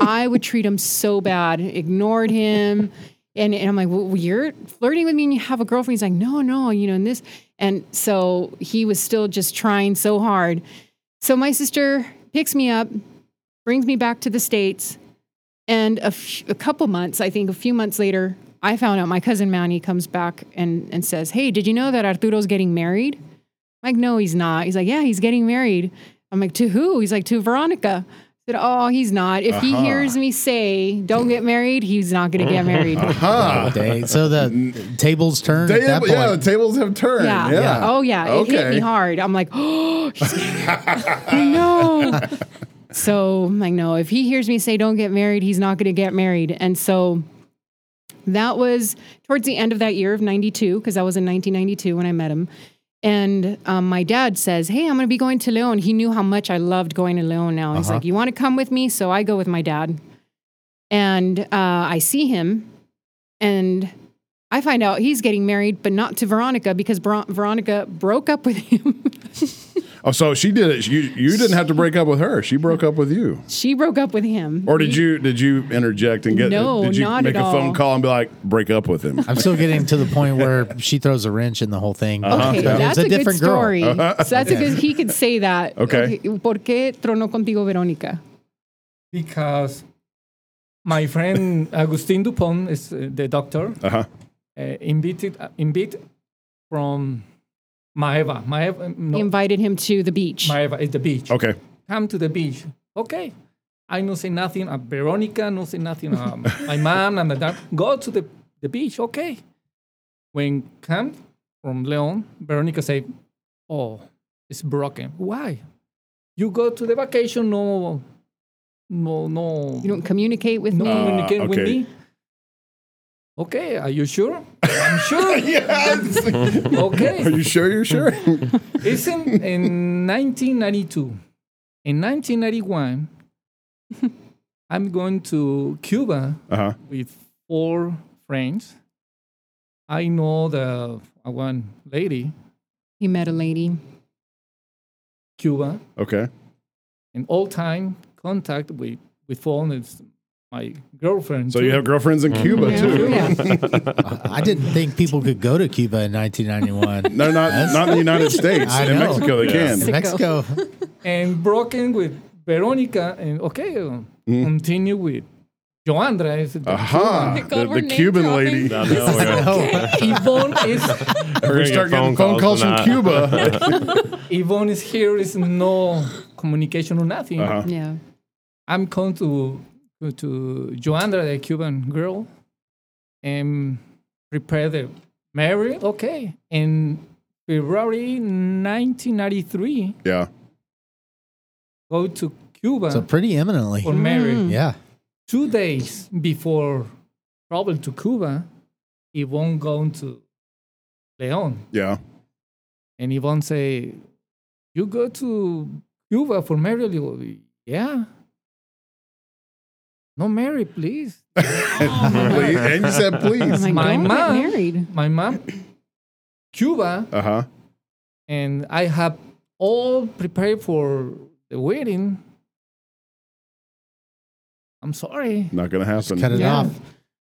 [SPEAKER 4] I would treat him so bad, ignored him. And, and I'm like, well, you're flirting with me and you have a girlfriend. He's like, no, no, you know, and this. And so he was still just trying so hard. So my sister picks me up, brings me back to the States. And a, f- a couple months, I think a few months later, I found out my cousin Manny comes back and, and says, Hey, did you know that Arturo's getting married? I'm like, no, he's not. He's like, Yeah, he's getting married. I'm like, To who? He's like, To Veronica. But oh, he's not. If he hears me say, "Don't get married," he's not going to get married.
[SPEAKER 1] Huh.
[SPEAKER 3] Day. So the tables turned at that
[SPEAKER 1] Table-
[SPEAKER 3] point.
[SPEAKER 1] yeah, the tables have turned.
[SPEAKER 4] Yeah.
[SPEAKER 1] Yeah.
[SPEAKER 4] Oh yeah. It hit me
[SPEAKER 1] Okay.
[SPEAKER 4] hard. I'm like, oh, he's married. no. Uh, So I'm like, no. If he hears me say don't get married, he's not going to get married. And so that was towards the end of that year of '92 because I was in 1992 when I met him. And um, my dad says, "Hey, I'm going to be going to Leon." He knew how much I loved going to Leon. Now he's like, "You want to come with me?" So I go with my dad, and uh, I see him, and I find out he's getting married, but not to Veronica because Bro- Veronica broke up with him.
[SPEAKER 1] Oh, so she did it. You you didn't have to break up with her. She broke up with you.
[SPEAKER 4] she broke up with him.
[SPEAKER 1] Or did you did you interject and get?
[SPEAKER 4] No,
[SPEAKER 1] did you
[SPEAKER 4] not
[SPEAKER 1] make
[SPEAKER 4] at
[SPEAKER 1] a phone
[SPEAKER 4] all.
[SPEAKER 1] call and be like, break up with him?
[SPEAKER 3] I'm still getting to the point where she throws a wrench in the whole thing.
[SPEAKER 1] Uh-huh.
[SPEAKER 4] Okay,
[SPEAKER 3] But it was
[SPEAKER 4] that's a, good
[SPEAKER 3] girl.
[SPEAKER 4] story. So that's a good. He could say that.
[SPEAKER 1] Okay.
[SPEAKER 4] ¿Por qué tronó contigo, Veronica?
[SPEAKER 6] because my friend Agustin Dupont is uh, the doctor
[SPEAKER 1] Uh-huh.
[SPEAKER 6] uh, invited uh, invite from Maeva. Maeva, no,
[SPEAKER 4] Invited him to the beach.
[SPEAKER 6] Maeva is the beach.
[SPEAKER 1] Okay.
[SPEAKER 6] Come to the beach. Okay. I don't say nothing. Uh, Veronica, no say nothing. Uh, my mom and the dad go to the, the beach. Okay. When come from Leon, Veronica say, "Oh, it's broken. Why? You go to the vacation? No, no, no.
[SPEAKER 4] you don't communicate with
[SPEAKER 6] No
[SPEAKER 4] me.
[SPEAKER 6] communicate with
[SPEAKER 1] Ah, okay.
[SPEAKER 6] me. Okay, are you sure? I'm sure.
[SPEAKER 1] Yes. Are
[SPEAKER 6] Okay.
[SPEAKER 1] you sure? You're sure?
[SPEAKER 6] It's in, in 1992. In 1991, I'm going to Cuba
[SPEAKER 1] Uh huh.
[SPEAKER 6] with four friends. I know the uh, one lady,
[SPEAKER 4] He met a lady.
[SPEAKER 6] Cuba,
[SPEAKER 1] Okay.
[SPEAKER 6] and all time contact with, with phone is my girlfriend.
[SPEAKER 1] So you
[SPEAKER 6] too.
[SPEAKER 1] have girlfriends in Cuba too?
[SPEAKER 4] Yeah.
[SPEAKER 3] I didn't think people could go to Cuba in 1991.
[SPEAKER 1] No, not not in the United States.
[SPEAKER 3] I
[SPEAKER 1] In
[SPEAKER 3] know.
[SPEAKER 1] Mexico, they
[SPEAKER 2] Yeah.
[SPEAKER 1] can.
[SPEAKER 3] Mexico.
[SPEAKER 6] and broken with Veronica and okay, uh, continue with Joandra. Is the
[SPEAKER 1] Mm. Aha!
[SPEAKER 8] God,
[SPEAKER 1] The,
[SPEAKER 8] we're
[SPEAKER 1] the Cuban
[SPEAKER 8] name
[SPEAKER 1] lady.
[SPEAKER 2] I know, yeah.
[SPEAKER 3] Oh,
[SPEAKER 6] Yvonne is
[SPEAKER 1] We
[SPEAKER 2] We're gonna
[SPEAKER 1] start
[SPEAKER 2] get
[SPEAKER 1] getting phone calls from
[SPEAKER 2] tonight.
[SPEAKER 1] Cuba.
[SPEAKER 6] Yvonne is here. Is no communication or nothing.
[SPEAKER 1] Uh-huh.
[SPEAKER 4] yeah.
[SPEAKER 6] I'm going to to Joandra, the Cuban girl, and prepare the marriage. Okay, in February 1993,
[SPEAKER 1] yeah.
[SPEAKER 6] go to Cuba
[SPEAKER 3] so pretty eminently.
[SPEAKER 6] for marriage.
[SPEAKER 3] Yeah.
[SPEAKER 6] two days before travel to Cuba, Yvonne going to Leon.
[SPEAKER 1] Yeah.
[SPEAKER 6] And Yvonne say, you go to Cuba for marriage? Yeah. No marry, please.
[SPEAKER 1] Please- and you said
[SPEAKER 4] I'm
[SPEAKER 1] please.
[SPEAKER 4] like,
[SPEAKER 6] My
[SPEAKER 4] don't
[SPEAKER 6] mom-
[SPEAKER 4] get married.
[SPEAKER 6] My mom, Cuba,
[SPEAKER 1] Uh huh.
[SPEAKER 6] and I have all prepared for the wedding. I'm sorry.
[SPEAKER 1] Not gonna happen.
[SPEAKER 3] Cut it
[SPEAKER 4] Yeah.
[SPEAKER 3] off.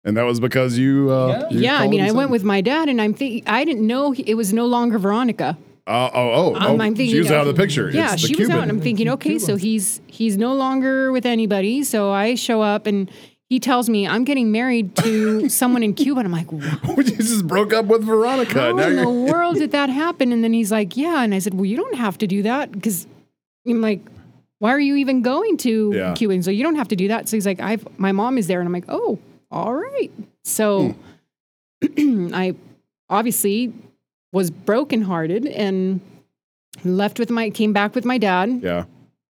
[SPEAKER 1] and that was because you. Uh, you
[SPEAKER 4] yeah, I
[SPEAKER 1] called
[SPEAKER 4] mean,
[SPEAKER 1] and
[SPEAKER 4] I
[SPEAKER 1] said-
[SPEAKER 4] went with my dad, and I'm thinking I didn't know he, it was no longer Veronica.
[SPEAKER 1] Oh, oh, oh! oh
[SPEAKER 4] I'm thinking
[SPEAKER 1] she was
[SPEAKER 4] of-
[SPEAKER 1] out of the picture.
[SPEAKER 4] Yeah,
[SPEAKER 1] It's the
[SPEAKER 4] she was
[SPEAKER 1] Cuban.
[SPEAKER 4] out, and I'm thinking, okay, so he's he's no longer with anybody. So I show up, and he tells me I'm getting married to someone in Cuba, and I'm like, wow,
[SPEAKER 1] you just broke up with Veronica.
[SPEAKER 4] how
[SPEAKER 1] now
[SPEAKER 4] in the
[SPEAKER 1] you're,
[SPEAKER 4] world did that happen? And then he's like, yeah, and I said, well, you don't have to do that because I'm like, why are you even going to
[SPEAKER 1] Yeah.
[SPEAKER 4] Cuba? And so you don't have to do that. So he's like, I've my mom is there, and I'm like, oh, all right. So
[SPEAKER 1] Hmm.
[SPEAKER 4] I obviously was brokenhearted and left with my came back with my dad
[SPEAKER 1] yeah.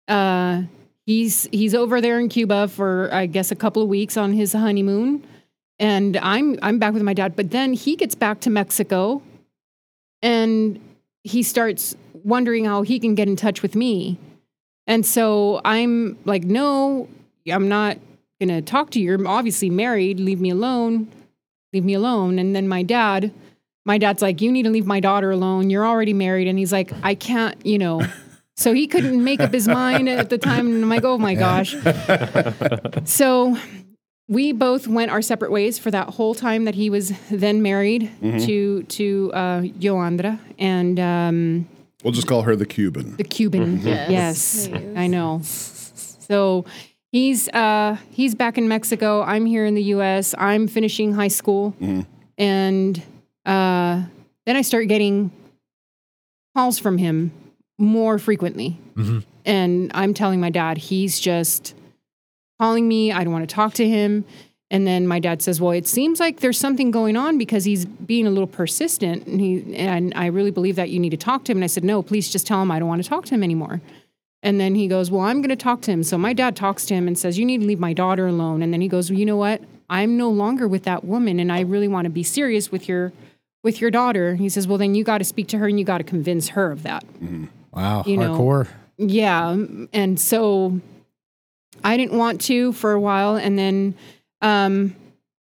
[SPEAKER 4] uh, he's he's over there in Cuba for I guess a couple of weeks on his honeymoon, and I'm I'm back with my dad. But then he gets back to Mexico, and he starts wondering how he can get in touch with me, and so I'm like, no, I'm not gonna talk to you. You're obviously married. Leave me alone. Leave me alone. And then my dad. My dad's like, you need to leave my daughter alone. You're already married. And he's like, I can't, you know, so he couldn't make up his mind at the time. And I'm like, oh my gosh. so we both went our separate ways for that whole time that he was then married to to uh, Yoandra and um,
[SPEAKER 1] We'll just call her the Cuban.
[SPEAKER 4] the Cuban. Yes, I know. So he's uh, he's back in Mexico. I'm here in the U.S. I'm finishing high school, and uh, then I start getting calls from him more frequently.
[SPEAKER 3] Mhm.
[SPEAKER 4] And I'm telling my dad, he's just calling me. I don't want to talk to him. And then my dad says, "Well, it seems like there's something going on because he's being a little persistent, and he and I really believe that you need to talk to him." And I said, "No, please just tell him I don't want to talk to him anymore." And then he goes, Well, I'm going to talk to him. So my dad talks to him and says, You need to leave my daughter alone. And then he goes, well, You know what? I'm no longer with that woman and I really want to be serious with your with your daughter. He says, Well, then you got to speak to her and you got to convince her of that.
[SPEAKER 3] Wow,
[SPEAKER 4] You know.
[SPEAKER 3] hardcore.
[SPEAKER 4] Yeah. um, And so I didn't want to for a while. And then um,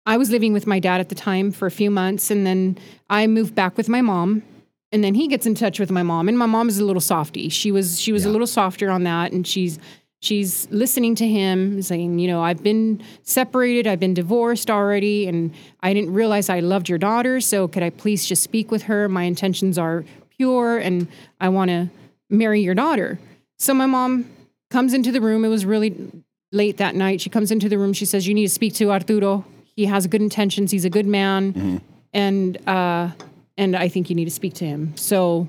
[SPEAKER 4] I was living with my dad at the time for a few months. And then I moved back with my mom. And then he gets in touch with my mom. And my mom is a little softy. She was she was a little softer on that. And she's she's listening to him saying, you know, I've been separated, I've been divorced already, and I didn't realize I loved your daughter. So could I please just speak with her? My intentions are pure and I want to marry your daughter. So my mom comes into the room. It was really late that night. She comes into the room. She says, You need to speak to Arturo. He has good intentions. He's a good man. And, uh, and I think you need to speak to him. So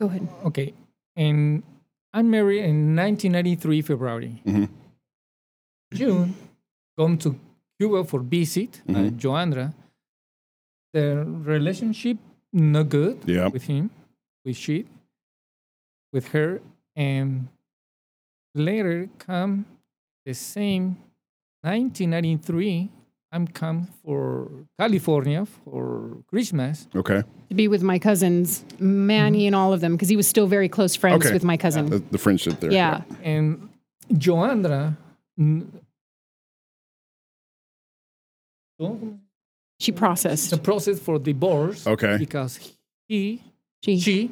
[SPEAKER 4] go ahead.
[SPEAKER 6] Okay. And I'm married in 1993 February. June, come to Cuba for visit at Joandra. The relationship not good
[SPEAKER 1] Yeah.
[SPEAKER 6] with him, with she, with her, and later come the same 1993. I'm come for California for Christmas.
[SPEAKER 1] Okay.
[SPEAKER 4] To be with my cousins, Manny and all of them, because he was still very close friends
[SPEAKER 1] Mm-hmm. Okay.
[SPEAKER 4] with my cousin.
[SPEAKER 1] The, the friendship there.
[SPEAKER 4] Yeah.
[SPEAKER 6] and Joandra n- the
[SPEAKER 4] She processed.
[SPEAKER 6] process for divorce
[SPEAKER 1] Okay.
[SPEAKER 6] because he
[SPEAKER 4] She, she,
[SPEAKER 6] she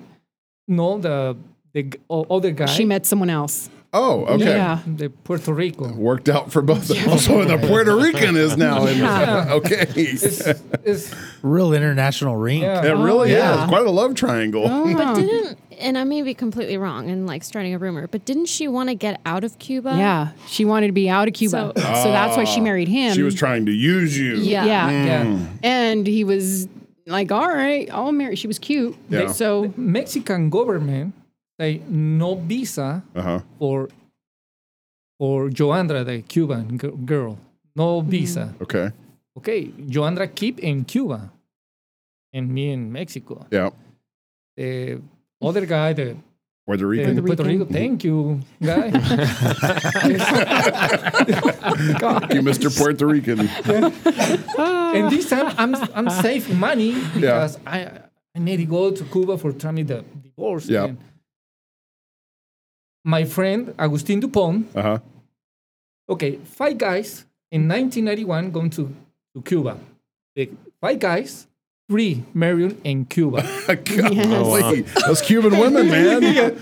[SPEAKER 6] know the the g- o- other guy
[SPEAKER 4] met someone else.
[SPEAKER 1] Oh, okay.
[SPEAKER 4] Yeah.
[SPEAKER 6] the Puerto Rico
[SPEAKER 1] Worked out for both. of them. So the Puerto Rican is now. in
[SPEAKER 6] Yeah.
[SPEAKER 1] Okay.
[SPEAKER 6] it's, it's
[SPEAKER 3] Real international ring.
[SPEAKER 1] It
[SPEAKER 6] yeah
[SPEAKER 1] really
[SPEAKER 4] Oh, yeah. Oh,
[SPEAKER 1] is quite a love triangle.
[SPEAKER 8] But didn't, and I may be completely wrong and like starting a rumor, but didn't she want to get out of Cuba?
[SPEAKER 4] Yeah. She wanted to be out of Cuba. So,
[SPEAKER 8] Uh, So-
[SPEAKER 4] that's why she married him.
[SPEAKER 1] Ah. She was trying to use you.
[SPEAKER 8] Yeah.
[SPEAKER 4] yeah.
[SPEAKER 6] yeah
[SPEAKER 4] Hmm. And he was like, all right, I'll marry. She was cute.
[SPEAKER 1] Yeah.
[SPEAKER 4] So,
[SPEAKER 6] Mexican government they no visa
[SPEAKER 1] Uh huh.
[SPEAKER 6] for for Joandra the Cuban g- girl no visa
[SPEAKER 1] Okay.
[SPEAKER 6] okay, Joandra keep in Cuba and me in Mexico.
[SPEAKER 1] Yeah.
[SPEAKER 6] The Eh, other guy, the,
[SPEAKER 1] Puerto
[SPEAKER 6] the
[SPEAKER 1] Rican.
[SPEAKER 6] Puerto, Rico, thank you, guy. God.
[SPEAKER 1] Thank you, Mr. Puerto Rican.
[SPEAKER 6] And this time I'm I'm save money because I I need to go to Cuba for tramit the divorce.
[SPEAKER 1] Yeah.
[SPEAKER 6] again. My friend Agustin Dupont,
[SPEAKER 1] Uh huh.
[SPEAKER 6] okay, five guys in 1991 going to, to Cuba. The five guys, three married in Cuba.
[SPEAKER 1] Golly, Those Cuban women, man.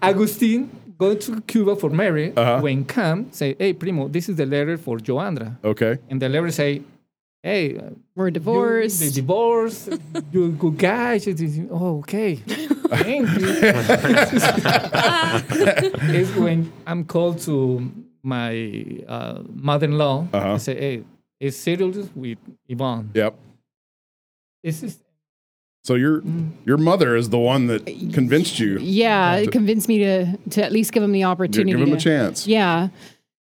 [SPEAKER 6] Agustin go to Cuba for Mary. When come, say, hey, primo, this is the letter for Joandra.
[SPEAKER 1] Okay.
[SPEAKER 6] And the letter say, hey, uh,
[SPEAKER 4] we're
[SPEAKER 6] you-
[SPEAKER 4] divorced.
[SPEAKER 6] the divorce, you good guy. She says, Oh, okay. Thank you. it's when I'm called to my uh, mother-in-law. I say, hey, it's serious with Yvonne.
[SPEAKER 1] Yep.
[SPEAKER 6] This is
[SPEAKER 1] So your your mother is the one that convinced you.
[SPEAKER 4] yeah. It convinced me to, to at least give him the
[SPEAKER 1] to
[SPEAKER 4] opportunity.
[SPEAKER 1] give him a
[SPEAKER 4] to-
[SPEAKER 1] chance.
[SPEAKER 4] Yeah.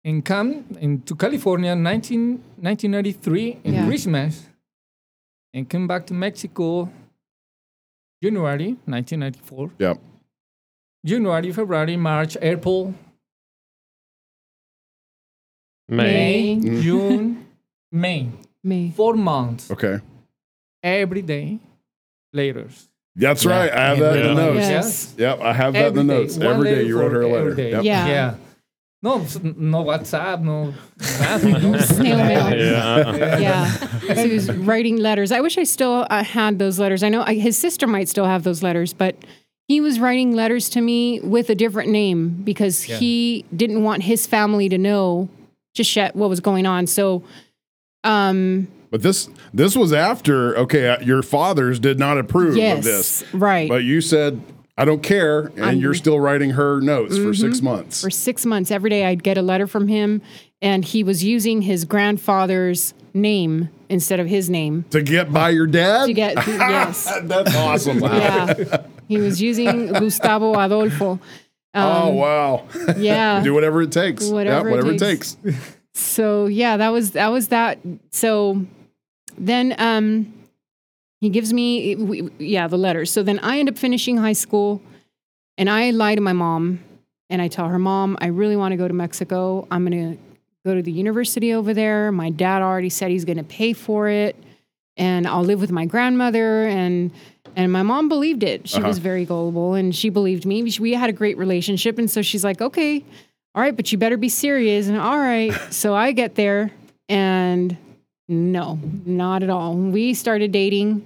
[SPEAKER 6] and come into California 19, 1993 in
[SPEAKER 4] Yeah.
[SPEAKER 6] Christmas and came back to Mexico January 1994.
[SPEAKER 1] Yep.
[SPEAKER 6] January, February, March, April,
[SPEAKER 2] May.
[SPEAKER 4] May.
[SPEAKER 1] Mm-hmm.
[SPEAKER 6] June, May.
[SPEAKER 4] May.
[SPEAKER 6] Four months
[SPEAKER 1] Okay.
[SPEAKER 6] every day later.
[SPEAKER 1] That's right. I have that in the
[SPEAKER 2] Yeah.
[SPEAKER 1] notes.
[SPEAKER 4] Yes.
[SPEAKER 1] Yep. I have that in the
[SPEAKER 6] Every day.
[SPEAKER 1] notes.
[SPEAKER 6] One
[SPEAKER 1] every day
[SPEAKER 6] letter
[SPEAKER 1] you wrote
[SPEAKER 6] for
[SPEAKER 1] her a letter.
[SPEAKER 6] every day.
[SPEAKER 1] Yep.
[SPEAKER 4] Yeah.
[SPEAKER 6] Yeah. No, s- no WhatsApp, no nothing. no-
[SPEAKER 4] Snail mail.
[SPEAKER 2] Yeah. uh-uh.
[SPEAKER 4] Yeah. So he was writing letters. I wish I still uh, had those letters. I know I, his sister might still have those letters, but he was writing letters to me with a different name because he didn't want his family to know just yet what was going on. So, um,
[SPEAKER 1] But this this was after. Okay, uh, your fathers did not approve
[SPEAKER 4] yes,
[SPEAKER 1] of this,
[SPEAKER 4] right.
[SPEAKER 1] but you said I don't care, and you're still writing her notes for six months.
[SPEAKER 4] Mm-hmm. for six months, every day I'd get a letter from him, and he was using his grandfather's name instead of his name.
[SPEAKER 1] to get by your dad.
[SPEAKER 4] To get, yes.
[SPEAKER 1] That's awesome.
[SPEAKER 4] Yeah. He was using Gustavo Adolfo. Um,
[SPEAKER 1] oh wow.
[SPEAKER 4] Yeah.
[SPEAKER 1] Do whatever it takes.
[SPEAKER 4] Um, Whatever
[SPEAKER 1] yeah,
[SPEAKER 4] it
[SPEAKER 1] whatever it
[SPEAKER 4] takes.
[SPEAKER 1] takes.
[SPEAKER 4] so yeah that was that was that so then um he gives me we, yeah the letters so then i end up finishing high school and i lie to my mom and i tell her mom i really want to go to mexico i'm going to go to the university over there my dad already said he's going to pay for it and i'll live with my grandmother and and my mom believed it she was very gullible and she believed me we had a great relationship and so she's like okay all right, but you better be serious. And all right, so I get there and no, not at all. We started dating.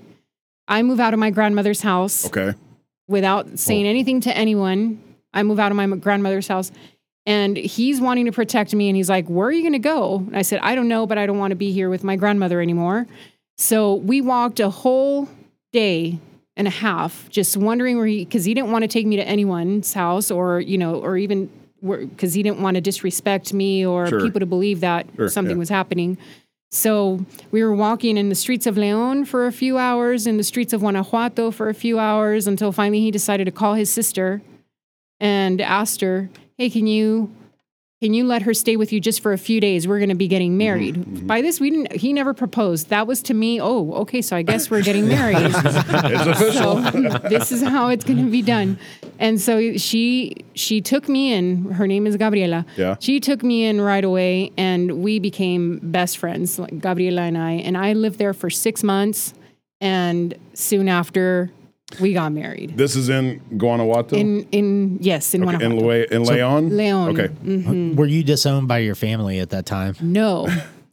[SPEAKER 4] I move out of my grandmother's house
[SPEAKER 1] Okay.
[SPEAKER 4] without saying anything to anyone. I move out of my m- grandmother's house and he's wanting to protect me. And he's like, Where are you going to go? And I said, I don't know, but I don't want to be here with my grandmother anymore. So we walked a whole day and a half just wondering where he, because he didn't want to take me to anyone's house or, you know, or even because he didn't want to disrespect me or
[SPEAKER 1] Sure.
[SPEAKER 4] people to believe that
[SPEAKER 1] Sure,
[SPEAKER 4] something
[SPEAKER 1] yeah.
[SPEAKER 4] was happening. So we were walking in the streets of León for a few hours, in the streets of Guanajuato for a few hours, until finally he decided to call his sister and asked her, "Hey, can you can you let her stay with you just for a few days? We're going to be getting married." By this, we didn't. He never proposed. That was to me. Oh, okay. So I guess we're getting married.
[SPEAKER 1] It's official.
[SPEAKER 4] So this is how it's going to be done. And so she she took me in. Her name is Gabriela.
[SPEAKER 1] Yeah.
[SPEAKER 4] She took me in right away, and we became best friends, like Gabriela and I. And I lived there for six months, and soon after, we got married.
[SPEAKER 1] This is in Guanajuato.
[SPEAKER 4] In in yes, in
[SPEAKER 1] okay,
[SPEAKER 4] Guanajuato.
[SPEAKER 1] in, Le- in Leon.
[SPEAKER 4] Leon. Mm-hmm.
[SPEAKER 1] Okay.
[SPEAKER 4] Mm.
[SPEAKER 3] Were you disowned by your family at that time?
[SPEAKER 4] No.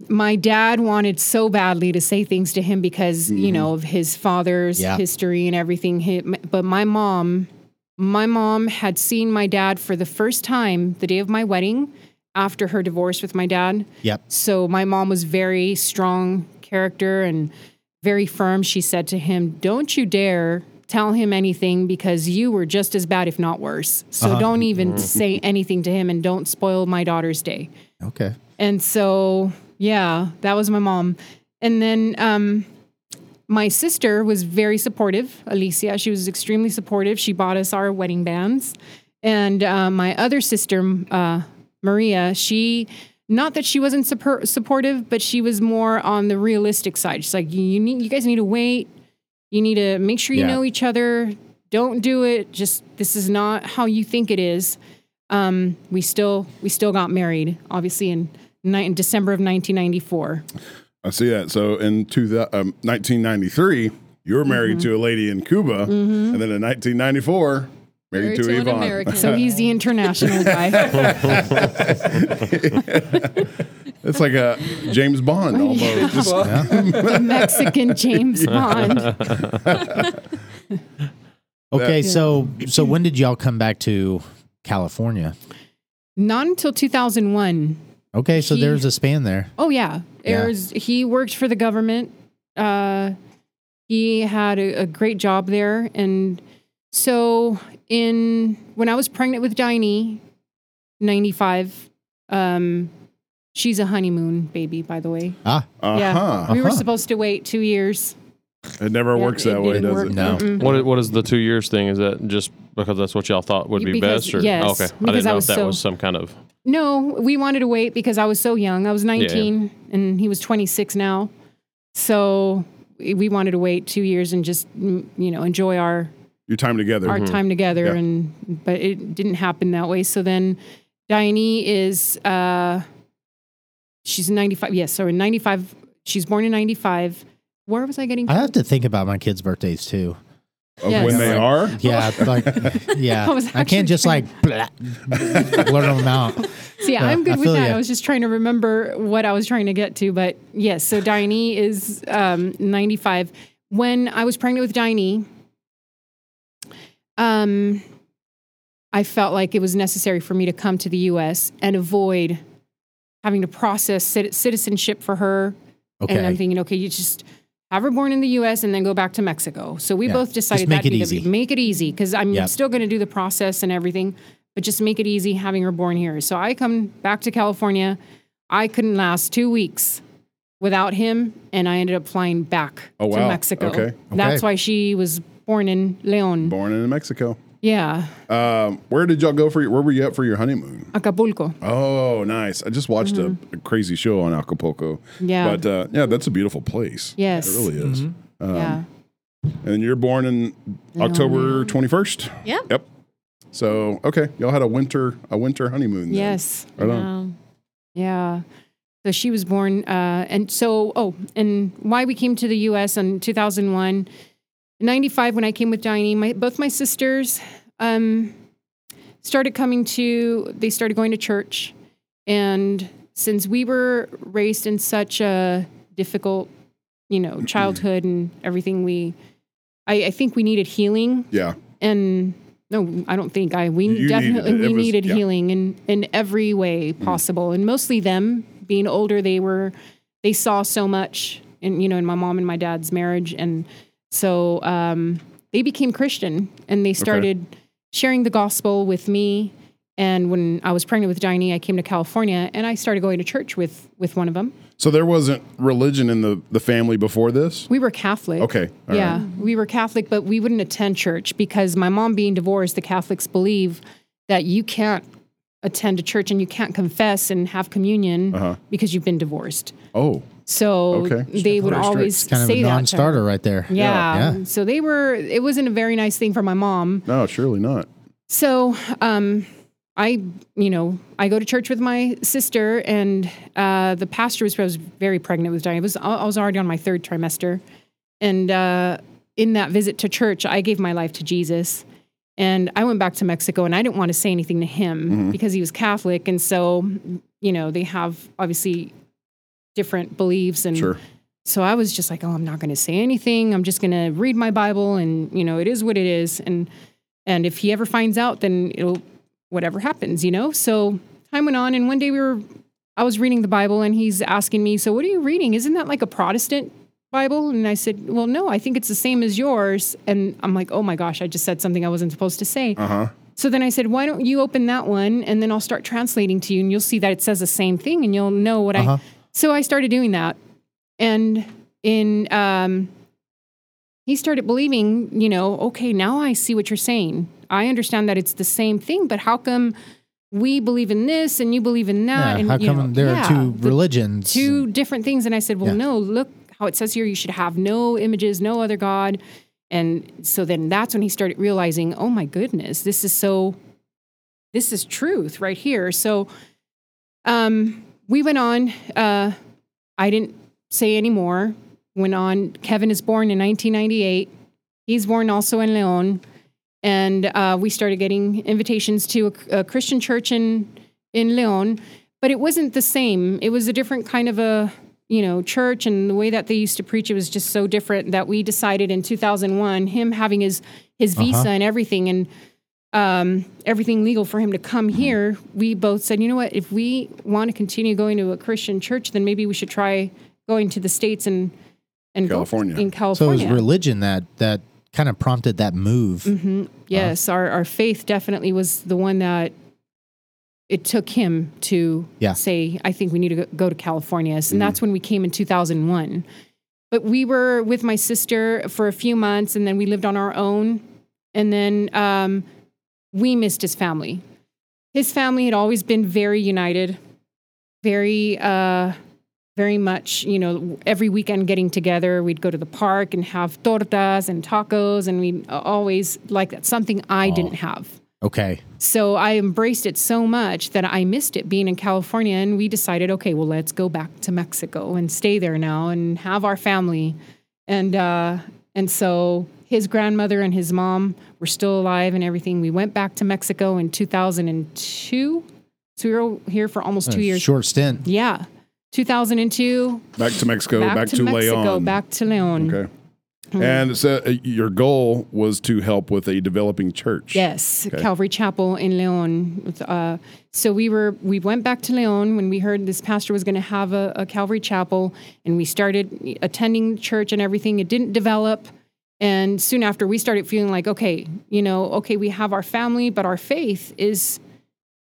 [SPEAKER 4] My dad wanted so badly to say things to him because, you know, of his father's
[SPEAKER 3] Mm-hmm. Yeah.
[SPEAKER 4] history and everything. He- But my mom, my mom had seen my dad for the first time the day of my wedding after her divorce with my dad.
[SPEAKER 3] Yep.
[SPEAKER 4] So my mom was very strong character and very firm. She said to him, "Don't you dare tell him anything because you were just as bad if not worse. So
[SPEAKER 3] Uh-huh.
[SPEAKER 4] don't
[SPEAKER 3] Mm-hmm.
[SPEAKER 4] even say anything to him and don't spoil my daughter's day."
[SPEAKER 3] Okay.
[SPEAKER 4] And so, yeah, that was my mom. And then um, my sister was very supportive, Alicia. She was extremely supportive. She bought us our wedding bands. And uh, my other sister, m- uh, Maria, she, not that she wasn't suppor- supportive, but she was more on the realistic side. She's like, you, need, you guys need to wait. You need to make sure you
[SPEAKER 3] Yeah.
[SPEAKER 4] know each other. Don't do it. Just, this is not how you think it is um, we still we still got married, obviously in, ni- in December of 1994.
[SPEAKER 1] I see that. So in two thou- um, 1993, you
[SPEAKER 4] Mm-hmm.
[SPEAKER 1] were married to a lady in Cuba, and then in 1994, married to,
[SPEAKER 8] an
[SPEAKER 1] Yvonne.
[SPEAKER 8] American.
[SPEAKER 4] So he's the international guy.
[SPEAKER 1] It's like a James Bond almost. Just-
[SPEAKER 4] the Mexican James Bond.
[SPEAKER 3] Okay. So so when did y'all come back to California?
[SPEAKER 4] Not until 2001.
[SPEAKER 3] Okay. So
[SPEAKER 4] He-
[SPEAKER 3] there's a span there.
[SPEAKER 4] Oh yeah,
[SPEAKER 3] Yeah.
[SPEAKER 4] Ayers- He worked for the government. Uh, he had a, a great job there, and so in when I was pregnant with Diney, ninety five. Um, she's a honeymoon baby, by the way.
[SPEAKER 3] Ah.
[SPEAKER 1] uh-huh.
[SPEAKER 4] We were
[SPEAKER 3] Uh-huh.
[SPEAKER 4] supposed to wait two years.
[SPEAKER 1] It never
[SPEAKER 4] Yeah,
[SPEAKER 1] works that way,
[SPEAKER 4] didn't
[SPEAKER 1] does
[SPEAKER 4] work.
[SPEAKER 1] it?
[SPEAKER 3] No.
[SPEAKER 4] Mm-mm.
[SPEAKER 2] What i- what is the two years thing? Is that just because that's what y'all thought would be
[SPEAKER 4] Because-
[SPEAKER 2] best? Or
[SPEAKER 4] yes,
[SPEAKER 2] okay, I
[SPEAKER 4] because
[SPEAKER 2] didn't
[SPEAKER 4] I
[SPEAKER 2] know
[SPEAKER 4] was
[SPEAKER 2] if that
[SPEAKER 4] so-
[SPEAKER 2] was some kind of
[SPEAKER 4] No, we wanted to wait because I was so young. I was
[SPEAKER 2] yeah.
[SPEAKER 4] 19 and he was 26 now. So we we wanted to wait two years and just, mm, you know, enjoy our,
[SPEAKER 1] Your time together.
[SPEAKER 4] our time together.
[SPEAKER 1] Mm-hmm. Yeah.
[SPEAKER 4] And, but it didn't happen that way. So then Diane is, uh, she's 95. Yes. So in 95, she's born in 95. Where was I getting?
[SPEAKER 3] I have to think about my kids' birthdays too.
[SPEAKER 1] Of
[SPEAKER 4] Yes.
[SPEAKER 1] when they are.
[SPEAKER 3] Yeah, like yeah.
[SPEAKER 4] I was
[SPEAKER 3] I, can't
[SPEAKER 4] actually
[SPEAKER 3] just like blah, blurt them out.
[SPEAKER 4] See,
[SPEAKER 3] Yeah,
[SPEAKER 4] I'm
[SPEAKER 3] Uh, I
[SPEAKER 4] good with
[SPEAKER 3] feel
[SPEAKER 4] that.
[SPEAKER 3] ya.
[SPEAKER 4] I was just trying to remember what I was trying to get to, but yes. So Diney is um, 95. When I was pregnant with Diney, um, I felt like it was necessary for me to come to the U.S. and avoid having to process cit- citizenship for her. And I'm
[SPEAKER 3] Okay.
[SPEAKER 4] thinking, okay, you just have her born in the U.S. and then go back to Mexico. So we
[SPEAKER 3] Yeah.
[SPEAKER 4] both
[SPEAKER 3] Just
[SPEAKER 4] decided
[SPEAKER 3] make
[SPEAKER 4] that'd
[SPEAKER 3] it
[SPEAKER 4] be
[SPEAKER 3] easy.
[SPEAKER 4] The, make it easy because I'm
[SPEAKER 3] Yep.
[SPEAKER 4] still going to do the process and everything, but just make it easy having her born here. So I come back to California. I couldn't last two weeks. without him, and I ended up flying back
[SPEAKER 1] Oh,
[SPEAKER 4] to
[SPEAKER 1] wow.
[SPEAKER 4] Mexico.
[SPEAKER 1] Okay.
[SPEAKER 4] That's
[SPEAKER 3] Okay.
[SPEAKER 4] why she was born in León.
[SPEAKER 1] Born in Mexico.
[SPEAKER 4] Yeah,
[SPEAKER 1] Um, where did y'all go for your, where were you at for your honeymoon?
[SPEAKER 4] Acapulco.
[SPEAKER 1] Oh, nice. I just watched a, a crazy show on Acapulco.
[SPEAKER 4] Mm-hmm. Yeah.
[SPEAKER 1] But uh, yeah, that's a beautiful place.
[SPEAKER 4] Yes. Mm-hmm.
[SPEAKER 1] It really is.
[SPEAKER 3] um,
[SPEAKER 4] yeah.
[SPEAKER 1] And you're born in October 21st?
[SPEAKER 8] Yep.
[SPEAKER 1] Yep. So, okay, y'all had a winter a winter honeymoon. then.
[SPEAKER 4] Yes.
[SPEAKER 1] Right on.
[SPEAKER 8] Um,
[SPEAKER 4] Yeah. So she was born, uh, and so, oh, and why we came to the US in 2001, 95, when I came with Johnny, my, both my sisters um, started coming to, they started going to church. And since we were raised in such a difficult, you know, childhood and everything, we, I, I think we needed healing
[SPEAKER 1] Yeah.
[SPEAKER 4] and no, I don't think I. We
[SPEAKER 1] You
[SPEAKER 4] definitely
[SPEAKER 1] needed it. It
[SPEAKER 4] we
[SPEAKER 1] was-
[SPEAKER 4] needed
[SPEAKER 1] yeah. Mm-hmm.
[SPEAKER 4] healing in in every way possible, and mostly them being older, they were they saw so much, in you know, in my mom and my dad's marriage, and so um, they became Christian and they started sharing the gospel with me. And when I was pregnant with Johnny, I came to California and I started going to church with with one of them.
[SPEAKER 1] So there wasn't religion in the the family before this?
[SPEAKER 4] We were Catholic.
[SPEAKER 1] Okay. all right.
[SPEAKER 4] yeah, we were Catholic, but we wouldn't attend church because my mom being divorced, the Catholics believe that you can't attend a church and you can't confess and have communion because you've been divorced.
[SPEAKER 1] Oh.
[SPEAKER 4] So
[SPEAKER 1] Uh-huh. Okay.
[SPEAKER 4] they would
[SPEAKER 1] Very strict.
[SPEAKER 4] always
[SPEAKER 3] Kind of
[SPEAKER 4] say
[SPEAKER 3] a
[SPEAKER 4] that to her.
[SPEAKER 3] non-starter right there.
[SPEAKER 4] Yeah.
[SPEAKER 3] Yeah.
[SPEAKER 4] So they were. It wasn't a very nice thing for my mom.
[SPEAKER 1] No, surely not.
[SPEAKER 4] So, um, I, you know, I go to church with my sister, and uh, the pastor was, I was very pregnant with Diane. It was I was already on my third trimester, and uh, in that visit to church, I gave my life to Jesus, and I went back to Mexico, and I didn't want to say anything to him because he was Catholic, and so, you know, they have obviously different beliefs and
[SPEAKER 1] Sure.
[SPEAKER 4] so I was just like, oh, I'm not going to say anything. I'm just going to read my Bible, and you know, it is what it is. And and if he ever finds out, then it'll whatever happens, you know. So time went on, and one day we were, I was reading the Bible, and he's asking me, so what are you reading? Isn't that like a Protestant Bible? And I said, well, no, I think it's the same as yours. And I'm like, oh my gosh, I just said something I wasn't supposed to say.
[SPEAKER 1] Uh-huh.
[SPEAKER 4] So then I said, why don't you open that one and then I'll start translating to you and you'll see that it says the same thing and you'll know what
[SPEAKER 3] Uh-huh.
[SPEAKER 4] I. So I started doing that. And in, um, he started believing, you know, okay, now I see what you're saying. I understand that it's the same thing, but how come we believe in this and you believe in that?
[SPEAKER 3] Yeah,
[SPEAKER 4] and,
[SPEAKER 3] How
[SPEAKER 4] you
[SPEAKER 3] come
[SPEAKER 4] know,
[SPEAKER 3] there
[SPEAKER 4] yeah,
[SPEAKER 3] are two
[SPEAKER 4] the
[SPEAKER 3] religions?
[SPEAKER 4] two different things. And I said, well,
[SPEAKER 3] Yeah.
[SPEAKER 4] no, look how it says here, you should have no images, no other God. And so then that's when he started realizing, oh my goodness, this is so, this is truth right here. So um, we went on, uh, I didn't say anymore, went on. Kevin is born in 1998. He's born also in Leon. And uh, we started getting invitations to a, a Christian church in, in Leon, but it wasn't the same. It was a different kind of a, you know, church and the way that they used to preach, it was just so different that we decided in 2001, him having his, his
[SPEAKER 3] Uh-huh.
[SPEAKER 4] visa and everything and um, everything legal for him to
[SPEAKER 3] Mm-hmm.
[SPEAKER 4] come here, we both said, you know what, if we want to continue going to a Christian church, then maybe we should try going to the States and, and go-
[SPEAKER 1] California.
[SPEAKER 4] in
[SPEAKER 3] So it
[SPEAKER 4] California. Mm.
[SPEAKER 3] was religion that that kind of uh, prompted that move.
[SPEAKER 4] Mm-hmm. Yes, our, our faith definitely was the one that it took him to
[SPEAKER 3] Yeah. Mm-hmm.
[SPEAKER 4] say, I think we need to go, go to California. And that's when we came in 2001. But we were with my sister for a few months and then we lived on our own. And then um, we missed his family. His family had always been very united, very, uh, very much, you know, every weekend getting together. We'd go to the park and have tortas and tacos. And we always like that, something I didn't have.
[SPEAKER 3] Okay.
[SPEAKER 4] So I embraced it so much that I missed it being in California. And we decided, okay, well, let's go back to Mexico and stay there now and have our family. And, uh, and so his grandmother and his mom were still alive and everything. We went back to Mexico in 2002. So we were here for almost two years.
[SPEAKER 3] Short stint.
[SPEAKER 4] Yeah. 2002,
[SPEAKER 1] Back to Mexico,
[SPEAKER 4] back, to, Mexico,
[SPEAKER 1] Leon.
[SPEAKER 4] back Mm. to Leon.
[SPEAKER 1] Okay. And so uh, your goal was to help with a developing church.
[SPEAKER 4] Yes, Calvary Chapel in Leon. With, Uh, so we were we went back to Leon when we heard this pastor was going to have a, a Calvary Chapel, and we started attending church and everything. It didn't develop, and soon after we started feeling like, okay, you know, okay, we have our family, but our faith is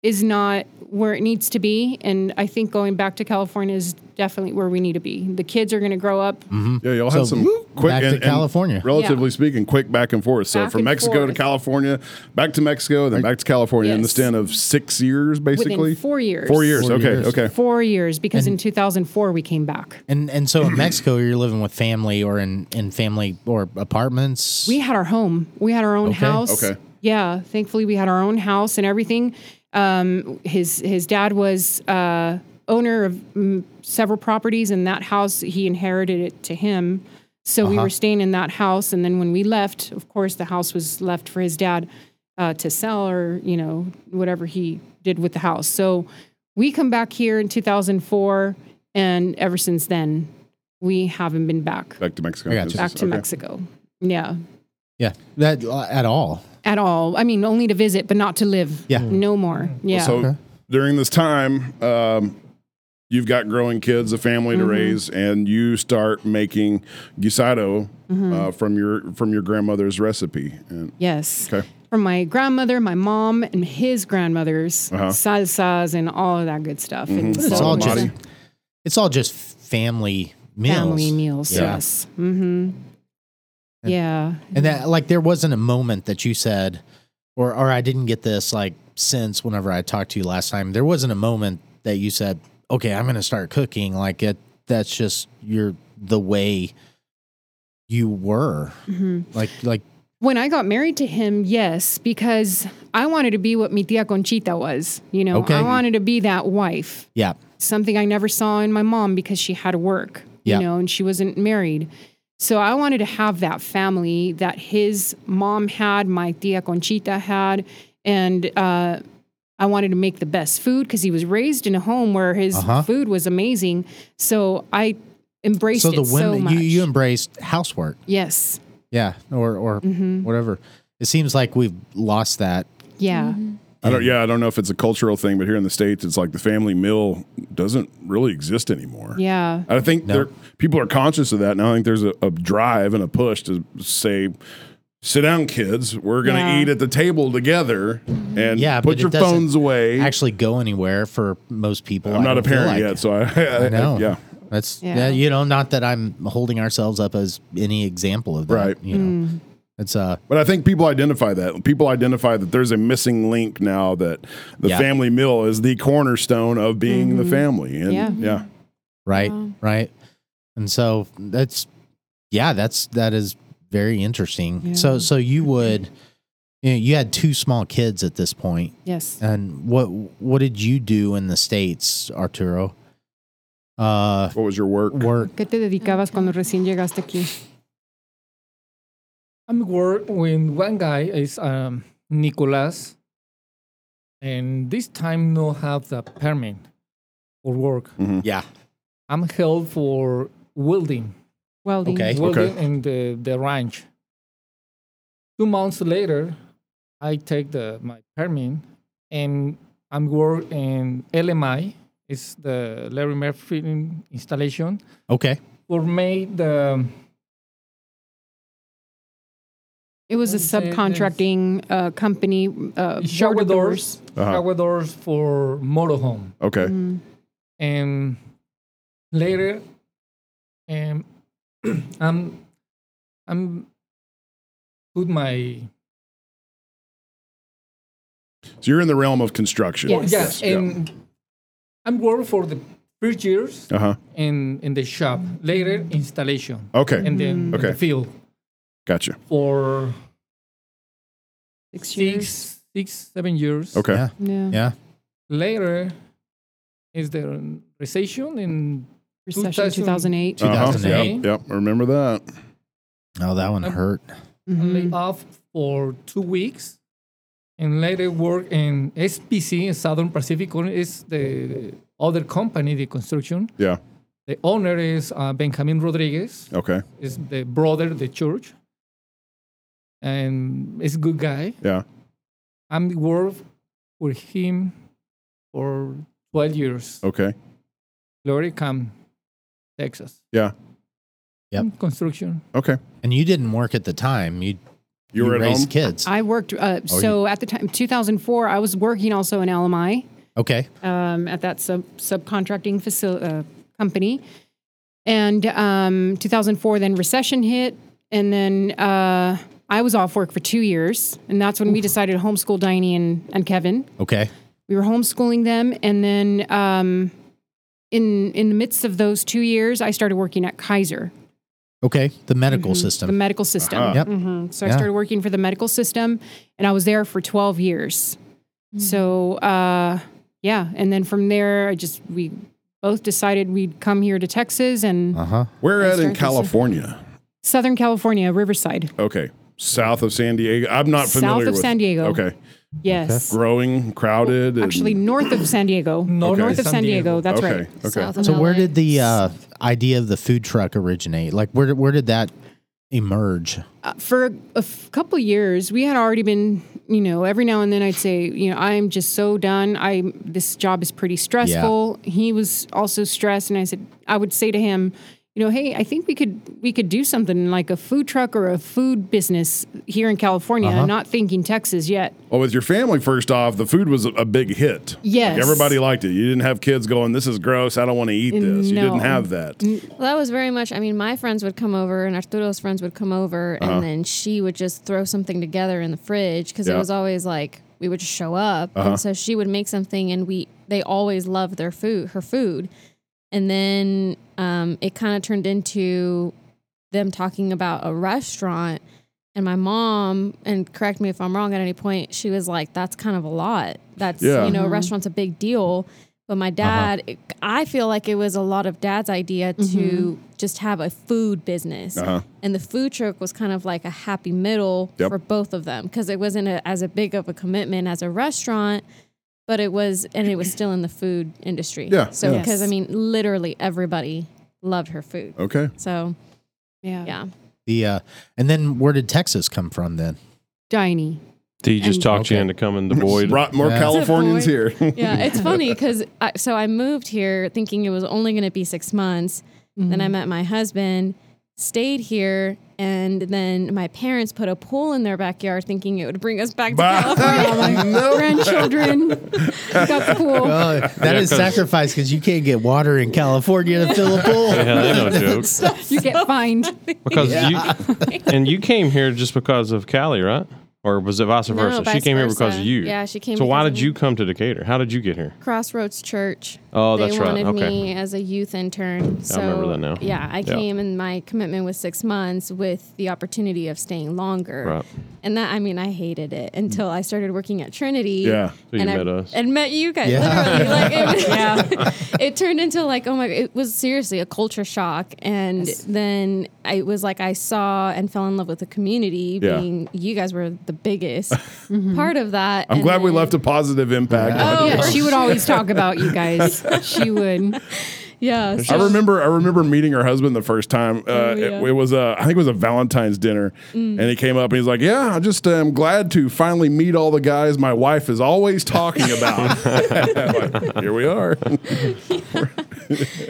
[SPEAKER 4] is not where it needs to be. And I think going back to California is definitely where we need to be. The kids are going to grow up.
[SPEAKER 1] Yeah, y'all had
[SPEAKER 3] So,
[SPEAKER 1] some
[SPEAKER 3] whoop,
[SPEAKER 1] quick
[SPEAKER 3] back to
[SPEAKER 1] and, and
[SPEAKER 3] California.
[SPEAKER 1] relatively speaking, quick back and forth. So
[SPEAKER 4] Back
[SPEAKER 1] from
[SPEAKER 4] and
[SPEAKER 1] Mexico to
[SPEAKER 4] forth.
[SPEAKER 1] California, back to Mexico, then back to California in the
[SPEAKER 4] Yes.
[SPEAKER 1] span of six years, basically.
[SPEAKER 4] four years.
[SPEAKER 1] Four years.
[SPEAKER 3] Four
[SPEAKER 1] okay.
[SPEAKER 3] years.
[SPEAKER 1] Okay.
[SPEAKER 4] Four years, because in 2004 we came back.
[SPEAKER 3] And and so in Mexico, you're living with family or in, in family or apartments.
[SPEAKER 4] We had our home. We had our own
[SPEAKER 3] Okay.
[SPEAKER 4] house.
[SPEAKER 1] Okay.
[SPEAKER 4] Yeah. Thankfully, we had our own house and everything. Um, his his dad was uh, owner of mm, several properties, and that house he inherited it to him. So we were staying in that house, and then when we left, of course, the house was left for his dad uh, to sell, or you know whatever he did with the house. So we come back here in 2004, and ever since then, we haven't been back
[SPEAKER 1] Back to Mexico.
[SPEAKER 3] I got you.
[SPEAKER 4] back to
[SPEAKER 1] Okay.
[SPEAKER 4] Mexico. Yeah
[SPEAKER 3] yeah, that at all.
[SPEAKER 4] at all. I mean, only to visit, but not to live.
[SPEAKER 3] Yeah.
[SPEAKER 4] No more. Yeah.
[SPEAKER 1] So during this time, um, you've got growing kids, a family
[SPEAKER 4] Mm-hmm.
[SPEAKER 1] to raise, and you start making guisado
[SPEAKER 4] Mm-hmm.
[SPEAKER 1] uh, from your from your grandmother's recipe. And
[SPEAKER 4] yes.
[SPEAKER 1] Okay.
[SPEAKER 4] From my grandmother, my mom, and his grandmother's salsas and all of that good stuff. And
[SPEAKER 3] Uh-huh. Mm-hmm. It's
[SPEAKER 4] so
[SPEAKER 3] all
[SPEAKER 1] Body.
[SPEAKER 3] just it's all just family meals.
[SPEAKER 4] family meals.
[SPEAKER 3] Yeah.
[SPEAKER 4] Yes. Mm-hmm. Yeah.
[SPEAKER 3] And that like there wasn't a moment that you said or or I didn't get this like since whenever I talked to you last time. There wasn't a moment that you said, "Okay, I'm going to start cooking." Like it that's just you're the way you were.
[SPEAKER 4] Mm-hmm.
[SPEAKER 3] Like like
[SPEAKER 4] When I got married to him, yes, because I wanted to be what mi tia Conchita was. You know,
[SPEAKER 3] Okay.
[SPEAKER 4] I wanted to be that wife.
[SPEAKER 3] yeah.
[SPEAKER 4] something I never saw in my mom because she had to work,
[SPEAKER 3] Yeah.
[SPEAKER 4] you know, and she wasn't married. So I wanted to have that family that his mom had, my tia Conchita had, and uh, I wanted to make the best food because he was raised in a home where his
[SPEAKER 3] Uh-huh.
[SPEAKER 4] food was amazing. So I embraced
[SPEAKER 3] So the
[SPEAKER 4] it so
[SPEAKER 3] women
[SPEAKER 4] much.
[SPEAKER 3] you you embraced housework.
[SPEAKER 4] yes,
[SPEAKER 3] Yeah, or or
[SPEAKER 4] Mm-hmm.
[SPEAKER 3] whatever. It seems like we've lost that.
[SPEAKER 4] yeah.
[SPEAKER 1] I don't. Yeah, I don't know if it's a cultural thing, but here in the states, it's like the family meal doesn't really exist anymore.
[SPEAKER 4] Yeah.
[SPEAKER 1] I think there people are conscious of that, and I think there's a, a drive and a push to say, "Sit down, kids. We're going to
[SPEAKER 4] Yeah.
[SPEAKER 1] eat at the table together, and
[SPEAKER 3] Yeah, but
[SPEAKER 1] put
[SPEAKER 3] it
[SPEAKER 1] your
[SPEAKER 3] doesn't
[SPEAKER 1] phones away."
[SPEAKER 3] Actually, go anywhere for most people.
[SPEAKER 1] I'm
[SPEAKER 3] I
[SPEAKER 1] not a
[SPEAKER 3] don't feel
[SPEAKER 1] parent
[SPEAKER 3] like.
[SPEAKER 1] yet, so I, I,
[SPEAKER 3] I know.
[SPEAKER 1] yeah,
[SPEAKER 3] that's yeah.
[SPEAKER 4] Yeah.
[SPEAKER 3] You know, not that I'm holding ourselves up as any example of that.
[SPEAKER 1] Right.
[SPEAKER 3] You know,
[SPEAKER 4] Mm.
[SPEAKER 3] it's uh
[SPEAKER 1] but I think people identify that. People identify that there's a missing link now that the
[SPEAKER 3] Yeah.
[SPEAKER 1] family meal is the cornerstone of being the family, and yeah.
[SPEAKER 4] Mm-hmm. Yeah.
[SPEAKER 3] right, right, and so that's yeah, that's that is very interesting.
[SPEAKER 4] Yeah.
[SPEAKER 3] So so you would. You, know, you had two small kids at this point,
[SPEAKER 4] Yes.
[SPEAKER 3] and what what did you do in the states, Arturo? Uh,
[SPEAKER 1] What was your work?
[SPEAKER 3] work.
[SPEAKER 4] ¿Qué te dedicabas cuando recién llegaste aquí?
[SPEAKER 6] I'm work with one guy is um, Nicolas, and this time no have the permit for work.
[SPEAKER 3] Yeah.
[SPEAKER 6] I'm held for welding,
[SPEAKER 4] Welding.
[SPEAKER 3] Okay.
[SPEAKER 6] welding in the the ranch. Two months later, I take the my permit, and I'm work in LMI. It's the Larry Murphy installation.
[SPEAKER 3] Okay.
[SPEAKER 6] For made the
[SPEAKER 4] It was a
[SPEAKER 6] Let's say there's-
[SPEAKER 4] subcontracting uh, company. Uh,
[SPEAKER 6] shower
[SPEAKER 4] border
[SPEAKER 6] doors,
[SPEAKER 1] Uh-huh.
[SPEAKER 6] shower doors for motorhome.
[SPEAKER 1] Okay,
[SPEAKER 4] Mhm.
[SPEAKER 6] and later um i'm i'm put my
[SPEAKER 1] so you're in the realm of construction.
[SPEAKER 4] Yes.
[SPEAKER 6] yes and i'm work for the first years
[SPEAKER 1] uh huh.
[SPEAKER 6] in in the shop later installation
[SPEAKER 1] Okay,
[SPEAKER 6] and then
[SPEAKER 1] Mm. Okay.
[SPEAKER 6] the field
[SPEAKER 1] gotcha.
[SPEAKER 6] for
[SPEAKER 4] Six years.
[SPEAKER 6] six six seven years
[SPEAKER 1] Okay, Uh-huh.
[SPEAKER 3] Yeah.
[SPEAKER 4] Yeah.
[SPEAKER 3] Yeah.
[SPEAKER 6] later is the recession and
[SPEAKER 4] Recession
[SPEAKER 6] 2000.
[SPEAKER 4] 2008.
[SPEAKER 1] Uh-huh.
[SPEAKER 3] 2008.
[SPEAKER 1] Yep, yep. Remember that.
[SPEAKER 3] Oh, that one
[SPEAKER 6] Um,
[SPEAKER 3] hurt.
[SPEAKER 4] Mhm.
[SPEAKER 6] laid off for two weeks and later work in SPC in Southern Pacific is the other company the construction
[SPEAKER 1] Yeah.
[SPEAKER 6] the owner is uh, Benjamin Rodriguez
[SPEAKER 1] Okay.
[SPEAKER 6] is the brother of the church and is good guy
[SPEAKER 1] Yeah.
[SPEAKER 6] I'm work with him for 12 years
[SPEAKER 1] Okay.
[SPEAKER 6] Glory come Texas
[SPEAKER 1] Yeah.
[SPEAKER 3] Yep.
[SPEAKER 6] construction
[SPEAKER 1] Okay.
[SPEAKER 3] And you didn't work at the time. You
[SPEAKER 1] You were at
[SPEAKER 3] raised
[SPEAKER 1] home?
[SPEAKER 3] kids.
[SPEAKER 4] I worked, uh, so at the time, 2004, I was working also in LMI
[SPEAKER 3] okay.
[SPEAKER 4] um, at that sub subcontracting facility uh, company. And um, 2004, then recession hit, and then uh, I was off work for two years, and that's when we decided to homeschool Diney and, and Kevin.
[SPEAKER 3] Okay.
[SPEAKER 4] We were homeschooling them, and then um, in in the midst of those two years, I started working at Kaiser,
[SPEAKER 3] Okay. The medical
[SPEAKER 4] the
[SPEAKER 3] system.
[SPEAKER 4] medical system.
[SPEAKER 1] Uh-huh.
[SPEAKER 3] Yep.
[SPEAKER 4] Mhm. So I
[SPEAKER 3] Yeah.
[SPEAKER 4] started working for the medical system, and I was there for 12 years. So uh, yeah, and then from there, I just we both decided we'd come here to Texas and
[SPEAKER 3] Uh huh.
[SPEAKER 1] Where at in
[SPEAKER 4] started to say-
[SPEAKER 1] California?
[SPEAKER 4] Southern California, Riverside.
[SPEAKER 1] Okay. South of San Diego. I'm not
[SPEAKER 4] South
[SPEAKER 1] familiar
[SPEAKER 4] of
[SPEAKER 1] with
[SPEAKER 4] San Diego.
[SPEAKER 1] Okay.
[SPEAKER 4] Yes,
[SPEAKER 1] Growing, crowded. and-
[SPEAKER 4] actually north of San Diego.
[SPEAKER 6] North
[SPEAKER 4] North of
[SPEAKER 6] of San
[SPEAKER 4] San Diego.
[SPEAKER 6] Diego.
[SPEAKER 4] That's
[SPEAKER 1] okay.
[SPEAKER 4] right.
[SPEAKER 1] Okay.
[SPEAKER 8] South of
[SPEAKER 3] So where
[SPEAKER 8] LA.
[SPEAKER 3] did the uh, idea of the food truck originate? Like where did- where did that emerge?
[SPEAKER 4] Uh, for a f- couple years, we had already been. You know, every now and then I'd say, you know, I'm just so done. I this job is pretty stressful. He was also stressed, and I said, I would say to him, you know, hey, I think we could we could do something like a food truck or a food business here in California.
[SPEAKER 3] Uh-huh.
[SPEAKER 4] Not thinking Texas yet.
[SPEAKER 1] Well, with your family, first off, the food was a- a big hit.
[SPEAKER 4] Yes.
[SPEAKER 1] Like, everybody liked it. You didn't have kids going, this is gross. I don't want to eat this. You didn't
[SPEAKER 4] No.
[SPEAKER 1] have that.
[SPEAKER 8] Well, that was very much. I mean, my friends would come over, and Arturo's friends would come over, and then she would just throw something together in the fridge because
[SPEAKER 1] Uh-huh. Yeah. Uh-huh.
[SPEAKER 8] it was always like we would just show up, and so she would make something, and we they always loved their food, her food, and then um, it kind of turned into them talking about a restaurant. And my mom, and correct me if I'm wrong at any point, she was like, "That's kind of a lot. That's
[SPEAKER 1] Yeah.
[SPEAKER 8] you know, a restaurant's a big deal." But
[SPEAKER 1] Uh-huh.
[SPEAKER 8] my dad, it- I feel like it was a lot of dad's idea to just have a food business. And the food truck was kind of like a happy middle
[SPEAKER 1] Uh-huh. Yep.
[SPEAKER 8] for both of them because it wasn't a, as a big of a commitment as a restaurant, but it was, and it was still in the food industry.
[SPEAKER 1] Yeah,
[SPEAKER 8] So,
[SPEAKER 1] yeah. Oh.
[SPEAKER 8] because I mean, literally everybody loved her food.
[SPEAKER 1] Okay.
[SPEAKER 8] So,
[SPEAKER 4] Yeah,
[SPEAKER 8] yeah.
[SPEAKER 3] The uh, and then where did Texas come from then?
[SPEAKER 4] Diney.
[SPEAKER 2] He just
[SPEAKER 4] And-
[SPEAKER 2] talked you into coming to Boyd.
[SPEAKER 1] Brought more
[SPEAKER 3] Yeah.
[SPEAKER 1] Californians here.
[SPEAKER 8] Yeah, it's funny because I, so I moved here thinking it was only going to be six months. Then I met my husband, stayed here, and then my parents put a pool in their backyard thinking it would bring us back to
[SPEAKER 1] Bye.
[SPEAKER 8] California.
[SPEAKER 4] Grandchildren got the pool.
[SPEAKER 3] Oh, that is
[SPEAKER 2] 'cause-
[SPEAKER 3] sacrifice because you can't get water in California to fill a pool.
[SPEAKER 2] Yeah, that ain't no joke.
[SPEAKER 4] You get fined.
[SPEAKER 2] Because you and you came here just because of Callie, right? Or was it vice versa? she
[SPEAKER 8] vice
[SPEAKER 2] came here because of
[SPEAKER 8] versa.
[SPEAKER 2] you.
[SPEAKER 8] Yeah, she came
[SPEAKER 2] So why
[SPEAKER 8] because
[SPEAKER 2] did
[SPEAKER 8] of
[SPEAKER 2] you come to Decatur? How did you get here?
[SPEAKER 8] Crossroads Church.
[SPEAKER 2] Oh,
[SPEAKER 8] they
[SPEAKER 2] that's right.
[SPEAKER 8] wanted
[SPEAKER 2] Okay.
[SPEAKER 8] me as a youth intern. So,
[SPEAKER 2] remember that now.
[SPEAKER 8] Yeah, I
[SPEAKER 2] Yeah.
[SPEAKER 8] came and my commitment was six months with the opportunity of staying longer.
[SPEAKER 2] Right.
[SPEAKER 8] And that, I mean, I hated it until I started working at Trinity.
[SPEAKER 1] Yeah.
[SPEAKER 2] So you
[SPEAKER 8] and I,
[SPEAKER 2] met us.
[SPEAKER 8] And met you guys.
[SPEAKER 3] Yeah.
[SPEAKER 8] Literally. Like, it, was- it turned into like, oh my, it was seriously a culture shock. And then I it was like, I saw and fell in love with the community
[SPEAKER 1] Yeah.
[SPEAKER 8] being, you guys were the biggest part of that.
[SPEAKER 1] I'm
[SPEAKER 8] And
[SPEAKER 1] glad we
[SPEAKER 8] then-
[SPEAKER 1] left a positive impact.
[SPEAKER 8] Oh,
[SPEAKER 4] Yeah,
[SPEAKER 8] for
[SPEAKER 4] she would always talk about you guys. She would.
[SPEAKER 8] Yeah.
[SPEAKER 1] I
[SPEAKER 8] so-
[SPEAKER 1] remember I remember meeting her husband the first time. Uh,
[SPEAKER 8] yeah.
[SPEAKER 1] it, it was a I think it was a Valentine's dinner, and he came up and he's like, "Yeah, I just am glad to finally meet all the guys my wife is always talking about." I'm like, Here we are.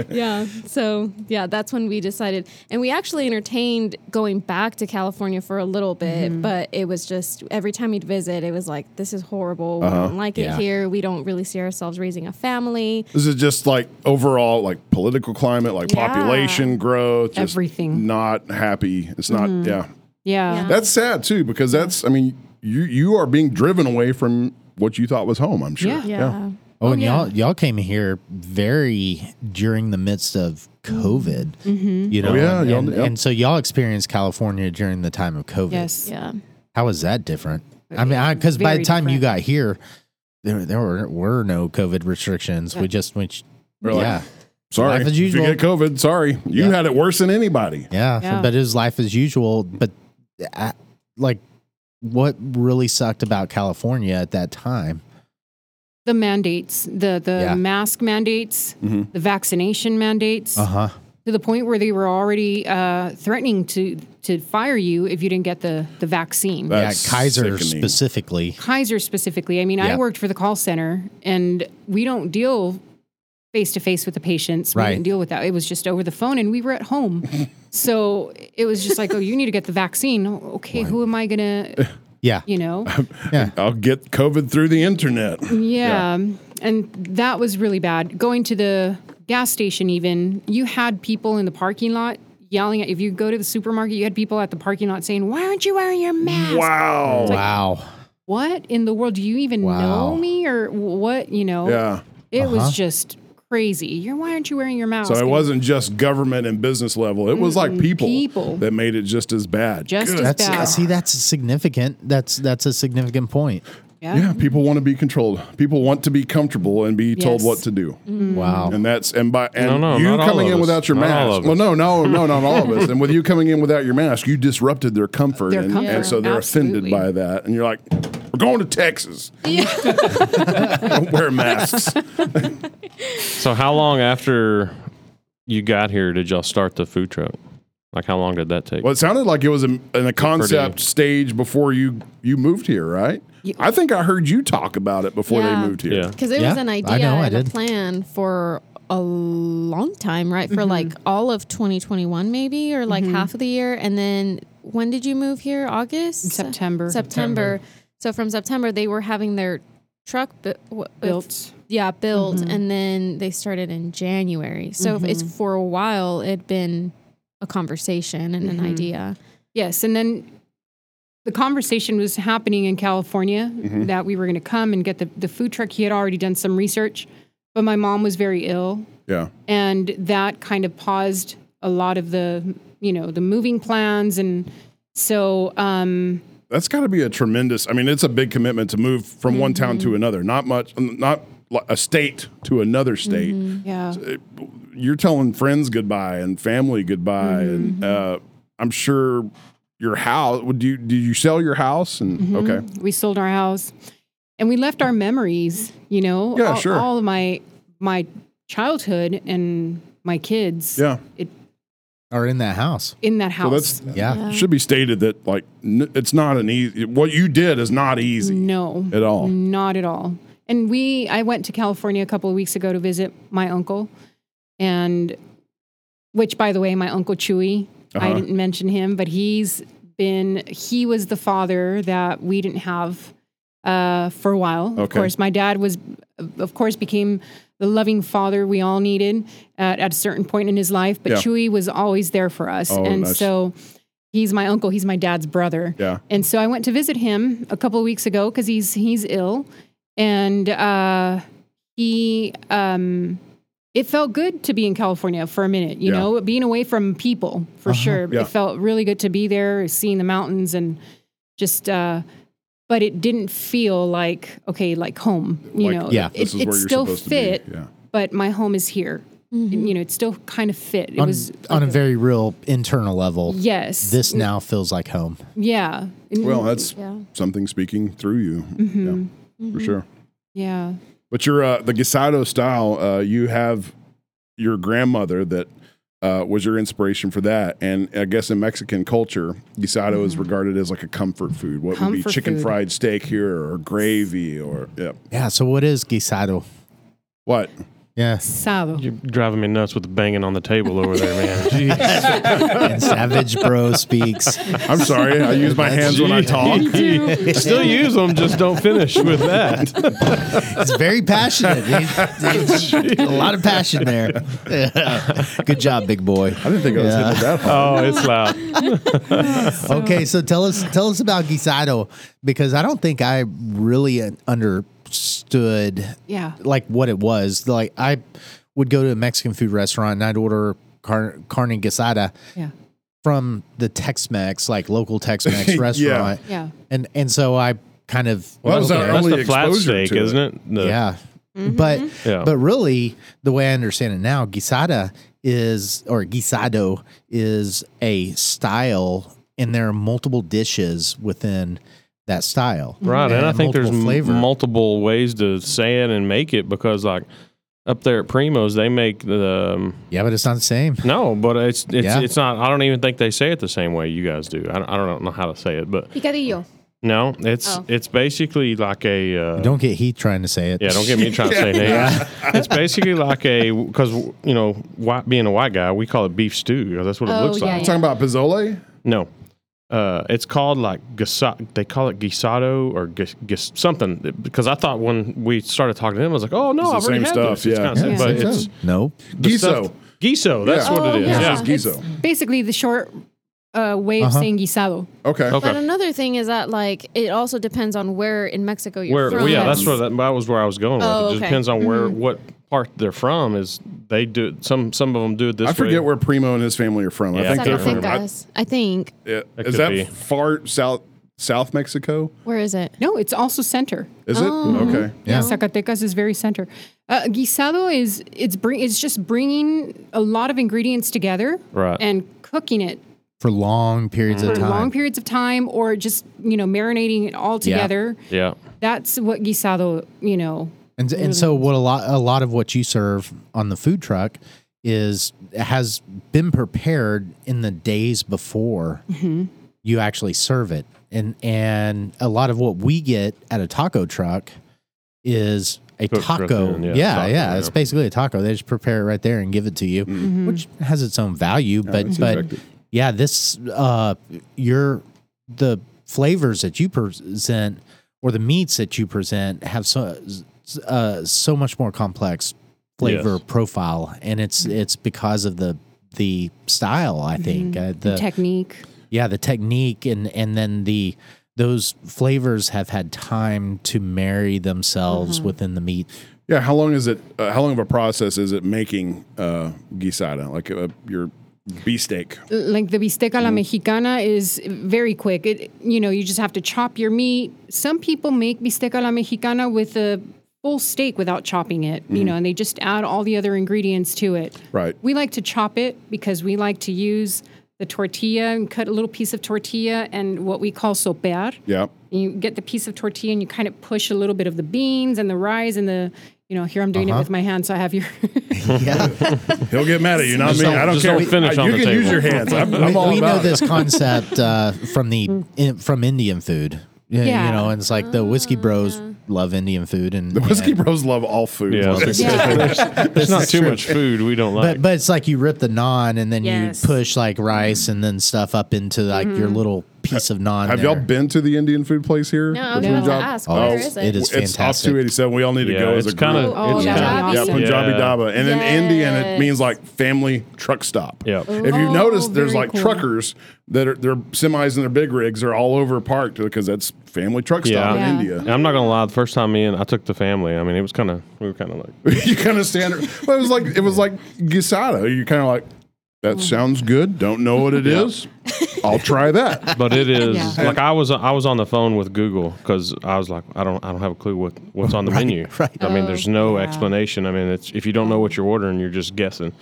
[SPEAKER 8] yeah. So yeah, that's when we decided, and we actually entertained going back to California for a little bit,
[SPEAKER 3] Mm-hmm.
[SPEAKER 8] but it was just every time you'd visit, it was like this is horrible. We don't like
[SPEAKER 3] Uh-huh. Yeah.
[SPEAKER 8] it here. We don't really see ourselves raising a family.
[SPEAKER 1] This is just like overall like political climate, like
[SPEAKER 8] Yeah.
[SPEAKER 1] population growth, just
[SPEAKER 4] Everything.
[SPEAKER 1] Not happy. It's not. Yeah,
[SPEAKER 4] Yeah.
[SPEAKER 1] that's sad too because that's I mean you you are being driven away from what you thought was home. I'm sure.
[SPEAKER 4] Yeah.
[SPEAKER 8] Yeah.
[SPEAKER 3] Oh, and y'all y'all came here very during the midst of COVID.
[SPEAKER 4] Mm-hmm.
[SPEAKER 3] You know,
[SPEAKER 1] yeah,
[SPEAKER 3] and,
[SPEAKER 1] y'all-
[SPEAKER 3] and,
[SPEAKER 1] yeah.
[SPEAKER 3] and so y'all experienced California during the time of COVID.
[SPEAKER 4] Yes.
[SPEAKER 8] Yeah.
[SPEAKER 3] How is that different? I mean, because by the
[SPEAKER 4] Very
[SPEAKER 3] time you got
[SPEAKER 4] different.
[SPEAKER 3] here, there there were, were no COVID restrictions. We just went.
[SPEAKER 1] We're like,
[SPEAKER 3] yeah,
[SPEAKER 1] Sorry,
[SPEAKER 3] Life as
[SPEAKER 1] if
[SPEAKER 3] usual.
[SPEAKER 1] you get COVID, sorry, you had it worse than anybody.
[SPEAKER 3] Yeah,
[SPEAKER 4] Yeah.
[SPEAKER 3] but it was life as usual. But I, like, what really sucked about California at that time?
[SPEAKER 4] The mandates, the the
[SPEAKER 3] Yeah. Mm-hmm.
[SPEAKER 4] mask mandates, the vaccination mandates,
[SPEAKER 3] huh.
[SPEAKER 4] to the point where they were already uh, threatening to to fire you if you didn't get the the vaccine.
[SPEAKER 3] Yeah,
[SPEAKER 1] That's
[SPEAKER 3] Kaiser
[SPEAKER 1] sickening.
[SPEAKER 3] specifically.
[SPEAKER 4] Kaiser specifically. I mean,
[SPEAKER 3] Yeah.
[SPEAKER 4] I worked for the call center, and we don't deal face to face with the patients. We
[SPEAKER 3] Right.
[SPEAKER 4] didn't deal with that. It was just over the phone, and we were at home. so it was just like, oh, you need to get the vaccine. Oh, Okay, who am I gonna?
[SPEAKER 3] Yeah.
[SPEAKER 4] You know,
[SPEAKER 1] I'll get COVID through the internet.
[SPEAKER 4] Mm-hmm. yeah. And that was really bad. Going to the gas station, even, you had people in the parking lot yelling at If you go to the supermarket, you had people at the parking lot saying, Why aren't you wearing your mask?
[SPEAKER 1] Oh, Wow.
[SPEAKER 3] Wow.
[SPEAKER 4] What in the world? Do you even
[SPEAKER 3] Wow.
[SPEAKER 4] know me or what? You know,
[SPEAKER 1] Yeah. Uh-huh.
[SPEAKER 4] it was just crazy. You're, why aren't you wearing your mask?
[SPEAKER 1] So it
[SPEAKER 4] And
[SPEAKER 1] wasn't just government and business level. It was like people,
[SPEAKER 4] Mm-hmm. people.
[SPEAKER 1] that made it just as bad.
[SPEAKER 4] Just
[SPEAKER 1] Good
[SPEAKER 4] as
[SPEAKER 3] That's
[SPEAKER 4] bad.
[SPEAKER 3] see, that's significant. That's that's a significant point.
[SPEAKER 4] Yeah.
[SPEAKER 1] Yeah, people want to be controlled. People want to be comfortable and be told
[SPEAKER 4] Yes. Mm-hmm.
[SPEAKER 1] what to do.
[SPEAKER 3] Wow.
[SPEAKER 1] And that's and by and
[SPEAKER 2] No, no,
[SPEAKER 1] you
[SPEAKER 2] not all
[SPEAKER 1] coming
[SPEAKER 2] of
[SPEAKER 1] in
[SPEAKER 2] us.
[SPEAKER 1] without your
[SPEAKER 2] Not
[SPEAKER 1] mask.
[SPEAKER 2] all of
[SPEAKER 1] Well,
[SPEAKER 2] us.
[SPEAKER 1] no, no, no, not all of us. And with you coming in without your mask, you disrupted their comfort,
[SPEAKER 4] Their
[SPEAKER 1] and,
[SPEAKER 4] comfort,
[SPEAKER 1] and so they're offended
[SPEAKER 4] absolutely.
[SPEAKER 1] by that. And you're like, "We're going to Texas. Don't wear masks."
[SPEAKER 2] So how long after you got here did y'all start the food truck? Like how long did that take?
[SPEAKER 1] Well, it sounded like it was in, in a concept stage before you you moved here, right? I think I heard you talk about it before
[SPEAKER 8] Yeah.
[SPEAKER 1] they moved here.
[SPEAKER 2] yeah.
[SPEAKER 8] Because it
[SPEAKER 3] Yeah,
[SPEAKER 8] was an
[SPEAKER 3] I
[SPEAKER 8] idea
[SPEAKER 3] know, I
[SPEAKER 8] and a
[SPEAKER 3] did.
[SPEAKER 8] plan for a long time, right? For
[SPEAKER 3] Mm-hmm.
[SPEAKER 8] like all of 2021, maybe, or like half of the year. And then when did you move here? August?
[SPEAKER 4] September.
[SPEAKER 8] September. So from September, they were having their truck bu- w-
[SPEAKER 4] Built.
[SPEAKER 8] Yeah, built. And then they started in January. So it's for a while, it'd been a conversation and an idea.
[SPEAKER 4] Yes, and then the conversation was happening in California
[SPEAKER 1] Mm-hmm.
[SPEAKER 4] that we were going to come and get the, the food truck. He had already done some research, but my mom was very ill,
[SPEAKER 1] Yeah.
[SPEAKER 4] and that kind of paused a lot of the you know the moving plans, and so um,
[SPEAKER 1] That's got to be a tremendous. I mean, it's a big commitment to move from one town to another. Not much, not li- a state to another state.
[SPEAKER 4] yeah,
[SPEAKER 1] You're telling friends goodbye and family goodbye, and uh, I'm sure your house. Would you did you sell your house? And okay,
[SPEAKER 4] Mm-hmm. we sold our house, and we left our memories. You know,
[SPEAKER 1] Yeah,
[SPEAKER 4] all,
[SPEAKER 1] sure.
[SPEAKER 4] all of my my childhood and my kids.
[SPEAKER 1] Yeah.
[SPEAKER 4] it,
[SPEAKER 3] Or in that house.
[SPEAKER 4] in that
[SPEAKER 1] so
[SPEAKER 4] house.
[SPEAKER 1] that's
[SPEAKER 3] Yeah.
[SPEAKER 1] should be stated that like n- it's not an easy. What you did is not easy
[SPEAKER 4] no,
[SPEAKER 1] at all.
[SPEAKER 4] Not at all. And we, I went to California a couple of weeks ago to visit my uncle, and which, by the way, my uncle Chewy, I
[SPEAKER 1] Uh-huh.
[SPEAKER 4] didn't mention him, but he's been, he was the father that we didn't have uh, for a while. Of
[SPEAKER 1] Okay.
[SPEAKER 4] course, my dad was, of course, became the loving father we all needed at, at a certain point in his life, but
[SPEAKER 1] Yeah.
[SPEAKER 4] Chewy was always there for us.
[SPEAKER 1] Oh,
[SPEAKER 4] and
[SPEAKER 1] nice.
[SPEAKER 4] so he's my uncle, he's my dad's brother.
[SPEAKER 1] Yeah.
[SPEAKER 4] And so I went to visit him a couple of weeks ago because he's he's ill, and uh, he um, it felt good to be in California for a minute. You
[SPEAKER 1] Yeah. Uh-huh.
[SPEAKER 4] know, being away from people for sure.
[SPEAKER 1] Yeah.
[SPEAKER 4] It felt really good to be there, seeing the mountains, and just. Uh, but it didn't feel like okay, like home. You
[SPEAKER 1] Like,
[SPEAKER 4] know,
[SPEAKER 3] Yeah.
[SPEAKER 4] it, it still fit, Mm-hmm.
[SPEAKER 1] to be. Yeah.
[SPEAKER 4] but my home is here.
[SPEAKER 8] Mm-hmm.
[SPEAKER 4] You know, it still kind of fit. It
[SPEAKER 3] On,
[SPEAKER 4] was
[SPEAKER 3] on a very real internal level.
[SPEAKER 4] yes,
[SPEAKER 3] This now feels like home.
[SPEAKER 4] yeah,
[SPEAKER 1] Well, that's
[SPEAKER 8] Yeah.
[SPEAKER 1] something speaking through you. Yeah, for sure.
[SPEAKER 4] Mm-hmm. yeah.
[SPEAKER 1] But your uh, the Gisado style, uh, you have your grandmother that uh, was your inspiration for that, and I guess in Mexican culture, Gisado is regarded as like a comfort food. What would be
[SPEAKER 4] Mm-hmm. Comfort
[SPEAKER 1] chicken
[SPEAKER 4] food.
[SPEAKER 1] fried steak here, or gravy, or yeah,
[SPEAKER 3] Yeah. So what is guisado?
[SPEAKER 1] what?
[SPEAKER 3] Yeah.
[SPEAKER 4] Sado.
[SPEAKER 2] You're driving me nuts with the banging on the table over there, man. Jeez.
[SPEAKER 3] and Savage Bro speaks.
[SPEAKER 1] I'm sorry, I use my hands when I talk.
[SPEAKER 2] Still use them, just don't finish with that.
[SPEAKER 3] It's very passionate. He's- he's- a lot of passion there. Good job, big boy.
[SPEAKER 1] I didn't think I was hitting it that hard.
[SPEAKER 2] Oh, it's loud.
[SPEAKER 3] Okay, so tell us tell us about guisado because I don't think I really un- understood
[SPEAKER 4] Yeah.
[SPEAKER 3] like what it was. Like I would go to a Mexican food restaurant and I'd order car- carne guisada
[SPEAKER 4] Yeah.
[SPEAKER 3] from the Tex-Mex, like local Tex-Mex restaurant.
[SPEAKER 4] Yeah.
[SPEAKER 3] And and so I kind of
[SPEAKER 1] Well, that was our
[SPEAKER 3] okay.
[SPEAKER 2] That's
[SPEAKER 1] only
[SPEAKER 2] the flat
[SPEAKER 1] exposure
[SPEAKER 2] steak,
[SPEAKER 1] to it.
[SPEAKER 2] isn't it? The-
[SPEAKER 3] yeah.
[SPEAKER 4] Mm-hmm.
[SPEAKER 3] But
[SPEAKER 2] Yeah.
[SPEAKER 3] but really, the way I understand it now, guisada is or guisado is a style, and there are multiple dishes within that style.
[SPEAKER 4] Mm-hmm.
[SPEAKER 2] Right, and I think there's
[SPEAKER 3] multiple
[SPEAKER 2] m-
[SPEAKER 3] flavor.
[SPEAKER 2] multiple ways to say it and make it because, like, up there at Primo's, they make the um,
[SPEAKER 3] Yeah, but it's not the same.
[SPEAKER 2] no, but it's it's
[SPEAKER 3] Yeah.
[SPEAKER 2] it's not. I don't even think they say it the same way you guys do. I don't, I don't know how to say it, but
[SPEAKER 8] Picadillo.
[SPEAKER 2] No, it's
[SPEAKER 8] Oh.
[SPEAKER 2] it's basically like a. Uh,
[SPEAKER 3] Don't get heat trying to say it.
[SPEAKER 2] yeah, don't get me trying to say names. It's basically like a because you know, white, being a white guy, we call it beef stew. That's what it
[SPEAKER 8] Oh,
[SPEAKER 2] looks
[SPEAKER 8] yeah,
[SPEAKER 2] like.
[SPEAKER 8] yeah.
[SPEAKER 1] Talking about Pizzole?
[SPEAKER 2] No. Uh, it's called like guisado. They call it guisado or gis- gis- something because I thought when we started talking to them, I was like, "Oh no,
[SPEAKER 1] the
[SPEAKER 2] I've already
[SPEAKER 1] same
[SPEAKER 2] had
[SPEAKER 1] stuff,
[SPEAKER 2] this." It's
[SPEAKER 1] yeah.
[SPEAKER 2] kinda same,
[SPEAKER 1] Yeah,
[SPEAKER 2] but
[SPEAKER 1] same
[SPEAKER 2] it's
[SPEAKER 1] stuff.
[SPEAKER 3] Nope.
[SPEAKER 2] the
[SPEAKER 1] Giso.
[SPEAKER 2] stuff- Giso. That's
[SPEAKER 1] Yeah.
[SPEAKER 2] what it is.
[SPEAKER 8] Oh,
[SPEAKER 2] Yeah.
[SPEAKER 1] It's
[SPEAKER 8] yeah.
[SPEAKER 1] Giso.
[SPEAKER 4] Basically, the short uh, way
[SPEAKER 3] Uh-huh.
[SPEAKER 4] of saying guisado.
[SPEAKER 1] Okay.
[SPEAKER 2] Okay.
[SPEAKER 8] But another thing is that like it also depends on where in Mexico you're
[SPEAKER 2] Where?
[SPEAKER 8] from.
[SPEAKER 2] well, yeah, that's where that, that was where I was going.
[SPEAKER 8] Oh,
[SPEAKER 2] with. It just
[SPEAKER 8] okay.
[SPEAKER 2] depends on where what part they're from. Is they do it- some some of them do it this.
[SPEAKER 1] I
[SPEAKER 2] way.
[SPEAKER 1] forget where Primo and his family are from. I
[SPEAKER 2] Yeah.
[SPEAKER 1] think
[SPEAKER 8] Is that
[SPEAKER 1] they're
[SPEAKER 8] I think,
[SPEAKER 1] from. I-
[SPEAKER 8] guys. I think.
[SPEAKER 1] yeah.
[SPEAKER 2] That
[SPEAKER 1] Is
[SPEAKER 2] could
[SPEAKER 1] that
[SPEAKER 2] be.
[SPEAKER 1] far south South Mexico?
[SPEAKER 8] Where is it?
[SPEAKER 4] No, it's also center.
[SPEAKER 1] Is it? Okay.
[SPEAKER 3] Yeah.
[SPEAKER 4] Zacatecas is very center. Uh, guisado is it's bring it's just bringing a lot of ingredients together
[SPEAKER 2] Right.
[SPEAKER 4] and cooking it
[SPEAKER 3] For long periods of
[SPEAKER 4] for
[SPEAKER 3] time.
[SPEAKER 4] long periods of time or just you know marinating it all
[SPEAKER 3] Yeah.
[SPEAKER 4] together.
[SPEAKER 2] Yeah.
[SPEAKER 4] That's what guisado you know.
[SPEAKER 3] And and so what a lot a lot of what you serve on the food truck is has been prepared in the days before you actually serve it. And and a lot of what we get at a taco truck is a
[SPEAKER 2] Cooked right
[SPEAKER 3] taco.
[SPEAKER 2] then,
[SPEAKER 3] yeah,
[SPEAKER 2] yeah,
[SPEAKER 3] yeah,
[SPEAKER 2] taco, yeah.
[SPEAKER 3] It's basically a taco. They just prepare it right there and give it to you, which has its own value. but
[SPEAKER 1] that's
[SPEAKER 3] but
[SPEAKER 1] effective.
[SPEAKER 3] yeah, this uh your the flavors that you present or the meats that you present have so uh, so much more complex flavor
[SPEAKER 2] Yes.
[SPEAKER 3] profile, and it's it's because of the the style. I think uh, the
[SPEAKER 4] technique.
[SPEAKER 3] yeah the technique and and then the those flavors have had time to marry themselves within the meat.
[SPEAKER 1] Yeah. How long is it? Uh, how long of a process is it making uh, guisada? Like uh, your beefsteak?
[SPEAKER 4] like the bistec
[SPEAKER 1] Mm.
[SPEAKER 4] a la mexicana is very quick. It you know you just have to chop your meat. Some people make bistec a la mexicana with a full steak without chopping it, you know, and they just add all the other ingredients to it.
[SPEAKER 1] Mm-hmm. Right.
[SPEAKER 4] We like to chop it because we like to use the tortilla and cut a little piece of tortilla and what we call sopear.
[SPEAKER 1] Yeah.
[SPEAKER 4] And you get the piece of tortilla and you kind of push a little bit of the beans and the rice and the you know here I'm doing it
[SPEAKER 1] Uh-huh.
[SPEAKER 4] with my hand so I have your
[SPEAKER 3] Yeah,
[SPEAKER 1] He'll get mad at you. Not
[SPEAKER 2] Just
[SPEAKER 1] me.
[SPEAKER 2] don't-
[SPEAKER 1] I don't
[SPEAKER 2] just
[SPEAKER 1] care.
[SPEAKER 2] don't finish
[SPEAKER 1] I- you
[SPEAKER 2] on the
[SPEAKER 1] can use
[SPEAKER 2] table.
[SPEAKER 1] your hands. I'm, I'm
[SPEAKER 3] we,
[SPEAKER 1] all
[SPEAKER 3] we know
[SPEAKER 1] about it.
[SPEAKER 3] this concept uh, from the in, from Indian food. Yeah, you
[SPEAKER 4] Yeah. Oh,
[SPEAKER 3] know, and it's like the whiskey bros love Indian food, and
[SPEAKER 1] The whiskey bros love all food.
[SPEAKER 2] Yeah.
[SPEAKER 3] Well, this is-
[SPEAKER 2] There's not too much food we don't like.
[SPEAKER 3] But but it's like you rip the naan and then
[SPEAKER 4] Yes. Mm-hmm.
[SPEAKER 3] you push like rice and then stuff up into like your little piece of naan.
[SPEAKER 1] Have y'all
[SPEAKER 3] there.
[SPEAKER 1] been to the Indian food place here?
[SPEAKER 8] No, I was
[SPEAKER 1] The food
[SPEAKER 8] about to
[SPEAKER 1] job? Oh.
[SPEAKER 8] ask. Where is Oh, it?
[SPEAKER 3] it is
[SPEAKER 1] It's off
[SPEAKER 3] fantastic.
[SPEAKER 1] 287. We all need to
[SPEAKER 2] Yeah,
[SPEAKER 1] go as
[SPEAKER 2] it's
[SPEAKER 1] a group.
[SPEAKER 2] kinda-
[SPEAKER 8] Oh,
[SPEAKER 2] it's
[SPEAKER 8] yeah.
[SPEAKER 2] kinda-
[SPEAKER 1] yeah,
[SPEAKER 8] Awesome.
[SPEAKER 1] Punjabi Daba. And in Indian, it
[SPEAKER 8] Yes.
[SPEAKER 1] means like family truck stop.
[SPEAKER 2] Yep.
[SPEAKER 1] If you
[SPEAKER 4] Oh,
[SPEAKER 1] notice, there's
[SPEAKER 4] very
[SPEAKER 1] like
[SPEAKER 4] cool.
[SPEAKER 1] truckers that are their semis and their big rigs are all over parked because that's family truck stop
[SPEAKER 2] Yeah.
[SPEAKER 1] in
[SPEAKER 2] Yeah.
[SPEAKER 1] India.
[SPEAKER 2] I'm not gonna lie. The first time in, I took the family. I mean, it was kind of we were kind of like
[SPEAKER 1] you kind of stand. Well, it was like it was like guisado. You're kind of like that sounds good. Don't know what it is. I'll try that.
[SPEAKER 2] But it is
[SPEAKER 4] Yeah.
[SPEAKER 2] like I was I was on the phone with Google because I was like I don't I don't have a clue what, what's on the menu.
[SPEAKER 3] right.
[SPEAKER 2] I mean, there's
[SPEAKER 4] Oh,
[SPEAKER 2] no explanation. I mean, it's if you don't know what you're ordering, you're just guessing.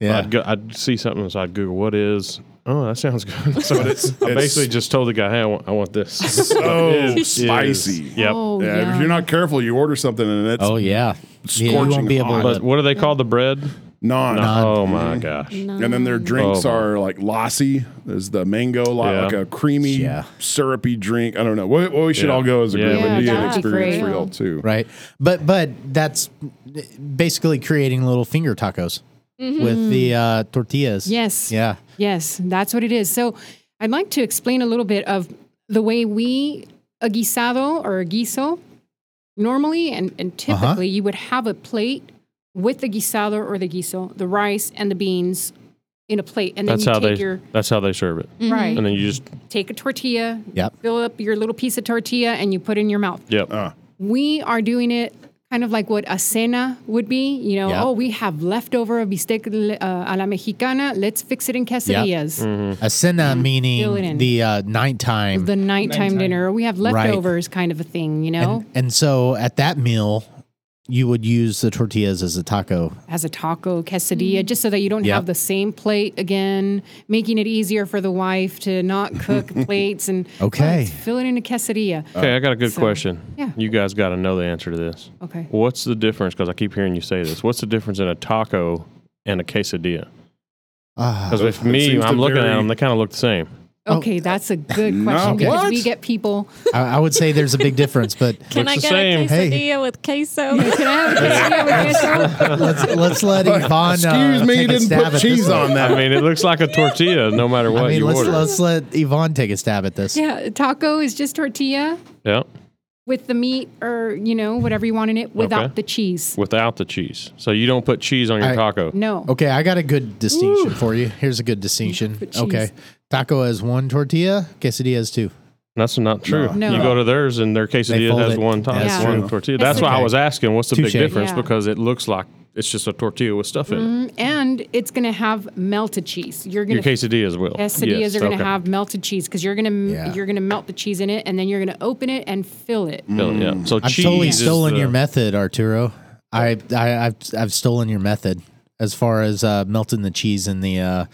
[SPEAKER 3] Yeah.
[SPEAKER 2] I'd, go, I'd see something, so I'd Google what is. Oh, that sounds good. so
[SPEAKER 1] it's-
[SPEAKER 2] I
[SPEAKER 1] it's-
[SPEAKER 2] basically just told the guy, hey, I want, I want this.
[SPEAKER 1] So
[SPEAKER 2] It is-
[SPEAKER 1] spicy.
[SPEAKER 2] Yep.
[SPEAKER 4] oh
[SPEAKER 1] Yeah, If you're not careful, you order something and it's
[SPEAKER 3] Oh yeah. Yeah, you
[SPEAKER 1] Scorching
[SPEAKER 3] won't be able
[SPEAKER 1] hot.
[SPEAKER 2] But
[SPEAKER 3] to.
[SPEAKER 2] what do they call the bread?
[SPEAKER 1] non.
[SPEAKER 2] Oh
[SPEAKER 3] Mm-hmm.
[SPEAKER 2] my gosh.
[SPEAKER 1] And then their drinks
[SPEAKER 2] Oh.
[SPEAKER 1] are like lassi. There's the mango, lot,
[SPEAKER 2] Yeah.
[SPEAKER 1] like a creamy,
[SPEAKER 3] Yeah.
[SPEAKER 1] syrupy drink. I don't know. We, we should
[SPEAKER 2] Yeah.
[SPEAKER 1] all go as a
[SPEAKER 2] Yeah.
[SPEAKER 1] group
[SPEAKER 2] Yeah,
[SPEAKER 1] and do
[SPEAKER 4] that
[SPEAKER 1] an
[SPEAKER 4] would be
[SPEAKER 1] experience
[SPEAKER 4] great.
[SPEAKER 1] for y'all too.
[SPEAKER 3] Right. But but that's basically creating little finger tacos with the uh, tortillas.
[SPEAKER 4] Mm-hmm. Yes.
[SPEAKER 3] Yeah.
[SPEAKER 4] Yes, that's what it is. So I'd like to explain a little bit of the way we a guisado or a guiso normally and, and typically you would have a plate with the guisado or the guiso, the rice and the beans in a plate. And then
[SPEAKER 2] That's
[SPEAKER 4] you
[SPEAKER 2] how
[SPEAKER 4] take
[SPEAKER 2] they
[SPEAKER 4] your
[SPEAKER 2] that's how they serve it.
[SPEAKER 4] right
[SPEAKER 2] And then you just
[SPEAKER 4] take a tortilla,
[SPEAKER 3] Yep.
[SPEAKER 4] fill up your little piece of tortilla and you put it in your mouth.
[SPEAKER 2] yep.
[SPEAKER 3] Uh-huh.
[SPEAKER 4] We are doing it kind of like what a cena would be. You know,
[SPEAKER 3] Yeah.
[SPEAKER 4] oh, we have leftover bistec uh, a la mexicana. Let's fix it in quesadillas.
[SPEAKER 3] A cena
[SPEAKER 4] Fill Mm-hmm. it in.
[SPEAKER 3] meaning the uh, nighttime
[SPEAKER 4] the nighttime, dinner. We have
[SPEAKER 3] Right.
[SPEAKER 4] leftovers kind of a thing, you know,
[SPEAKER 3] And, and so at that meal, you would use the tortillas as a taco.
[SPEAKER 4] as a taco, quesadilla, just so that you don't
[SPEAKER 3] Yep.
[SPEAKER 4] have the same plate again, making it easier for the wife to not cook plates and oh,
[SPEAKER 3] Okay.
[SPEAKER 4] let's fill it in a quesadilla.
[SPEAKER 2] Okay, I got a good
[SPEAKER 4] So,
[SPEAKER 2] question.
[SPEAKER 4] yeah.
[SPEAKER 2] You guys got to know the answer to this.
[SPEAKER 4] Okay.
[SPEAKER 2] What's the difference? Because I keep hearing you say this. What's the difference in a taco and a quesadilla?
[SPEAKER 3] Ah,
[SPEAKER 2] Because with
[SPEAKER 1] It
[SPEAKER 2] me,
[SPEAKER 1] seems to
[SPEAKER 2] I'm looking at
[SPEAKER 1] vary.
[SPEAKER 2] them, they kind of look the same.
[SPEAKER 4] Okay, that's a good
[SPEAKER 1] No.
[SPEAKER 4] question because
[SPEAKER 1] What?
[SPEAKER 4] we get people.
[SPEAKER 3] I, I would say there's a big difference, but
[SPEAKER 8] Can
[SPEAKER 2] Looks
[SPEAKER 8] I
[SPEAKER 2] the
[SPEAKER 8] get
[SPEAKER 2] same.
[SPEAKER 8] a quesadilla
[SPEAKER 3] Hey.
[SPEAKER 8] with queso?
[SPEAKER 4] Can I have a quesadilla with queso?
[SPEAKER 3] let's let's let Yvonne.
[SPEAKER 1] Excuse
[SPEAKER 3] uh,
[SPEAKER 1] me,
[SPEAKER 3] take
[SPEAKER 1] you
[SPEAKER 3] a
[SPEAKER 1] didn't
[SPEAKER 3] stab at
[SPEAKER 1] put
[SPEAKER 3] this
[SPEAKER 1] cheese
[SPEAKER 3] one.
[SPEAKER 1] on
[SPEAKER 2] I
[SPEAKER 1] that.
[SPEAKER 2] mean, it looks like a tortilla no matter what
[SPEAKER 3] I mean,
[SPEAKER 2] you
[SPEAKER 3] let's
[SPEAKER 2] order.
[SPEAKER 3] let's let Yvonne take a stab at this.
[SPEAKER 4] Yeah, taco is just tortilla
[SPEAKER 2] yeah,
[SPEAKER 4] with the meat or you know whatever you want in it without
[SPEAKER 2] Okay.
[SPEAKER 4] the cheese.
[SPEAKER 2] without the cheese. So you don't put cheese on your
[SPEAKER 3] I-
[SPEAKER 2] taco.
[SPEAKER 4] No.
[SPEAKER 3] Okay, I got a good distinction for you. Here's a good distinction.
[SPEAKER 4] Put cheese.
[SPEAKER 3] Okay, taco has one tortilla, quesadilla has two.
[SPEAKER 2] That's not true.
[SPEAKER 4] No.
[SPEAKER 2] You go to theirs, and their quesadilla
[SPEAKER 3] fold
[SPEAKER 2] has
[SPEAKER 3] it.
[SPEAKER 2] one top,
[SPEAKER 3] That's
[SPEAKER 2] one
[SPEAKER 3] true.
[SPEAKER 2] tortilla. That's why I
[SPEAKER 3] okay.
[SPEAKER 2] was asking, what's the
[SPEAKER 3] Touche.
[SPEAKER 2] big difference?
[SPEAKER 4] Yeah.
[SPEAKER 2] Because it looks like it's just a tortilla with stuff in it.
[SPEAKER 3] Mm-hmm.
[SPEAKER 4] And it's going to have melted cheese. You're
[SPEAKER 2] Your
[SPEAKER 4] going to
[SPEAKER 2] quesadillas will.
[SPEAKER 4] quesadillas are going to
[SPEAKER 2] okay.
[SPEAKER 4] have melted cheese because you're going to
[SPEAKER 3] Yeah.
[SPEAKER 4] you're going to melt the cheese in it and then you're going to open it and fill it.
[SPEAKER 2] Fill it, Yeah. So
[SPEAKER 3] I've
[SPEAKER 2] cheese
[SPEAKER 3] totally
[SPEAKER 2] is
[SPEAKER 3] stolen
[SPEAKER 2] the-
[SPEAKER 3] your method, Arturo. I, I I've I've stolen your method as far as uh, melting the cheese in the uh,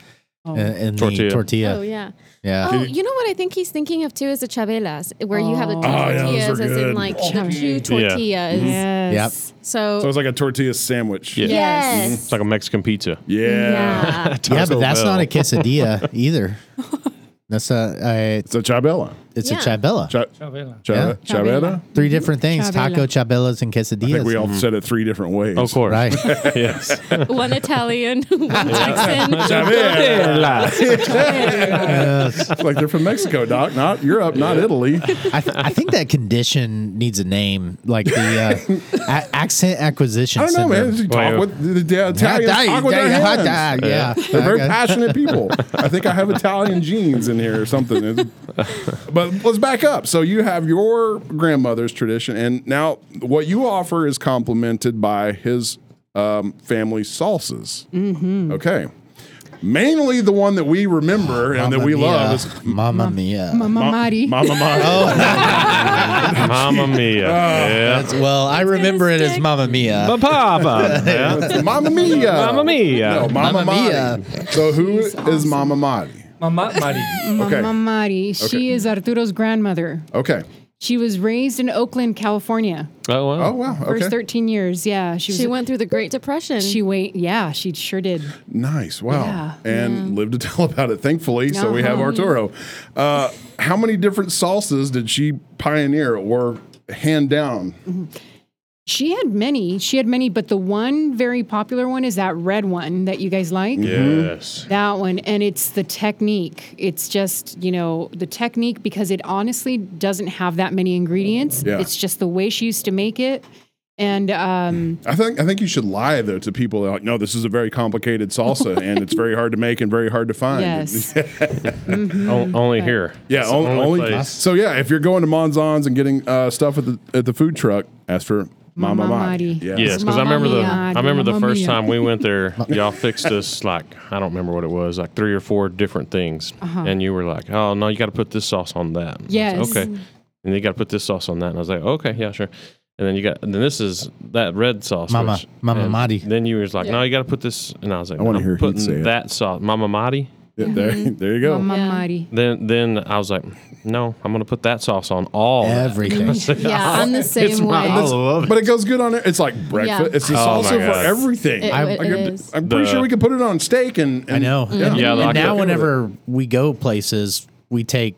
[SPEAKER 4] Oh.
[SPEAKER 3] in
[SPEAKER 2] Tortilla.
[SPEAKER 3] the tortilla.
[SPEAKER 8] Oh yeah.
[SPEAKER 3] Yeah.
[SPEAKER 8] Oh, you know what I think he's thinking of too is the chabelas, where you have the two
[SPEAKER 2] Ah,
[SPEAKER 1] yeah, those are
[SPEAKER 8] tortillas, as
[SPEAKER 1] good.
[SPEAKER 8] in like the two tortillas.
[SPEAKER 4] Yes.
[SPEAKER 8] So,
[SPEAKER 1] So it's like a tortilla sandwich.
[SPEAKER 2] Yeah.
[SPEAKER 8] yes,
[SPEAKER 2] mm-hmm. It's like a Mexican pizza.
[SPEAKER 1] Yeah.
[SPEAKER 8] yeah.
[SPEAKER 3] yeah,
[SPEAKER 2] Taco
[SPEAKER 3] but that's
[SPEAKER 2] Bell.
[SPEAKER 3] not a quesadilla either. That's a,
[SPEAKER 1] It's a chabela.
[SPEAKER 3] a it's a
[SPEAKER 8] Yeah.
[SPEAKER 3] chabela.
[SPEAKER 1] Cha-
[SPEAKER 6] Chabela.
[SPEAKER 1] cha-
[SPEAKER 3] Yeah.
[SPEAKER 1] Chabela?
[SPEAKER 3] Three different things: taco, chabelas, and quesadillas.
[SPEAKER 1] I think we all said it three different ways.
[SPEAKER 2] Of course.
[SPEAKER 3] right.
[SPEAKER 2] yes.
[SPEAKER 8] one Italian, one Texan.
[SPEAKER 1] Chabela.
[SPEAKER 2] Tortilla.
[SPEAKER 3] Yes.
[SPEAKER 1] like they're from Mexico, Doc, not Europe, not Italy.
[SPEAKER 3] I, th- I think that condition needs a name, like the uh, a- accent acquisition.
[SPEAKER 1] I don't know,
[SPEAKER 3] syndrome.
[SPEAKER 1] man. Just talk
[SPEAKER 2] Wow.
[SPEAKER 1] with the, the
[SPEAKER 3] Hot
[SPEAKER 1] Italians.
[SPEAKER 3] dog,
[SPEAKER 1] Talk with their
[SPEAKER 3] yeah, hot
[SPEAKER 1] hands.
[SPEAKER 3] dog, Yeah,
[SPEAKER 1] They're very
[SPEAKER 3] Okay.
[SPEAKER 1] passionate people. I think I have Italian genes in here or something. It's- but let's back up. So you have your grandmother's tradition, and now what you offer is complemented by his um, family salsas. Okay. Mainly the one that we remember and that
[SPEAKER 3] Mamma
[SPEAKER 1] we love
[SPEAKER 3] mia.
[SPEAKER 1] is
[SPEAKER 3] Mamma Mia.
[SPEAKER 4] Mamma Mari.
[SPEAKER 1] Mama Mia.
[SPEAKER 2] Mamma mia. yeah.
[SPEAKER 3] That's- well, I remember it as Mamma Mia.
[SPEAKER 2] Papa. Yeah.
[SPEAKER 1] Mamma Mia.
[SPEAKER 2] Mamma mia.
[SPEAKER 1] No, Mama
[SPEAKER 3] Mamma
[SPEAKER 1] Mia. So who is Mama Madi?
[SPEAKER 6] Mama Mari.
[SPEAKER 1] Okay.
[SPEAKER 4] Mamma Mari. She
[SPEAKER 1] Okay.
[SPEAKER 4] is Arturo's grandmother.
[SPEAKER 1] Okay.
[SPEAKER 4] She was raised in Oakland, California.
[SPEAKER 2] Oh, wow.
[SPEAKER 1] Oh wow.
[SPEAKER 4] First
[SPEAKER 1] Okay.
[SPEAKER 4] 13 years. Yeah, she was
[SPEAKER 8] She went through the Great Depression.
[SPEAKER 4] she wait, yeah, she sure did.
[SPEAKER 1] Nice. Wow.
[SPEAKER 4] Yeah.
[SPEAKER 1] And lived to tell about it, thankfully. So we have
[SPEAKER 4] Uh-huh.
[SPEAKER 1] Arturo. Uh, how many different salsas did she pioneer or hand down?
[SPEAKER 4] She had many. She had many, but the one very popular one is that red one that you guys like.
[SPEAKER 2] Yes.
[SPEAKER 4] That one. And it's the technique. It's just, you know, the technique because it honestly doesn't have that many ingredients.
[SPEAKER 1] Yeah.
[SPEAKER 4] It's just the way she used to make it. And um,
[SPEAKER 1] I think I think you should lie though to people that are like, no, this is a very complicated salsa and it's very hard to make and very hard to find.
[SPEAKER 4] yes.
[SPEAKER 2] O-
[SPEAKER 4] Uh,
[SPEAKER 2] only here.
[SPEAKER 1] Yeah,
[SPEAKER 2] It's the
[SPEAKER 1] only, only
[SPEAKER 2] place.
[SPEAKER 1] so yeah. If you're going to Monzon's and getting uh, stuff at the at the food truck, ask for Mama,
[SPEAKER 4] Mamma
[SPEAKER 1] Madi.
[SPEAKER 4] Madi.
[SPEAKER 1] Yes.
[SPEAKER 2] Yes, because I
[SPEAKER 4] Mamma
[SPEAKER 2] remember the
[SPEAKER 4] mia.
[SPEAKER 2] I remember the
[SPEAKER 4] Mamma
[SPEAKER 2] first
[SPEAKER 4] mia.
[SPEAKER 2] time we went there, y'all fixed us like I don't remember what it was, like three or four different things, and you were like, "Oh no, you got to put this sauce on that." And I was
[SPEAKER 4] Uh-huh. Yes.
[SPEAKER 2] like, okay, and you got to put this sauce on that, and I was like, "Okay, yeah, sure." And then you got and then this is that red sauce,
[SPEAKER 3] Mama-
[SPEAKER 2] which-
[SPEAKER 3] Mama
[SPEAKER 2] and
[SPEAKER 3] Madi.
[SPEAKER 2] Then you was like, "No, you got to put this," and I was like,
[SPEAKER 1] I wanna
[SPEAKER 2] "I'm
[SPEAKER 1] hear he'd say
[SPEAKER 2] putting
[SPEAKER 1] it.
[SPEAKER 2] that sauce, Mama Madi."
[SPEAKER 1] Yeah, there,
[SPEAKER 4] Mm-hmm.
[SPEAKER 1] there you go.
[SPEAKER 4] Mamma
[SPEAKER 8] Yeah.
[SPEAKER 4] Mari.
[SPEAKER 2] Then then I was like, "No, I'm gonna put that sauce on all." that."
[SPEAKER 3] Everything.
[SPEAKER 8] yeah, I'm the same
[SPEAKER 2] It's
[SPEAKER 8] way.
[SPEAKER 2] my- I love it.
[SPEAKER 1] But it goes good on it. It's like breakfast.
[SPEAKER 8] Yeah.
[SPEAKER 1] It's the
[SPEAKER 2] Oh
[SPEAKER 1] salsa
[SPEAKER 2] my
[SPEAKER 1] for
[SPEAKER 2] God.
[SPEAKER 1] everything.
[SPEAKER 8] It-
[SPEAKER 1] I'm,
[SPEAKER 8] it
[SPEAKER 1] I'm-
[SPEAKER 8] is.
[SPEAKER 1] I'm pretty
[SPEAKER 2] The-
[SPEAKER 1] sure we could put it on steak and, and
[SPEAKER 3] I know.
[SPEAKER 1] Yeah,
[SPEAKER 2] Yeah, the
[SPEAKER 3] and
[SPEAKER 2] octopus.
[SPEAKER 3] now whenever we go places, we take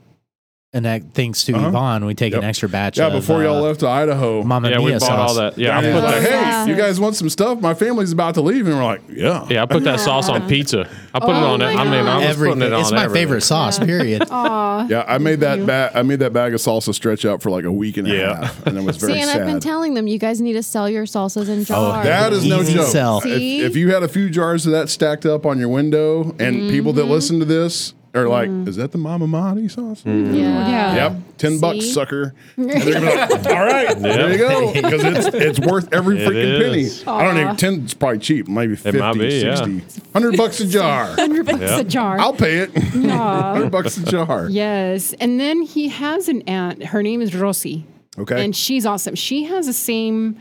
[SPEAKER 3] an ex- thanks
[SPEAKER 2] Uh-huh.
[SPEAKER 3] to Yvonne, we take
[SPEAKER 1] Yep.
[SPEAKER 3] an extra batch.
[SPEAKER 1] Yeah,
[SPEAKER 3] of,
[SPEAKER 1] before y'all
[SPEAKER 3] uh,
[SPEAKER 1] left to Idaho,
[SPEAKER 3] Mamma
[SPEAKER 2] Yeah,
[SPEAKER 3] Mia
[SPEAKER 2] we bought
[SPEAKER 3] sauce.
[SPEAKER 2] all that. Yeah, I
[SPEAKER 1] Diane
[SPEAKER 2] put
[SPEAKER 1] was
[SPEAKER 2] that.
[SPEAKER 1] like, hey,
[SPEAKER 8] yeah.
[SPEAKER 1] you guys want some stuff? My family's about to leave, and we're like, yeah,
[SPEAKER 2] Yeah, I put that sauce on pizza. I put it
[SPEAKER 4] Oh
[SPEAKER 2] on. it.
[SPEAKER 4] my
[SPEAKER 2] I mean, I was
[SPEAKER 3] Everything.
[SPEAKER 2] putting it on.
[SPEAKER 3] It's my
[SPEAKER 2] everything.
[SPEAKER 3] favorite sauce. Period.
[SPEAKER 4] Aw.
[SPEAKER 1] Yeah, I made that bag. I made that bag of salsa stretch out for like a week and a
[SPEAKER 2] Yeah.
[SPEAKER 1] half, and it was very
[SPEAKER 8] See, and
[SPEAKER 1] sad.
[SPEAKER 8] I've been telling them you guys need to sell your salsas in jars.
[SPEAKER 1] That is no
[SPEAKER 3] Easy
[SPEAKER 1] joke.
[SPEAKER 3] sell.
[SPEAKER 1] If,
[SPEAKER 8] See?
[SPEAKER 1] if you had a few jars of that stacked up on your window, and people
[SPEAKER 8] Mm-hmm.
[SPEAKER 1] that listen to this are like, "Is that the Mama Mati sauce?"
[SPEAKER 2] Mm-hmm.
[SPEAKER 8] yeah.
[SPEAKER 4] Yeah.
[SPEAKER 1] Yep, ten bucks,
[SPEAKER 8] See?
[SPEAKER 1] sucker. Um, And they're gonna be like, All right, there you go, because it's, it's worth every
[SPEAKER 2] It
[SPEAKER 1] freaking
[SPEAKER 2] is.
[SPEAKER 1] penny. I don't even ten. It's probably cheap, maybe 50,
[SPEAKER 2] might be, yeah.
[SPEAKER 1] 60, 100 bucks a jar.
[SPEAKER 4] 100 bucks a jar.
[SPEAKER 1] I'll pay it.
[SPEAKER 4] Aw.
[SPEAKER 1] Hundred bucks a jar.
[SPEAKER 4] Yes. And then he has an aunt. Her name is Rosy.
[SPEAKER 1] Okay.
[SPEAKER 4] And she's awesome. She has the same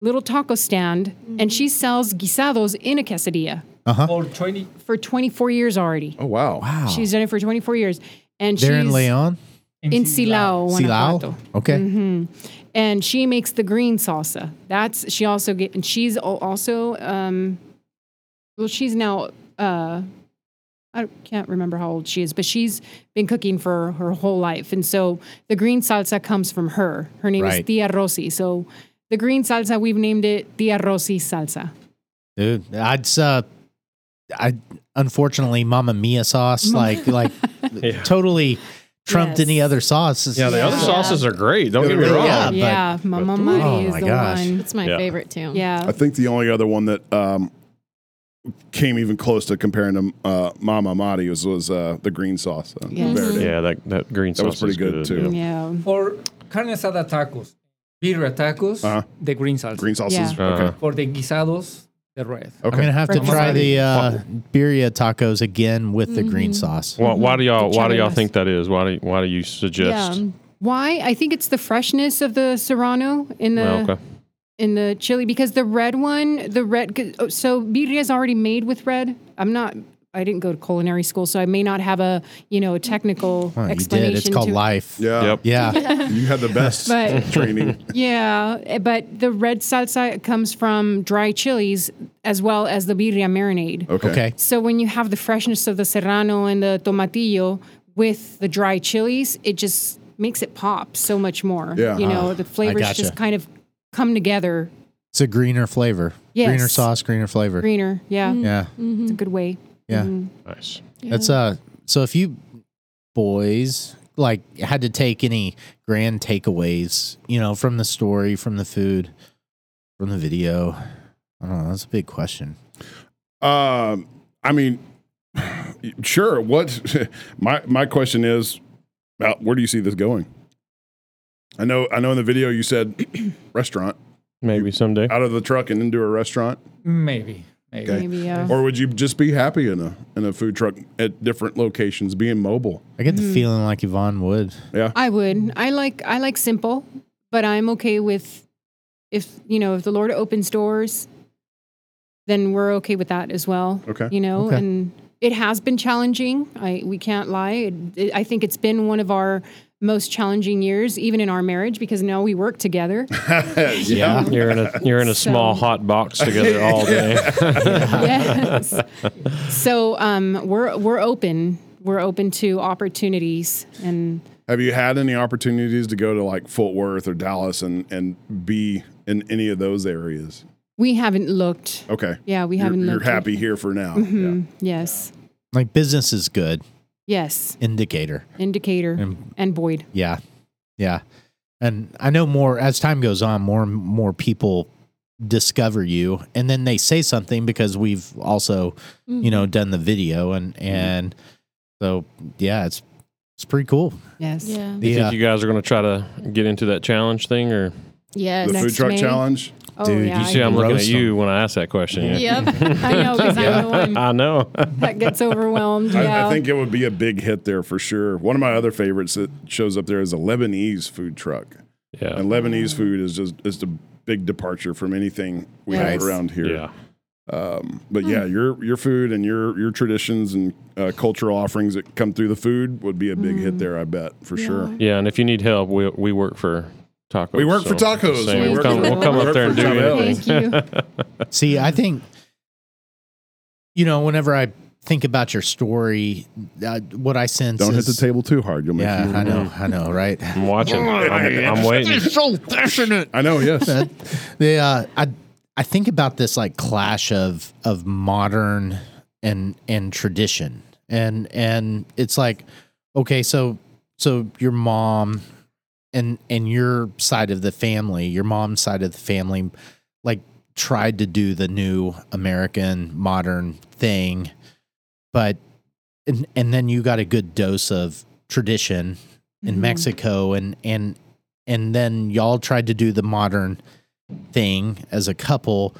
[SPEAKER 4] little taco stand and she sells guisados in a quesadilla
[SPEAKER 6] Or 20.
[SPEAKER 4] for 24 years already.
[SPEAKER 1] oh wow.
[SPEAKER 3] Wow.
[SPEAKER 4] She's done it for 24 years. And
[SPEAKER 3] They're
[SPEAKER 4] she's
[SPEAKER 3] in Leon.
[SPEAKER 4] in Silao, Guanajuato.
[SPEAKER 3] Silao. Okay.
[SPEAKER 4] And she makes the green salsa. That's she also get and she's al- also um well she's now uh I can't remember how old she is, but she's been cooking for her whole life. And so the green salsa comes from her. Her name is
[SPEAKER 3] Right.
[SPEAKER 4] Tia Rosy. So the green salsa, we've named it Tia Rosy salsa.
[SPEAKER 3] dude. I'd uh, I unfortunately Mamma Mia sauce, like like
[SPEAKER 2] Yeah.
[SPEAKER 3] totally trumped
[SPEAKER 8] Yes.
[SPEAKER 3] any other sauce.
[SPEAKER 2] Yeah, the other
[SPEAKER 8] Yeah.
[SPEAKER 2] sauces are great. Don't get me
[SPEAKER 3] Yeah.
[SPEAKER 2] wrong.
[SPEAKER 3] Yeah. Ah, but-
[SPEAKER 4] yeah, Mama
[SPEAKER 2] but-
[SPEAKER 4] Mari
[SPEAKER 3] Oh
[SPEAKER 4] is
[SPEAKER 3] my
[SPEAKER 4] the
[SPEAKER 3] gosh.
[SPEAKER 4] one.
[SPEAKER 8] That's my
[SPEAKER 2] Yeah.
[SPEAKER 8] favorite too.
[SPEAKER 1] I
[SPEAKER 4] Yeah.
[SPEAKER 1] think the only other one that um, came even close to comparing to uh, Mama Mati was was uh, the green sauce. Uh,
[SPEAKER 4] Yes.
[SPEAKER 1] Verde.
[SPEAKER 2] Yeah, that, that green
[SPEAKER 1] That was
[SPEAKER 2] sauce
[SPEAKER 1] pretty
[SPEAKER 2] is
[SPEAKER 1] good, too.
[SPEAKER 2] yeah.
[SPEAKER 4] Yeah.
[SPEAKER 6] For carne asada tacos, birria tacos,
[SPEAKER 1] Uh-huh.
[SPEAKER 6] the green salsa.
[SPEAKER 1] Green Oh. sauce is
[SPEAKER 4] Yeah.
[SPEAKER 2] Uh-huh.
[SPEAKER 1] okay.
[SPEAKER 6] For the guisados, the red.
[SPEAKER 1] Okay.
[SPEAKER 3] I'm gonna have to
[SPEAKER 4] Grandma
[SPEAKER 3] try
[SPEAKER 6] Maddie.
[SPEAKER 3] the uh, birria tacos again with the green sauce.
[SPEAKER 2] Why, why do y'all
[SPEAKER 4] The
[SPEAKER 2] Why do y'all
[SPEAKER 4] chimilas.
[SPEAKER 2] think that is? Why do Why do you suggest?
[SPEAKER 8] Yeah.
[SPEAKER 4] Why? I think it's the freshness of the serrano in the
[SPEAKER 2] Well, okay.
[SPEAKER 4] in the chili because the red one, the red. 'cause- oh, So birria is already made with red. I'm not. I didn't go to culinary school, so I may not have a you know technical
[SPEAKER 3] Oh, you
[SPEAKER 4] explanation.
[SPEAKER 3] did. It's called
[SPEAKER 4] to,
[SPEAKER 3] life.
[SPEAKER 1] Yeah.
[SPEAKER 2] Yep.
[SPEAKER 3] Yeah.
[SPEAKER 1] You had the best
[SPEAKER 4] But
[SPEAKER 1] training.
[SPEAKER 4] yeah, eh, but the red salsa comes from dry chilies as well as the birria marinade.
[SPEAKER 1] Okay.
[SPEAKER 3] Okay.
[SPEAKER 4] So when you have the freshness of the serrano and the tomatillo with the dry chilies, it just makes it pop so much more.
[SPEAKER 1] Yeah.
[SPEAKER 4] You know, the flavors
[SPEAKER 3] Ah, gotcha.
[SPEAKER 4] just kind of come together
[SPEAKER 3] It's a greener flavor.
[SPEAKER 4] Yes.
[SPEAKER 3] Greener sauce, greener flavor.
[SPEAKER 4] greener. Yeah.
[SPEAKER 3] Yeah.
[SPEAKER 4] It's a good way. Mm-hmm.
[SPEAKER 3] Yeah.
[SPEAKER 2] Nice.
[SPEAKER 3] That's uh so if you boys like had to take any grand takeaways, you know, from the story, from the food, from the video. I don't know, that's a big question.
[SPEAKER 1] Um, I mean, sure. What my my question is, uh, where do you see this going? I know. I know. In the video, you said restaurant
[SPEAKER 2] Maybe someday.
[SPEAKER 1] out of the truck and into a restaurant,
[SPEAKER 6] Maybe. Maybe.
[SPEAKER 1] Okay.
[SPEAKER 4] Maybe uh,
[SPEAKER 1] or would you just be happy in a in a food truck at different locations, being mobile?
[SPEAKER 3] I get the feeling like Yvonne would.
[SPEAKER 1] Yeah.
[SPEAKER 4] I would. I like I like simple, but I'm okay with if you know, if the Lord opens doors, then we're okay with that as well.
[SPEAKER 1] Okay.
[SPEAKER 4] You know,
[SPEAKER 3] Okay.
[SPEAKER 4] and it has been challenging. I we can't lie. It, it- I think it's been one of our most challenging years, even in our marriage, because now we work together.
[SPEAKER 1] yeah.
[SPEAKER 2] You're in a You're in a small
[SPEAKER 4] So-
[SPEAKER 2] hot box together all day.
[SPEAKER 4] yes. So um, we're we're open. We're open to opportunities, and
[SPEAKER 1] Have you had any opportunities to go to like Fort Worth or Dallas and and be in any of those areas?
[SPEAKER 4] we haven't looked.
[SPEAKER 1] Okay.
[SPEAKER 4] Yeah, we
[SPEAKER 1] You're,
[SPEAKER 4] haven't
[SPEAKER 1] you're
[SPEAKER 4] looked. yet.
[SPEAKER 1] happy here for
[SPEAKER 8] Oh,
[SPEAKER 1] now.
[SPEAKER 4] Mhm. Yes.
[SPEAKER 3] Like business is good
[SPEAKER 4] Yes.
[SPEAKER 3] indicator.
[SPEAKER 4] Indicator
[SPEAKER 3] And-
[SPEAKER 4] and Boyd.
[SPEAKER 3] Yeah. Yeah. And I know more as time goes on, more and more people discover you and then they say something because we've also,
[SPEAKER 8] Mm-hmm.
[SPEAKER 3] you know, done the video and and so yeah, it's it's pretty cool.
[SPEAKER 4] Yes.
[SPEAKER 8] Yeah.
[SPEAKER 2] You
[SPEAKER 3] The, uh,
[SPEAKER 2] think you guys are going to try to get into that challenge thing, or
[SPEAKER 1] Yeah.
[SPEAKER 8] Yes.
[SPEAKER 1] The food
[SPEAKER 4] Next
[SPEAKER 1] truck
[SPEAKER 4] May.
[SPEAKER 1] challenge.
[SPEAKER 4] Oh,
[SPEAKER 3] Dude,
[SPEAKER 4] yeah.
[SPEAKER 3] you
[SPEAKER 4] I
[SPEAKER 2] see? I'm
[SPEAKER 4] know.
[SPEAKER 2] looking at
[SPEAKER 3] roast
[SPEAKER 2] you
[SPEAKER 3] them.
[SPEAKER 2] when I ask that question. Yeah.
[SPEAKER 8] Yep.
[SPEAKER 4] I know because I know I'm,
[SPEAKER 2] I know.
[SPEAKER 4] that gets overwhelmed.
[SPEAKER 1] I,
[SPEAKER 4] Yeah.
[SPEAKER 1] I think it would be a big hit there for sure. One of my other favorites that shows up there is a Lebanese food truck,
[SPEAKER 2] yeah.
[SPEAKER 1] and Lebanese food is just is a big departure from anything we have
[SPEAKER 8] Yes.
[SPEAKER 1] around here.
[SPEAKER 2] Yeah.
[SPEAKER 1] But yeah, your your food and your your traditions and uh, cultural offerings that come through the food would be a big
[SPEAKER 3] Mm.
[SPEAKER 1] hit there. I bet for sure.
[SPEAKER 2] Yeah. And if you need help, we we work for tacos.
[SPEAKER 1] We work for
[SPEAKER 2] so-
[SPEAKER 1] tacos.
[SPEAKER 2] same.
[SPEAKER 1] We
[SPEAKER 2] We'll
[SPEAKER 1] work
[SPEAKER 2] come,
[SPEAKER 1] for-
[SPEAKER 2] we'll come
[SPEAKER 1] we
[SPEAKER 2] up
[SPEAKER 1] work
[SPEAKER 2] there and
[SPEAKER 1] for
[SPEAKER 2] do
[SPEAKER 1] tacos.
[SPEAKER 2] anything.
[SPEAKER 4] Thank you.
[SPEAKER 3] See, I think you know, whenever I think about your story, uh, what I sense
[SPEAKER 1] Don't hit
[SPEAKER 3] is
[SPEAKER 1] the table too hard. You'll make
[SPEAKER 3] Yeah,
[SPEAKER 1] you-
[SPEAKER 3] I know, I know, right?
[SPEAKER 2] I'm watching. I'm, I'm waiting.
[SPEAKER 1] I know. Yes.
[SPEAKER 3] the uh, I I think about this like clash of of modern and and tradition, and and it's like okay, so so your mom and and your side of the family, your mom's side of the family, like tried to do the new American modern thing, but and and then you got a good dose of tradition in
[SPEAKER 4] Mhm.
[SPEAKER 3] Mexico and and and then y'all tried to do the modern thing as a couple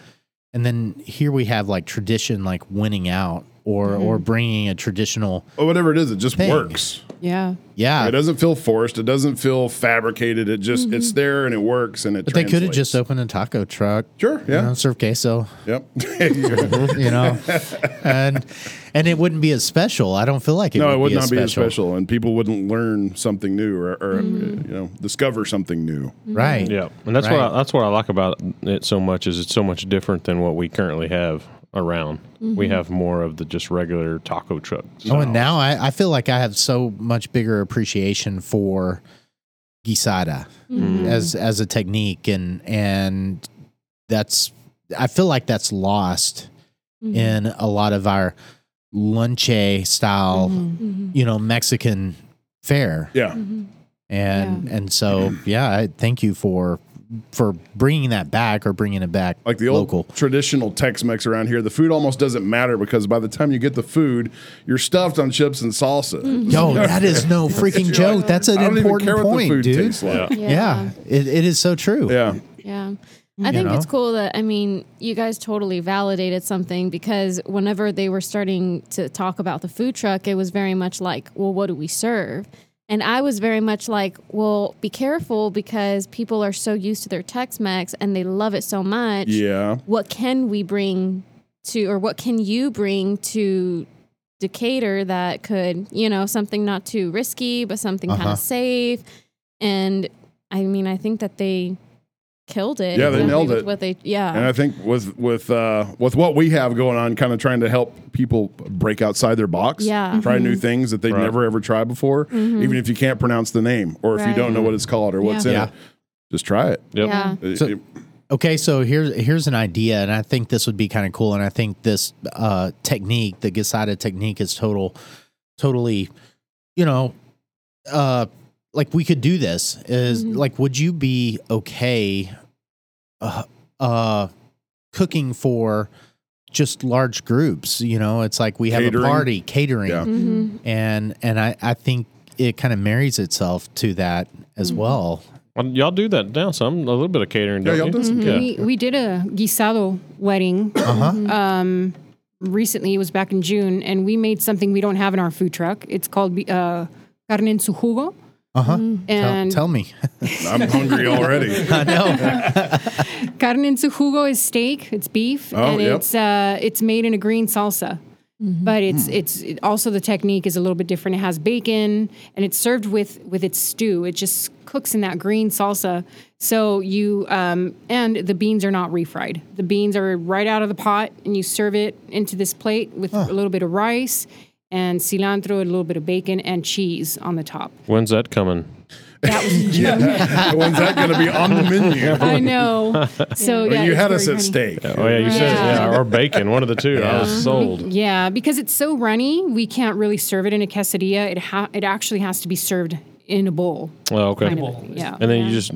[SPEAKER 3] and then here we have like tradition like winning out or or bringing a traditional
[SPEAKER 1] Well, whatever it is, it just
[SPEAKER 3] Thing.
[SPEAKER 1] works.
[SPEAKER 4] Yeah.
[SPEAKER 3] yeah
[SPEAKER 1] It doesn't feel forced. It doesn't feel fabricated. It just it's there and it works and it.
[SPEAKER 3] Mm-hmm. but they could have
[SPEAKER 1] translates.
[SPEAKER 3] just opened a taco truck
[SPEAKER 1] sure.
[SPEAKER 3] you know,
[SPEAKER 1] Yeah.
[SPEAKER 3] serve queso
[SPEAKER 1] Yep.
[SPEAKER 3] you know and and it wouldn't be as special i don't feel like it
[SPEAKER 1] no,
[SPEAKER 3] would
[SPEAKER 1] it would
[SPEAKER 3] be
[SPEAKER 1] not
[SPEAKER 3] as
[SPEAKER 1] be as
[SPEAKER 3] special,
[SPEAKER 1] special, and people wouldn't learn something new or, or uh, you know discover something new.
[SPEAKER 3] right
[SPEAKER 2] Yeah, and that's what
[SPEAKER 3] Right.
[SPEAKER 2] I, that's what I like about it so much is it's so much different than what we currently have. around.
[SPEAKER 8] Mm-hmm.
[SPEAKER 2] We
[SPEAKER 1] Mm-hmm.
[SPEAKER 2] have more of the just regular taco truck.
[SPEAKER 3] Oh,
[SPEAKER 2] style.
[SPEAKER 3] and now I, I feel like I have so much bigger appreciation for guisada
[SPEAKER 1] Mm-hmm.
[SPEAKER 3] as as a technique, and and that's I feel like that's lost
[SPEAKER 8] Mm-hmm.
[SPEAKER 1] Mm-hmm.
[SPEAKER 3] in a lot of our lunche style,
[SPEAKER 8] Mm-hmm.
[SPEAKER 3] you know, Mexican fare,
[SPEAKER 1] Mm-hmm. Yeah.
[SPEAKER 3] and and so yeah, I thank you for for bringing that back or bringing it back
[SPEAKER 1] Like the old
[SPEAKER 3] local.
[SPEAKER 1] traditional Tex-Mex around here, the food almost doesn't matter because by the time you get the food, you're stuffed on chips and salsa.
[SPEAKER 3] Yo, that is no freaking
[SPEAKER 1] You're like,
[SPEAKER 3] joke. That's an
[SPEAKER 1] I don't even
[SPEAKER 3] important
[SPEAKER 1] care what the
[SPEAKER 3] point,
[SPEAKER 1] food
[SPEAKER 3] dude.
[SPEAKER 1] tastes like.
[SPEAKER 3] Yeah, it, it is so true.
[SPEAKER 1] Yeah.
[SPEAKER 8] Yeah. I think it's
[SPEAKER 3] know?
[SPEAKER 8] cool that I mean, you guys totally validated something because whenever they were starting to talk about the food truck, it was very much like, well, what do we serve? And I was very much like, well, be careful because people are so used to their Tex-Mex and they love it so much.
[SPEAKER 1] Yeah.
[SPEAKER 8] What can we bring to or what can you bring to Decatur that could, you know, something not too risky, but something kind
[SPEAKER 3] Uh-huh.
[SPEAKER 8] of safe? And I mean, I think that they killed it.
[SPEAKER 1] Yeah, they
[SPEAKER 8] exactly
[SPEAKER 1] nailed
[SPEAKER 8] with
[SPEAKER 1] it.
[SPEAKER 8] What they,
[SPEAKER 1] And
[SPEAKER 8] yeah,
[SPEAKER 1] I think with with uh, with what we have going on, kind of trying to help people break outside their box,
[SPEAKER 8] Yeah.
[SPEAKER 1] try
[SPEAKER 4] Mm-hmm.
[SPEAKER 1] new things that they've
[SPEAKER 2] Right.
[SPEAKER 1] never ever tried before, even if you can't pronounce the name or if you don't
[SPEAKER 8] Right.
[SPEAKER 1] know what it's called or what's
[SPEAKER 4] Yeah.
[SPEAKER 1] in
[SPEAKER 3] Yeah.
[SPEAKER 1] it, just try it.
[SPEAKER 2] Yep.
[SPEAKER 8] yeah,
[SPEAKER 1] It-
[SPEAKER 3] So-
[SPEAKER 1] it-
[SPEAKER 3] Okay, so here's here's an idea, and I think this would be kind of cool, and I think this uh, technique, the Gisada technique, is total, totally, you know, uh, like we could do this. Is
[SPEAKER 8] Mhm.
[SPEAKER 3] like, would you be okay, uh, uh, cooking for just large groups? You know, it's like we have
[SPEAKER 1] Catering?
[SPEAKER 3] a party catering,
[SPEAKER 1] Yeah.
[SPEAKER 8] hmm
[SPEAKER 3] and and I I think it kind of marries itself to that as well.
[SPEAKER 2] Well, uh, y'all do that down some, a little bit of catering.
[SPEAKER 1] Yeah,
[SPEAKER 2] Don't
[SPEAKER 1] y'all
[SPEAKER 2] you?
[SPEAKER 1] do some
[SPEAKER 2] Yeah.
[SPEAKER 4] We, we did a guisado wedding
[SPEAKER 3] Uh huh.
[SPEAKER 4] um, recently. It was back in June, and we made something we don't have in our food truck. It's called uh, carne en su jugo.
[SPEAKER 3] Uh huh. Tell,
[SPEAKER 4] Mm-hmm. And
[SPEAKER 3] tell me.
[SPEAKER 1] I'm hungry already.
[SPEAKER 3] I know.
[SPEAKER 4] carne en su jugo is steak. It's beef,
[SPEAKER 1] Oh,
[SPEAKER 4] and
[SPEAKER 1] yep.
[SPEAKER 4] it's uh, it's made in a green salsa. But it's
[SPEAKER 1] Hmm.
[SPEAKER 4] it's it, also the technique is a little bit different. It has bacon, and it's served with with its stew. It just cooks in that green salsa. So you um, and the beans are not refried. The beans are right out of the pot, and you serve it into this plate with a little bit of rice and cilantro, a little bit of bacon, and cheese on the top.
[SPEAKER 2] When's that coming?
[SPEAKER 4] That was
[SPEAKER 1] yeah. When's that going to be on the menu?
[SPEAKER 4] I know. So
[SPEAKER 1] Well,
[SPEAKER 4] yeah,
[SPEAKER 1] you
[SPEAKER 4] it's
[SPEAKER 1] had
[SPEAKER 4] very
[SPEAKER 1] us at
[SPEAKER 4] funny.
[SPEAKER 1] stake.
[SPEAKER 2] Oh yeah, you said
[SPEAKER 4] Yeah.
[SPEAKER 2] yeah, or bacon, one of the two. I was sold.
[SPEAKER 4] Yeah, because it's so runny, we can't really serve it in a quesadilla. It ha- it actually has to be served in a bowl.
[SPEAKER 2] Oh, okay.
[SPEAKER 4] Kind of, yeah.
[SPEAKER 2] And then you just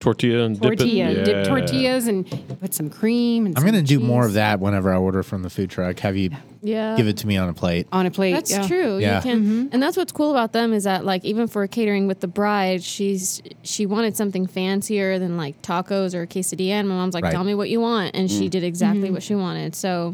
[SPEAKER 2] tortilla and
[SPEAKER 4] tortilla,
[SPEAKER 2] dip it.
[SPEAKER 4] dip tortillas, and put some cream. And
[SPEAKER 3] I'm
[SPEAKER 4] some
[SPEAKER 3] gonna do more
[SPEAKER 4] cheese
[SPEAKER 3] of that whenever I order from the food truck. Have you
[SPEAKER 8] yeah.
[SPEAKER 3] give it to me on a plate?
[SPEAKER 4] on a plate.
[SPEAKER 8] That's
[SPEAKER 4] yeah.
[SPEAKER 8] true.
[SPEAKER 3] Yeah.
[SPEAKER 8] You can, and that's what's cool about them is that like even for catering with the bride, she's she wanted something fancier than like tacos or quesadilla, and my mom's like,
[SPEAKER 3] Right. Mm.
[SPEAKER 8] "Tell me what you want," and she did exactly what she wanted. So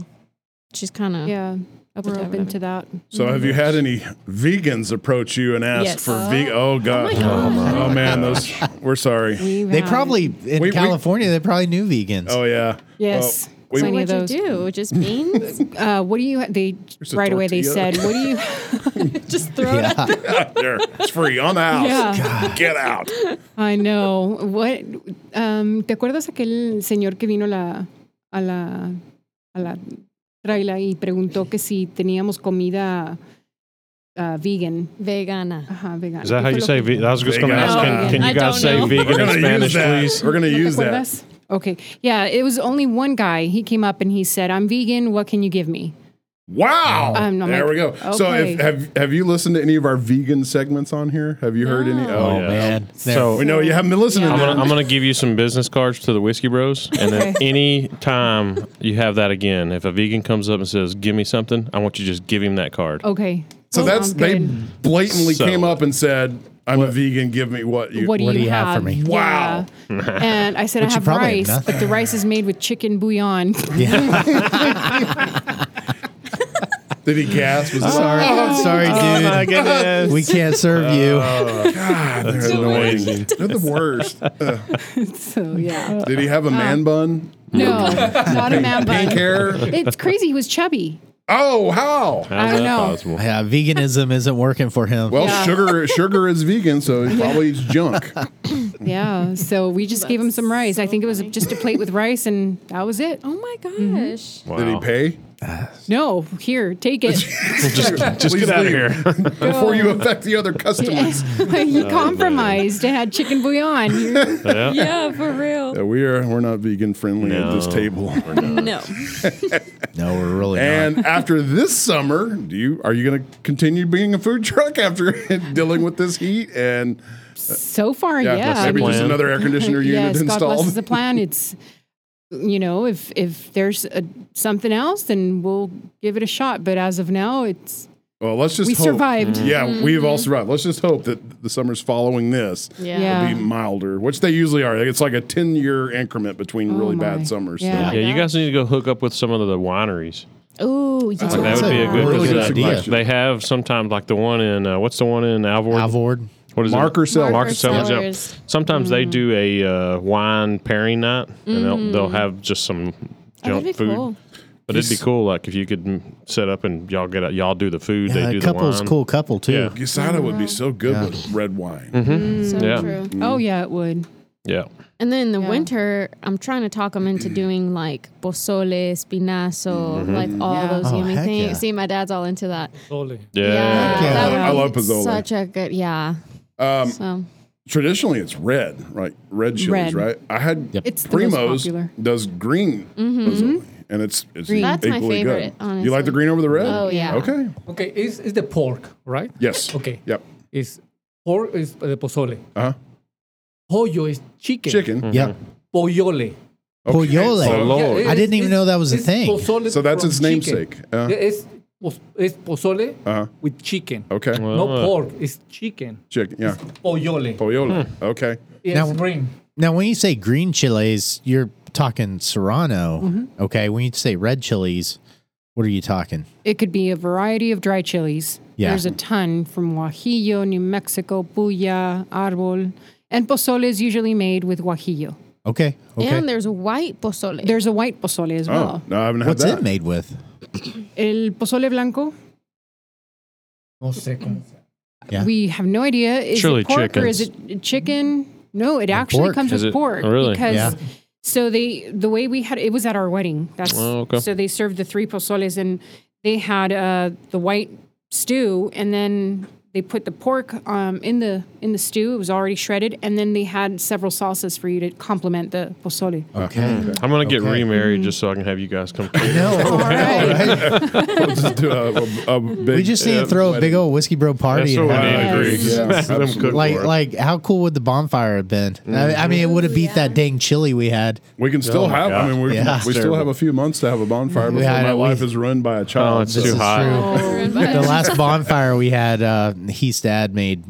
[SPEAKER 8] she's kind of
[SPEAKER 4] Yeah,
[SPEAKER 8] open
[SPEAKER 4] we're
[SPEAKER 8] to
[SPEAKER 4] open
[SPEAKER 8] everything.
[SPEAKER 4] to that.
[SPEAKER 1] So, have you had any vegans approach you and ask
[SPEAKER 8] Yes.
[SPEAKER 1] for ve- Oh god! Oh, man, those. We're sorry.
[SPEAKER 4] We've
[SPEAKER 3] They
[SPEAKER 4] had-
[SPEAKER 3] probably in
[SPEAKER 1] We- we-
[SPEAKER 3] California they probably knew vegans.
[SPEAKER 1] Oh yeah.
[SPEAKER 4] Yes.
[SPEAKER 1] Well, we-
[SPEAKER 8] So
[SPEAKER 4] Any of
[SPEAKER 8] what'd you
[SPEAKER 4] those.
[SPEAKER 8] do? Just beans?
[SPEAKER 4] Uh, what do you? They
[SPEAKER 1] a
[SPEAKER 4] right away. They
[SPEAKER 1] tortilla.
[SPEAKER 4] said, "What do you?"
[SPEAKER 8] Just throw it.
[SPEAKER 3] yeah,
[SPEAKER 1] there, it's free on the house.
[SPEAKER 4] Yeah.
[SPEAKER 1] Get out.
[SPEAKER 4] I know. What? Um, ¿Te acuerdas aquel señor que vino la, a la a la traila y preguntó que si teníamos comida ah, vegan?
[SPEAKER 8] Vegana.
[SPEAKER 4] Ajá, vegana.
[SPEAKER 2] Is that
[SPEAKER 4] ¿Qué
[SPEAKER 2] how
[SPEAKER 4] fue
[SPEAKER 2] you
[SPEAKER 4] lo
[SPEAKER 2] say?
[SPEAKER 4] que-
[SPEAKER 2] Ve- I was just going to
[SPEAKER 1] Vegan.
[SPEAKER 2] ask.
[SPEAKER 1] Oh,
[SPEAKER 2] Can, can
[SPEAKER 8] I
[SPEAKER 2] you guys
[SPEAKER 8] don't
[SPEAKER 2] say
[SPEAKER 8] know.
[SPEAKER 1] We're
[SPEAKER 2] vegan in
[SPEAKER 1] gonna use
[SPEAKER 2] Spanish,
[SPEAKER 1] that.
[SPEAKER 2] please?
[SPEAKER 1] We're gonna
[SPEAKER 4] ¿No te
[SPEAKER 1] use that.
[SPEAKER 4] acuerdas? Okay. Yeah, it was only one guy. He came up and he said, "I'm vegan. What can you give me?"
[SPEAKER 1] Wow.
[SPEAKER 4] Um, no,
[SPEAKER 1] there
[SPEAKER 4] my-
[SPEAKER 1] we go. So
[SPEAKER 4] okay.
[SPEAKER 1] if, have have you listened to any of our vegan segments on here? Have you heard any?
[SPEAKER 3] oh,
[SPEAKER 1] Oh, yeah.
[SPEAKER 3] man.
[SPEAKER 2] So
[SPEAKER 1] We know you haven't been listening
[SPEAKER 2] I'm
[SPEAKER 1] to
[SPEAKER 2] gonna,
[SPEAKER 1] them.
[SPEAKER 2] I'm gonna give you some business cards to the Whiskey Bros, and then any time you have that again, if a vegan comes up and says, "Give me something," I want you to just give him that card.
[SPEAKER 4] Okay.
[SPEAKER 1] So that's
[SPEAKER 4] Sounds
[SPEAKER 1] they
[SPEAKER 4] Oh, good.
[SPEAKER 1] blatantly
[SPEAKER 2] So-
[SPEAKER 1] came up and said, "I'm a vegan. Give me what you."
[SPEAKER 4] What do,
[SPEAKER 3] What
[SPEAKER 4] you, have?
[SPEAKER 3] for me?
[SPEAKER 1] Wow.
[SPEAKER 4] Yeah. and I said,
[SPEAKER 3] Which you
[SPEAKER 4] I have
[SPEAKER 3] probably have
[SPEAKER 4] rice,
[SPEAKER 3] nothing.
[SPEAKER 4] but the rice is made with chicken bouillon.
[SPEAKER 1] Did he gasp? Was sorry.
[SPEAKER 3] sorry, dude.
[SPEAKER 2] Oh, goodness! Oh.
[SPEAKER 3] we can't serve you.
[SPEAKER 1] God, they're annoying. They're the worst. Uh,
[SPEAKER 4] so, yeah.
[SPEAKER 1] did he have a man bun?
[SPEAKER 4] No, not a man bun.
[SPEAKER 1] Pink hair?
[SPEAKER 4] It's crazy. He was chubby.
[SPEAKER 1] Oh, how?
[SPEAKER 2] How's
[SPEAKER 4] I don't
[SPEAKER 2] that
[SPEAKER 4] know.
[SPEAKER 2] possible?
[SPEAKER 3] yeah, veganism isn't working for him.
[SPEAKER 1] Well,
[SPEAKER 4] Yeah.
[SPEAKER 1] sugar sugar is vegan, so it's probably it's junk.
[SPEAKER 4] Yeah. So we just gave him some rice. I think it was just a plate with rice, and that was it.
[SPEAKER 8] Oh my gosh.
[SPEAKER 2] Wow.
[SPEAKER 1] Did he pay?
[SPEAKER 4] No, here, take it.
[SPEAKER 2] Just
[SPEAKER 1] Please
[SPEAKER 2] get out
[SPEAKER 1] leave.
[SPEAKER 2] of here.
[SPEAKER 1] Before you affect the other customers.
[SPEAKER 2] Oh,
[SPEAKER 4] you compromised. It had chicken bouillon. You-
[SPEAKER 3] Uh-uh.
[SPEAKER 8] Yeah, for real.
[SPEAKER 1] Yeah, we are we're not vegan friendly at this
[SPEAKER 2] No.
[SPEAKER 1] table.
[SPEAKER 8] No.
[SPEAKER 3] No, we're really not.
[SPEAKER 1] And after this summer, do you are you going to continue being a food truck after dealing with this heat and
[SPEAKER 4] so far, Uh, yeah.
[SPEAKER 1] yeah,
[SPEAKER 4] I
[SPEAKER 1] maybe
[SPEAKER 4] mean,
[SPEAKER 1] just
[SPEAKER 2] plan.
[SPEAKER 1] another air conditioner unit
[SPEAKER 4] yes, God blesses
[SPEAKER 1] installed?
[SPEAKER 4] the plan. It's you know, if if there's a, something else, then we'll give it a shot. But as of now, it's
[SPEAKER 1] Well, let's just
[SPEAKER 4] we
[SPEAKER 1] hope.
[SPEAKER 4] survived. Mm-hmm.
[SPEAKER 1] Yeah, we've all survived. Let's just hope that the summers following this
[SPEAKER 8] Yeah.
[SPEAKER 4] Yeah.
[SPEAKER 1] will be milder, which they usually are. It's like a ten year increment between really
[SPEAKER 4] Oh my.
[SPEAKER 1] bad summers. so-
[SPEAKER 4] Yeah.
[SPEAKER 2] Yeah, you guys need to go hook up with some of the wineries.
[SPEAKER 8] Ooh, yeah.
[SPEAKER 1] Like,
[SPEAKER 2] That would be a good,
[SPEAKER 1] Really
[SPEAKER 2] because,
[SPEAKER 1] good
[SPEAKER 2] uh,
[SPEAKER 1] idea.
[SPEAKER 2] They have sometimes like the one in uh, what's the one in Alvord?
[SPEAKER 3] Alvord.
[SPEAKER 2] What is
[SPEAKER 1] Marker
[SPEAKER 2] it?
[SPEAKER 1] Cellars.
[SPEAKER 2] Marker
[SPEAKER 8] Marker
[SPEAKER 2] Cellars, yeah.
[SPEAKER 8] Cellars.
[SPEAKER 2] Sometimes they do a uh, wine pairing night, and they'll they'll have just some junk
[SPEAKER 8] Mm-hmm. Oh, that'd be
[SPEAKER 2] food.
[SPEAKER 8] cool.
[SPEAKER 2] But it'd be cool, like if you could mm, set up and y'all get out, y'all do the food,
[SPEAKER 3] Yeah,
[SPEAKER 2] they do
[SPEAKER 3] a couple's
[SPEAKER 2] the wine.
[SPEAKER 3] cool couple too.
[SPEAKER 2] Yeah. Mm-hmm.
[SPEAKER 1] Gisada would be so good with red wine.
[SPEAKER 8] So
[SPEAKER 2] Yeah.
[SPEAKER 8] true.
[SPEAKER 4] Oh yeah, it would.
[SPEAKER 2] Yeah,
[SPEAKER 8] And then in the winter, I'm trying to talk them into doing like pozole, espinazo, like all
[SPEAKER 4] Yeah.
[SPEAKER 8] those
[SPEAKER 3] Oh,
[SPEAKER 8] yummy
[SPEAKER 3] heck
[SPEAKER 8] things.
[SPEAKER 3] yeah.
[SPEAKER 8] See, my dad's all into that.
[SPEAKER 6] Totally.
[SPEAKER 2] yeah.
[SPEAKER 1] yeah.
[SPEAKER 8] that would
[SPEAKER 1] I
[SPEAKER 8] be
[SPEAKER 1] love pozole.
[SPEAKER 8] Such a good, yeah.
[SPEAKER 1] Um,
[SPEAKER 8] So
[SPEAKER 1] traditionally it's red, right? Red chilies,
[SPEAKER 4] Red.
[SPEAKER 1] right? I had
[SPEAKER 4] It's the most
[SPEAKER 1] Primo's
[SPEAKER 4] popular.
[SPEAKER 1] does green pozole, and it's it's
[SPEAKER 8] Green. That's my
[SPEAKER 1] equally
[SPEAKER 8] favorite,
[SPEAKER 1] good. You like the
[SPEAKER 8] honestly.
[SPEAKER 1] green over the red?
[SPEAKER 8] Oh, yeah.
[SPEAKER 1] Okay.
[SPEAKER 6] Okay, it's, it's the pork, right?
[SPEAKER 1] Yes.
[SPEAKER 6] Okay.
[SPEAKER 1] Yep.
[SPEAKER 6] It's pork is the pozole.
[SPEAKER 1] Uh huh.
[SPEAKER 6] Pollo is chicken.
[SPEAKER 1] Chicken.
[SPEAKER 3] Yep.
[SPEAKER 1] Okay.
[SPEAKER 6] Pollole.
[SPEAKER 3] Pollole.
[SPEAKER 1] So,
[SPEAKER 2] Oh, Lord.
[SPEAKER 3] I didn't even know that was a thing.
[SPEAKER 6] pozole
[SPEAKER 1] so that's
[SPEAKER 6] from
[SPEAKER 1] its
[SPEAKER 6] chicken.
[SPEAKER 1] namesake. Uh,
[SPEAKER 6] Yeah, It's, pos- it's pozole
[SPEAKER 1] Uh-huh.
[SPEAKER 6] with chicken.
[SPEAKER 3] Oh.
[SPEAKER 1] okay.
[SPEAKER 3] Mm.
[SPEAKER 6] No
[SPEAKER 2] Uh.
[SPEAKER 6] pork, it's chicken.
[SPEAKER 1] Chicken. Yeah.
[SPEAKER 3] Mm.
[SPEAKER 6] Pollole.
[SPEAKER 1] Poyola. Okay.
[SPEAKER 6] It's
[SPEAKER 3] Now-
[SPEAKER 6] green.
[SPEAKER 3] Now, when you say green chilies, you're talking serrano. Okay. When you say red chilies, what are you talking?
[SPEAKER 4] It could be a variety of dry chilies.
[SPEAKER 3] Yeah.
[SPEAKER 4] There's a ton from Guajillo, New Mexico, Puya, Arbol, and pozole is usually made with Guajillo.
[SPEAKER 3] Okay. Okay.
[SPEAKER 8] and there's white pozole.
[SPEAKER 4] There's a white pozole as
[SPEAKER 1] Oh,
[SPEAKER 4] well.
[SPEAKER 1] no, I haven't had
[SPEAKER 3] What's
[SPEAKER 1] that.
[SPEAKER 3] it made with?
[SPEAKER 4] El pozole blanco,
[SPEAKER 6] No sé cómo se-
[SPEAKER 3] Yeah.
[SPEAKER 4] we have no idea. Is
[SPEAKER 2] Surely
[SPEAKER 4] it pork or is
[SPEAKER 2] chickens.
[SPEAKER 4] it chicken? No, it actually
[SPEAKER 3] pork?
[SPEAKER 4] comes
[SPEAKER 2] Is
[SPEAKER 4] with
[SPEAKER 2] it-
[SPEAKER 4] pork.
[SPEAKER 2] oh, really?
[SPEAKER 4] Because
[SPEAKER 3] Yeah.
[SPEAKER 4] so they the way we had it was at our wedding. That's
[SPEAKER 2] Oh, okay.
[SPEAKER 4] so they served the three pozoles and they had uh, the white stew and then they put the pork um, in the in the stew. It was already shredded and then they had several salsas for you to complement the pozole.
[SPEAKER 3] Okay.
[SPEAKER 2] I'm gonna get
[SPEAKER 3] Okay.
[SPEAKER 2] remarried
[SPEAKER 8] Mm-hmm.
[SPEAKER 2] just so I can have you guys come.
[SPEAKER 3] No.
[SPEAKER 1] Uh, We'll just do a, a, a big.
[SPEAKER 3] We just need to throw a big old whiskey bro party.
[SPEAKER 2] That's
[SPEAKER 3] and
[SPEAKER 2] what we
[SPEAKER 3] have
[SPEAKER 2] need
[SPEAKER 3] it.
[SPEAKER 2] to agree.
[SPEAKER 4] Yes.
[SPEAKER 1] Yeah,
[SPEAKER 2] Let 'em cook
[SPEAKER 1] absolutely.
[SPEAKER 3] like,
[SPEAKER 2] for us.
[SPEAKER 3] like, how cool would the bonfire have been? I, I mean, it would have beat that dang chili we had.
[SPEAKER 1] We can still have. I mean, we,
[SPEAKER 3] Oh Yeah.
[SPEAKER 1] we still
[SPEAKER 2] Terrible.
[SPEAKER 1] have a few months to have a bonfire before
[SPEAKER 3] I
[SPEAKER 1] my
[SPEAKER 3] know, we-
[SPEAKER 1] life is run by a
[SPEAKER 2] oh,
[SPEAKER 1] child.
[SPEAKER 2] it's
[SPEAKER 3] This
[SPEAKER 2] too
[SPEAKER 3] is
[SPEAKER 2] hot.
[SPEAKER 3] true. the last bonfire we had, uh, Heath's dad made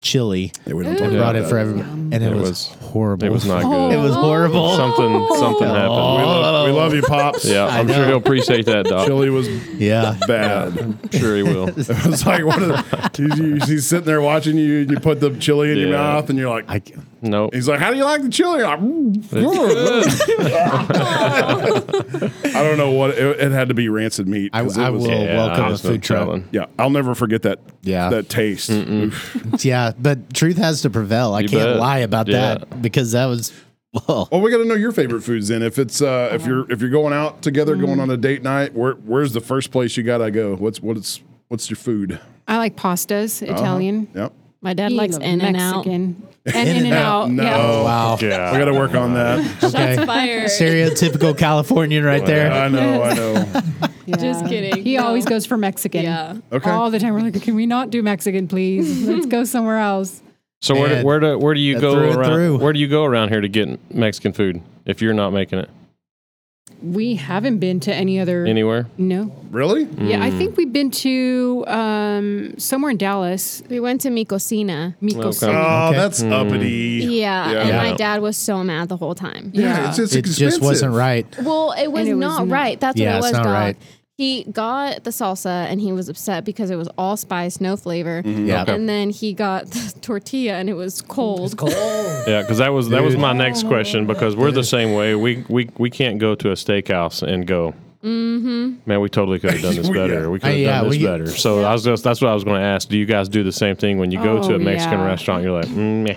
[SPEAKER 3] chili.
[SPEAKER 1] Yeah, we don't talk
[SPEAKER 2] Ooh.
[SPEAKER 1] about
[SPEAKER 3] Brought it
[SPEAKER 1] that.
[SPEAKER 3] for everybody, and it,
[SPEAKER 2] It
[SPEAKER 3] was,
[SPEAKER 2] was-
[SPEAKER 3] horrible.
[SPEAKER 2] It was not
[SPEAKER 3] It
[SPEAKER 2] good.
[SPEAKER 3] was horrible.
[SPEAKER 2] Something
[SPEAKER 3] oh.
[SPEAKER 2] something
[SPEAKER 1] We
[SPEAKER 2] happened.
[SPEAKER 1] love, we love you, pops.
[SPEAKER 2] Yeah, I'm
[SPEAKER 3] know.
[SPEAKER 2] sure he'll appreciate that, Doc.
[SPEAKER 1] Chili was
[SPEAKER 3] Yeah.
[SPEAKER 1] bad.
[SPEAKER 2] sure he will.
[SPEAKER 1] It was like one of the, he's, he's- he's sitting there watching you, and you put the chili in your
[SPEAKER 2] Yeah.
[SPEAKER 1] mouth, and you're like,
[SPEAKER 3] I,
[SPEAKER 2] No.
[SPEAKER 1] he's like, how do you like the chili? I'm Like, I don't know what it, it had to be rancid meat.
[SPEAKER 3] I,
[SPEAKER 1] 'cause it
[SPEAKER 3] I
[SPEAKER 1] was-
[SPEAKER 3] will welcome a
[SPEAKER 2] there's no
[SPEAKER 3] food truck.
[SPEAKER 2] telling.
[SPEAKER 1] Yeah, I'll never forget that.
[SPEAKER 3] Yeah.
[SPEAKER 1] that taste. Oof.
[SPEAKER 3] Yeah, but truth has to prevail. I
[SPEAKER 2] You
[SPEAKER 3] can't
[SPEAKER 2] bet.
[SPEAKER 3] lie about
[SPEAKER 2] Yeah.
[SPEAKER 3] that because that was. Well,
[SPEAKER 1] Well, we got to know your favorite foods. Then, if it's uh, if you're if you're going out together,
[SPEAKER 4] Mm-hmm.
[SPEAKER 1] going on a date night, where where's the first place you gotta go? What's what's what's your food?
[SPEAKER 4] I like pastas,
[SPEAKER 3] uh-huh.
[SPEAKER 4] Italian.
[SPEAKER 1] Yep. Oh,
[SPEAKER 8] my dad
[SPEAKER 4] He
[SPEAKER 8] likes
[SPEAKER 4] loved
[SPEAKER 8] in and out.
[SPEAKER 4] Mexican. And in and out.
[SPEAKER 1] No.
[SPEAKER 4] Yeah.
[SPEAKER 3] Oh, wow.
[SPEAKER 2] Yeah.
[SPEAKER 1] We got to work on that.
[SPEAKER 3] Okay.
[SPEAKER 8] Fire.
[SPEAKER 3] Stereotypical Californian right there.
[SPEAKER 1] I know, I know.
[SPEAKER 4] Yeah.
[SPEAKER 8] Just kidding.
[SPEAKER 4] He
[SPEAKER 8] No.
[SPEAKER 4] always goes for Mexican.
[SPEAKER 8] Yeah.
[SPEAKER 1] Okay.
[SPEAKER 4] All the time. We're like, can we not do Mexican, please? Let's go somewhere else.
[SPEAKER 2] So where
[SPEAKER 3] Man.
[SPEAKER 2] do, where do where do you
[SPEAKER 3] That
[SPEAKER 2] go
[SPEAKER 3] threw it
[SPEAKER 2] around?
[SPEAKER 3] through.
[SPEAKER 2] Where do you go around here to get Mexican food if you're not making it
[SPEAKER 4] We haven't been to any other.
[SPEAKER 2] anywhere?
[SPEAKER 4] no.
[SPEAKER 1] Really?
[SPEAKER 2] Um,
[SPEAKER 4] Yeah,
[SPEAKER 2] Hmm.
[SPEAKER 4] I think we've been to um, somewhere in Dallas.
[SPEAKER 8] We went to mi cocina.
[SPEAKER 4] Micos.
[SPEAKER 2] Okay. Hmm.
[SPEAKER 1] Oh,
[SPEAKER 3] Okay.
[SPEAKER 1] that's uppity.
[SPEAKER 8] Yeah,
[SPEAKER 1] Yeah.
[SPEAKER 8] and
[SPEAKER 1] Yeah.
[SPEAKER 8] my dad was so mad the whole time.
[SPEAKER 1] Yeah, it's, it's
[SPEAKER 3] It
[SPEAKER 1] expensive.
[SPEAKER 3] just wasn't right.
[SPEAKER 8] Well, it was,
[SPEAKER 4] it was
[SPEAKER 8] not
[SPEAKER 4] not-
[SPEAKER 8] right. That's
[SPEAKER 3] Yeah,
[SPEAKER 8] what it
[SPEAKER 3] it's
[SPEAKER 8] was,
[SPEAKER 3] not
[SPEAKER 8] dog.
[SPEAKER 3] right.
[SPEAKER 8] He got the salsa and he was upset because it was all spice, no flavor.
[SPEAKER 1] Mm-hmm.
[SPEAKER 3] Yeah. Okay.
[SPEAKER 8] And then he got the tortilla and it was cold.
[SPEAKER 6] It's called.
[SPEAKER 2] Yeah, because that was that was my next question because we're the same way. We we we can't go to a steakhouse and go. Mm-hmm. Man, we totally could have done this
[SPEAKER 1] We-
[SPEAKER 2] better.
[SPEAKER 1] yeah.
[SPEAKER 2] We could have
[SPEAKER 3] Uh, yeah,
[SPEAKER 2] done this
[SPEAKER 3] we-
[SPEAKER 2] better. So I was just, that's what I was going to ask. Do you guys do the same thing when you go to
[SPEAKER 4] Oh,
[SPEAKER 2] a Mexican
[SPEAKER 4] yeah.
[SPEAKER 2] restaurant? You're like, mm, meh.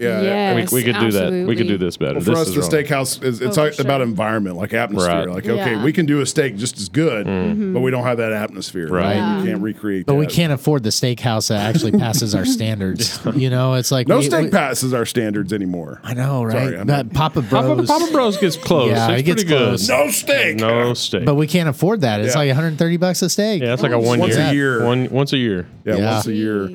[SPEAKER 1] Yeah.
[SPEAKER 2] we,
[SPEAKER 8] Yes,
[SPEAKER 2] we could do that. We could do
[SPEAKER 8] absolutely.
[SPEAKER 2] this better.
[SPEAKER 1] Well, for
[SPEAKER 2] This
[SPEAKER 1] us,
[SPEAKER 2] is
[SPEAKER 1] the
[SPEAKER 2] wrong.
[SPEAKER 1] steakhouse is it's
[SPEAKER 8] Oh,
[SPEAKER 1] all
[SPEAKER 8] for
[SPEAKER 1] about
[SPEAKER 8] sure.
[SPEAKER 1] environment, like atmosphere.
[SPEAKER 2] Right.
[SPEAKER 1] Like,
[SPEAKER 8] Yeah. Mm-hmm.
[SPEAKER 1] okay, we can do a steak just as good,
[SPEAKER 2] Mm.
[SPEAKER 1] but we don't have that atmosphere.
[SPEAKER 2] Right.
[SPEAKER 1] We
[SPEAKER 8] Yeah.
[SPEAKER 1] can't recreate
[SPEAKER 3] But
[SPEAKER 1] that.
[SPEAKER 3] we can't afford the steakhouse that actually passes our standards. You know, it's like
[SPEAKER 1] No
[SPEAKER 3] we-
[SPEAKER 1] steak
[SPEAKER 3] we-
[SPEAKER 1] passes our standards anymore.
[SPEAKER 3] I know, right?
[SPEAKER 1] Sorry, I'm
[SPEAKER 3] that Papa
[SPEAKER 2] Papa,
[SPEAKER 3] Bros.
[SPEAKER 2] Papa Bros gets close.
[SPEAKER 3] Yeah,
[SPEAKER 2] it's
[SPEAKER 3] it gets
[SPEAKER 2] pretty good.
[SPEAKER 3] close.
[SPEAKER 1] No steak.
[SPEAKER 2] No steak.
[SPEAKER 3] But we can't afford that. It's
[SPEAKER 1] Yeah.
[SPEAKER 3] like 130 bucks a steak.
[SPEAKER 2] yeah, it's like a one
[SPEAKER 1] Once
[SPEAKER 2] year.
[SPEAKER 1] a year.
[SPEAKER 2] One once a year.
[SPEAKER 1] Yeah,
[SPEAKER 3] Yeah.
[SPEAKER 1] once a year.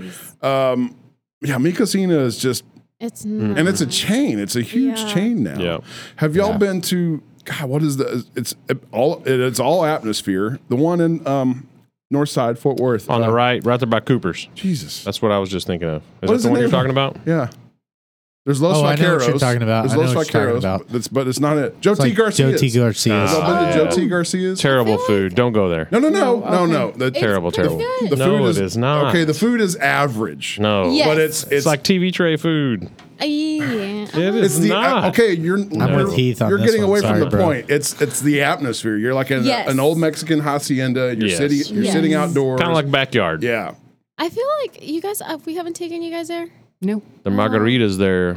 [SPEAKER 8] Jeez.
[SPEAKER 1] Um, yeah, Mi Casina is just,
[SPEAKER 8] It's not.
[SPEAKER 1] Mm. and it's a chain. It's a huge
[SPEAKER 8] Yeah.
[SPEAKER 1] chain now.
[SPEAKER 2] Yeah.
[SPEAKER 1] Have y'all been to? God, what is the? It's all. It's all atmosphere. The one in um, North Side, Fort Worth.
[SPEAKER 2] On the
[SPEAKER 1] Uh,
[SPEAKER 2] right, right there by Cooper's.
[SPEAKER 1] Jesus.
[SPEAKER 2] That's what I was just thinking of. Is
[SPEAKER 1] What
[SPEAKER 2] that
[SPEAKER 1] is
[SPEAKER 2] the
[SPEAKER 1] the
[SPEAKER 2] one you're
[SPEAKER 1] name?
[SPEAKER 2] talking about?
[SPEAKER 1] Yeah. There's Los
[SPEAKER 3] Oh, I
[SPEAKER 1] Vaqueros.
[SPEAKER 3] know what you're talking about.
[SPEAKER 1] There's
[SPEAKER 3] I know
[SPEAKER 1] Los
[SPEAKER 3] what you're talking
[SPEAKER 1] Vaqueros,
[SPEAKER 3] about.
[SPEAKER 1] but it's but it's not it. Joe
[SPEAKER 3] It's
[SPEAKER 1] T.
[SPEAKER 3] like
[SPEAKER 1] Garcia.
[SPEAKER 3] Joe T. Garcia's.
[SPEAKER 1] Y'all been to
[SPEAKER 2] Ah.
[SPEAKER 1] Joe T. Garcia's?
[SPEAKER 2] Terrible food. Don't go there.
[SPEAKER 1] No, no, no, no, no. The,
[SPEAKER 2] Terrible, terrible.
[SPEAKER 8] good.
[SPEAKER 1] The
[SPEAKER 2] no,
[SPEAKER 1] food
[SPEAKER 2] it
[SPEAKER 1] is,
[SPEAKER 2] is not.
[SPEAKER 1] Okay, the food is average.
[SPEAKER 2] No.
[SPEAKER 8] Yeah.
[SPEAKER 1] But it's
[SPEAKER 2] It's
[SPEAKER 1] it's
[SPEAKER 2] like TV tray food.
[SPEAKER 8] Uh, yeah.
[SPEAKER 2] It
[SPEAKER 1] it's
[SPEAKER 2] is
[SPEAKER 1] the uh,
[SPEAKER 2] not.
[SPEAKER 1] okay. You're
[SPEAKER 3] I'm
[SPEAKER 1] you're-
[SPEAKER 3] with Heath on
[SPEAKER 1] You're
[SPEAKER 3] this
[SPEAKER 1] getting
[SPEAKER 3] one.
[SPEAKER 1] away
[SPEAKER 3] Sorry,
[SPEAKER 1] from the
[SPEAKER 3] bro.
[SPEAKER 1] point. It's it's the atmosphere. You're like in
[SPEAKER 8] Yes.
[SPEAKER 1] an old Mexican hacienda. You're
[SPEAKER 2] Yes.
[SPEAKER 1] sitting you're
[SPEAKER 8] Yes.
[SPEAKER 1] sitting outdoors.
[SPEAKER 2] Kind of like backyard.
[SPEAKER 1] yeah.
[SPEAKER 8] I feel like you guys, uh, we haven't taken you guys there.
[SPEAKER 4] No.
[SPEAKER 2] The margaritas there.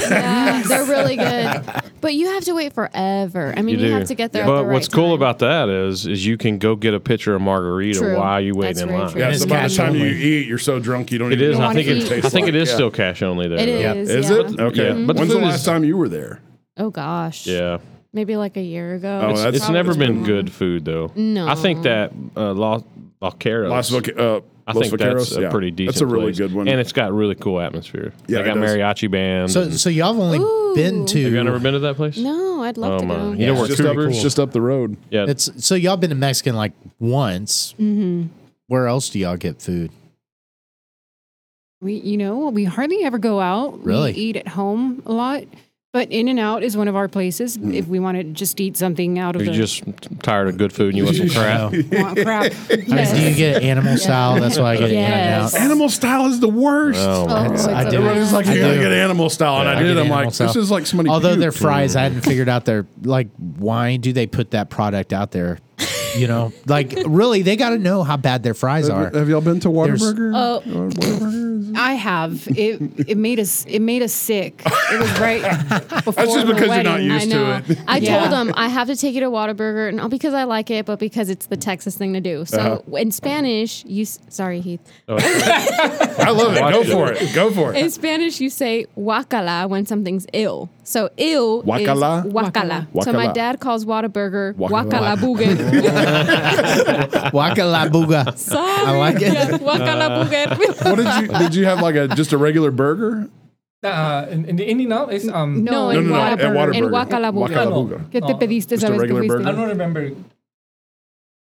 [SPEAKER 8] Yeah, they're really good. But you have to wait forever. I mean, you,
[SPEAKER 2] do.
[SPEAKER 8] have to get there. at
[SPEAKER 2] But
[SPEAKER 8] the right
[SPEAKER 2] what's cool
[SPEAKER 8] time.
[SPEAKER 2] about that is, is you can go get a pitcher of margarita
[SPEAKER 8] True.
[SPEAKER 2] while you wait
[SPEAKER 8] That's
[SPEAKER 2] in
[SPEAKER 8] very
[SPEAKER 2] line.
[SPEAKER 8] true.
[SPEAKER 1] Yeah.
[SPEAKER 3] And
[SPEAKER 1] So
[SPEAKER 3] it's
[SPEAKER 1] by the
[SPEAKER 3] cash
[SPEAKER 1] time you
[SPEAKER 3] only.
[SPEAKER 1] eat, you're so drunk you don't
[SPEAKER 2] It
[SPEAKER 1] even
[SPEAKER 2] is.
[SPEAKER 1] know
[SPEAKER 2] I
[SPEAKER 8] wanna
[SPEAKER 1] what
[SPEAKER 2] think
[SPEAKER 1] it
[SPEAKER 2] it.
[SPEAKER 8] eat.
[SPEAKER 2] I
[SPEAKER 1] tastes
[SPEAKER 2] think it
[SPEAKER 1] like.
[SPEAKER 2] is
[SPEAKER 1] Yeah.
[SPEAKER 2] still cash only there.
[SPEAKER 8] it is.
[SPEAKER 3] Yeah.
[SPEAKER 1] Is
[SPEAKER 8] yeah.
[SPEAKER 1] it okay?
[SPEAKER 2] Yeah, but the
[SPEAKER 1] When's the
[SPEAKER 2] food
[SPEAKER 1] last
[SPEAKER 2] is-
[SPEAKER 1] time you were there?
[SPEAKER 8] Oh gosh.
[SPEAKER 2] Yeah.
[SPEAKER 8] Maybe like a year ago.
[SPEAKER 1] Oh, that's-
[SPEAKER 2] It's,
[SPEAKER 1] Probably
[SPEAKER 2] never
[SPEAKER 1] it's
[SPEAKER 2] been good food though.
[SPEAKER 8] No.
[SPEAKER 2] I think that uh, Los Vaqueros.
[SPEAKER 1] Las Vaque- uh,
[SPEAKER 2] I
[SPEAKER 1] Los
[SPEAKER 2] think
[SPEAKER 1] Vaqueros?
[SPEAKER 2] that's a
[SPEAKER 1] Yeah.
[SPEAKER 2] pretty decent.
[SPEAKER 1] That's a really
[SPEAKER 2] place.
[SPEAKER 1] good one.
[SPEAKER 2] and it's got really cool atmosphere.
[SPEAKER 1] Yeah,
[SPEAKER 2] they
[SPEAKER 1] it
[SPEAKER 2] got
[SPEAKER 1] does.
[SPEAKER 2] mariachi band.
[SPEAKER 3] So,
[SPEAKER 2] and-
[SPEAKER 3] so y'all have only
[SPEAKER 8] Ooh.
[SPEAKER 3] been to.
[SPEAKER 2] have you ever been to that place?
[SPEAKER 8] No, I'd love
[SPEAKER 2] Oh
[SPEAKER 8] to
[SPEAKER 2] my!
[SPEAKER 8] go.
[SPEAKER 2] You know where
[SPEAKER 1] just up,
[SPEAKER 2] Cooper's?
[SPEAKER 1] it's just up the road.
[SPEAKER 2] yeah,
[SPEAKER 3] It's so y'all been to Mexican like once.
[SPEAKER 8] Mm.
[SPEAKER 3] Mm-hmm. Where else do y'all get food?
[SPEAKER 4] We, you know, we hardly ever go out.
[SPEAKER 3] Really?
[SPEAKER 4] We eat at home a lot, but In and Out is one of our places if we want to just eat something out of
[SPEAKER 2] you're
[SPEAKER 4] the
[SPEAKER 2] Hmm. just tired of good food and you want some crap.
[SPEAKER 4] want crap.
[SPEAKER 3] I mean, do you get it animal style? That's why I get it
[SPEAKER 8] Yes.
[SPEAKER 3] in and out.
[SPEAKER 1] Animal style is the worst.
[SPEAKER 2] Oh,
[SPEAKER 8] Oh,
[SPEAKER 2] man.
[SPEAKER 8] it's
[SPEAKER 3] I
[SPEAKER 8] a
[SPEAKER 3] do.
[SPEAKER 1] Everybody's like,
[SPEAKER 3] I
[SPEAKER 1] you gotta
[SPEAKER 3] do.
[SPEAKER 1] get animal style, and
[SPEAKER 2] Yeah.
[SPEAKER 1] I did.
[SPEAKER 3] get
[SPEAKER 1] I'm
[SPEAKER 3] animal
[SPEAKER 1] like,
[SPEAKER 3] style.
[SPEAKER 1] this is like somebody.
[SPEAKER 3] Although
[SPEAKER 1] puked.
[SPEAKER 3] their fries, I hadn't figured out their like why do they put that product out there? You know, like really, they got to know how bad their fries are.
[SPEAKER 1] Have y'all been to Waterburger?
[SPEAKER 8] Oh.
[SPEAKER 1] Whataburger?
[SPEAKER 4] I have. It it made us it made us sick. It was right before
[SPEAKER 1] That's just
[SPEAKER 4] the
[SPEAKER 1] because you're
[SPEAKER 4] wedding.
[SPEAKER 1] not
[SPEAKER 8] I
[SPEAKER 1] used
[SPEAKER 8] know.
[SPEAKER 1] to it.
[SPEAKER 8] I
[SPEAKER 4] Yeah.
[SPEAKER 8] told them I have to take you to Whataburger, and not because I like it, but because it's the Texas thing to do. So
[SPEAKER 2] Uh-huh.
[SPEAKER 8] in Spanish, you s- sorry Heath.
[SPEAKER 1] I love it. Go for it. Go for
[SPEAKER 8] In
[SPEAKER 1] it.
[SPEAKER 8] Spanish, you say guacala when something's ill. So ill
[SPEAKER 1] Guacala?
[SPEAKER 8] is guacala. So
[SPEAKER 1] Guacala.
[SPEAKER 8] my dad calls Whataburger
[SPEAKER 1] Guacala.
[SPEAKER 8] guacala booger.
[SPEAKER 3] Waka la booga.
[SPEAKER 8] sorry,
[SPEAKER 3] I like it.
[SPEAKER 8] Yeah, guacala booger.
[SPEAKER 1] What did you? Did you have like a just a regular burger?
[SPEAKER 6] Uh, in, in the in and out is um.
[SPEAKER 8] No, in
[SPEAKER 1] no, no, at
[SPEAKER 8] Whataburger. In
[SPEAKER 1] Whataburger.
[SPEAKER 8] guacala booger.
[SPEAKER 1] Guacalabuga.
[SPEAKER 4] ¿Qué te
[SPEAKER 6] No,
[SPEAKER 4] pediste
[SPEAKER 1] Oh, just a
[SPEAKER 4] esa vez que
[SPEAKER 1] regular
[SPEAKER 6] I
[SPEAKER 4] fuiste?
[SPEAKER 6] don't remember.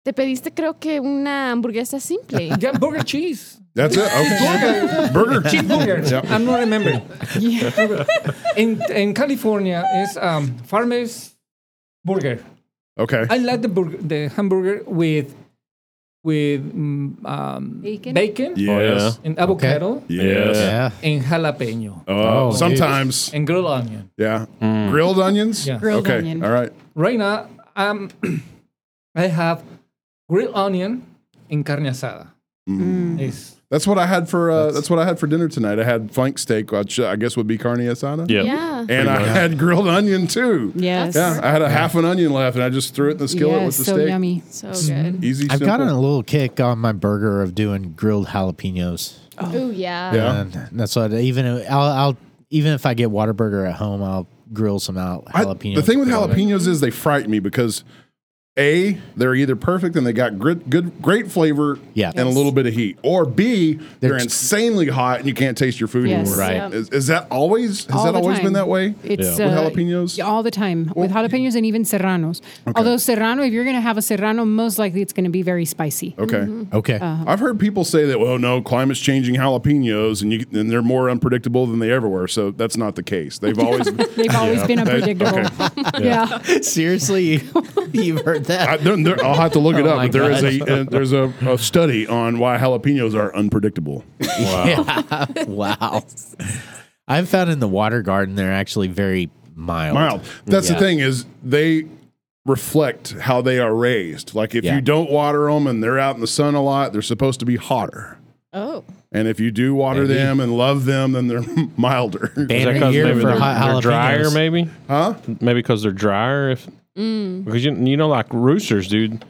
[SPEAKER 8] Te pediste creo que una hamburguesa simple.
[SPEAKER 6] Yeah, burger cheese.
[SPEAKER 1] That's it. Okay. burger.
[SPEAKER 6] Cheeseburger.
[SPEAKER 1] Yep.
[SPEAKER 6] I'm not remembering. in in California is um farmers burger.
[SPEAKER 1] Okay.
[SPEAKER 6] I like the burger, the hamburger with with mm, um,
[SPEAKER 4] Bacon?
[SPEAKER 6] bacon
[SPEAKER 1] Yes.
[SPEAKER 6] and avocado
[SPEAKER 1] Yes.
[SPEAKER 3] Yeah.
[SPEAKER 6] and jalapeno
[SPEAKER 1] Oh,
[SPEAKER 3] dude.
[SPEAKER 1] sometimes.
[SPEAKER 6] and grilled onion.
[SPEAKER 1] Yeah. Grilled onions.
[SPEAKER 6] Yeah.
[SPEAKER 4] Grilled
[SPEAKER 1] okay.
[SPEAKER 4] onion.
[SPEAKER 1] All right.
[SPEAKER 6] Right now, um, I have grilled onion and carne asada.
[SPEAKER 1] Mm.
[SPEAKER 6] It's-
[SPEAKER 1] That's what I had for. Uh, that's, what I had for dinner tonight. I had flank steak, which uh, I guess would be carne asada.
[SPEAKER 2] Yeah.
[SPEAKER 8] Yeah.
[SPEAKER 1] And I had grilled onion too.
[SPEAKER 4] Yes.
[SPEAKER 1] Yeah, I had a half an onion left, and I just threw it in the skillet
[SPEAKER 4] yes,
[SPEAKER 1] with the
[SPEAKER 4] so
[SPEAKER 1] steak.
[SPEAKER 4] yummy.
[SPEAKER 8] So good.
[SPEAKER 1] Easy.
[SPEAKER 3] I've
[SPEAKER 1] simple.
[SPEAKER 3] gotten a little kick on my burger of doing grilled jalapenos.
[SPEAKER 8] Ooh yeah.
[SPEAKER 1] Yeah.
[SPEAKER 3] And that's what even I'll, I'll even if I get Whataburger at home, I'll grill some out
[SPEAKER 1] I-
[SPEAKER 3] jalapenos.
[SPEAKER 1] the thing with jalapenos is they frighten me because a they're either perfect and they got good, good great flavor
[SPEAKER 3] Yeah.
[SPEAKER 1] and a little bit of heat, or b they're,
[SPEAKER 3] They're t-
[SPEAKER 1] insanely hot and you can't taste your food
[SPEAKER 4] Yes.
[SPEAKER 1] anymore.
[SPEAKER 3] Right.
[SPEAKER 8] Yep.
[SPEAKER 1] Is, is that always has
[SPEAKER 4] All
[SPEAKER 1] that
[SPEAKER 4] the
[SPEAKER 1] always
[SPEAKER 4] time.
[SPEAKER 1] been that way?
[SPEAKER 4] It's
[SPEAKER 1] With
[SPEAKER 4] uh,
[SPEAKER 1] jalapenos?
[SPEAKER 4] y- all the time with jalapenos and even serranos. Although serrano, if you're going to have a serrano, most likely it's going to be very spicy.
[SPEAKER 1] Okay.
[SPEAKER 3] okay.
[SPEAKER 1] I've heard people say that, well, no, climate's changing jalapenos and you and they're more unpredictable than they ever were. So that's not the case. They've always
[SPEAKER 4] They've always been unpredictable. yeah.
[SPEAKER 3] Seriously, you've heard that?
[SPEAKER 1] I, there, there, I'll have to look it
[SPEAKER 3] Oh
[SPEAKER 1] up.
[SPEAKER 3] my
[SPEAKER 1] But there is
[SPEAKER 3] God.
[SPEAKER 1] a uh, there's a, a study on why jalapenos are unpredictable.
[SPEAKER 3] wow. I've found in the water garden they're actually very mild.
[SPEAKER 1] Mild. That's
[SPEAKER 3] Yeah.
[SPEAKER 1] the thing is they reflect how they are raised. Like if
[SPEAKER 3] Yeah.
[SPEAKER 1] you don't water them and they're out in the sun a lot, they're supposed to be hotter.
[SPEAKER 8] Oh,
[SPEAKER 1] And if you do water
[SPEAKER 3] Maybe.
[SPEAKER 1] them and love them, then they're milder.
[SPEAKER 3] Ban
[SPEAKER 2] that
[SPEAKER 3] a
[SPEAKER 2] 'cause
[SPEAKER 3] year
[SPEAKER 2] maybe
[SPEAKER 3] for
[SPEAKER 2] they're,
[SPEAKER 3] hot
[SPEAKER 2] they're drier?
[SPEAKER 3] jalapenos.
[SPEAKER 2] Maybe,
[SPEAKER 1] huh?
[SPEAKER 2] maybe because they're drier. If because you you know like roosters, dude.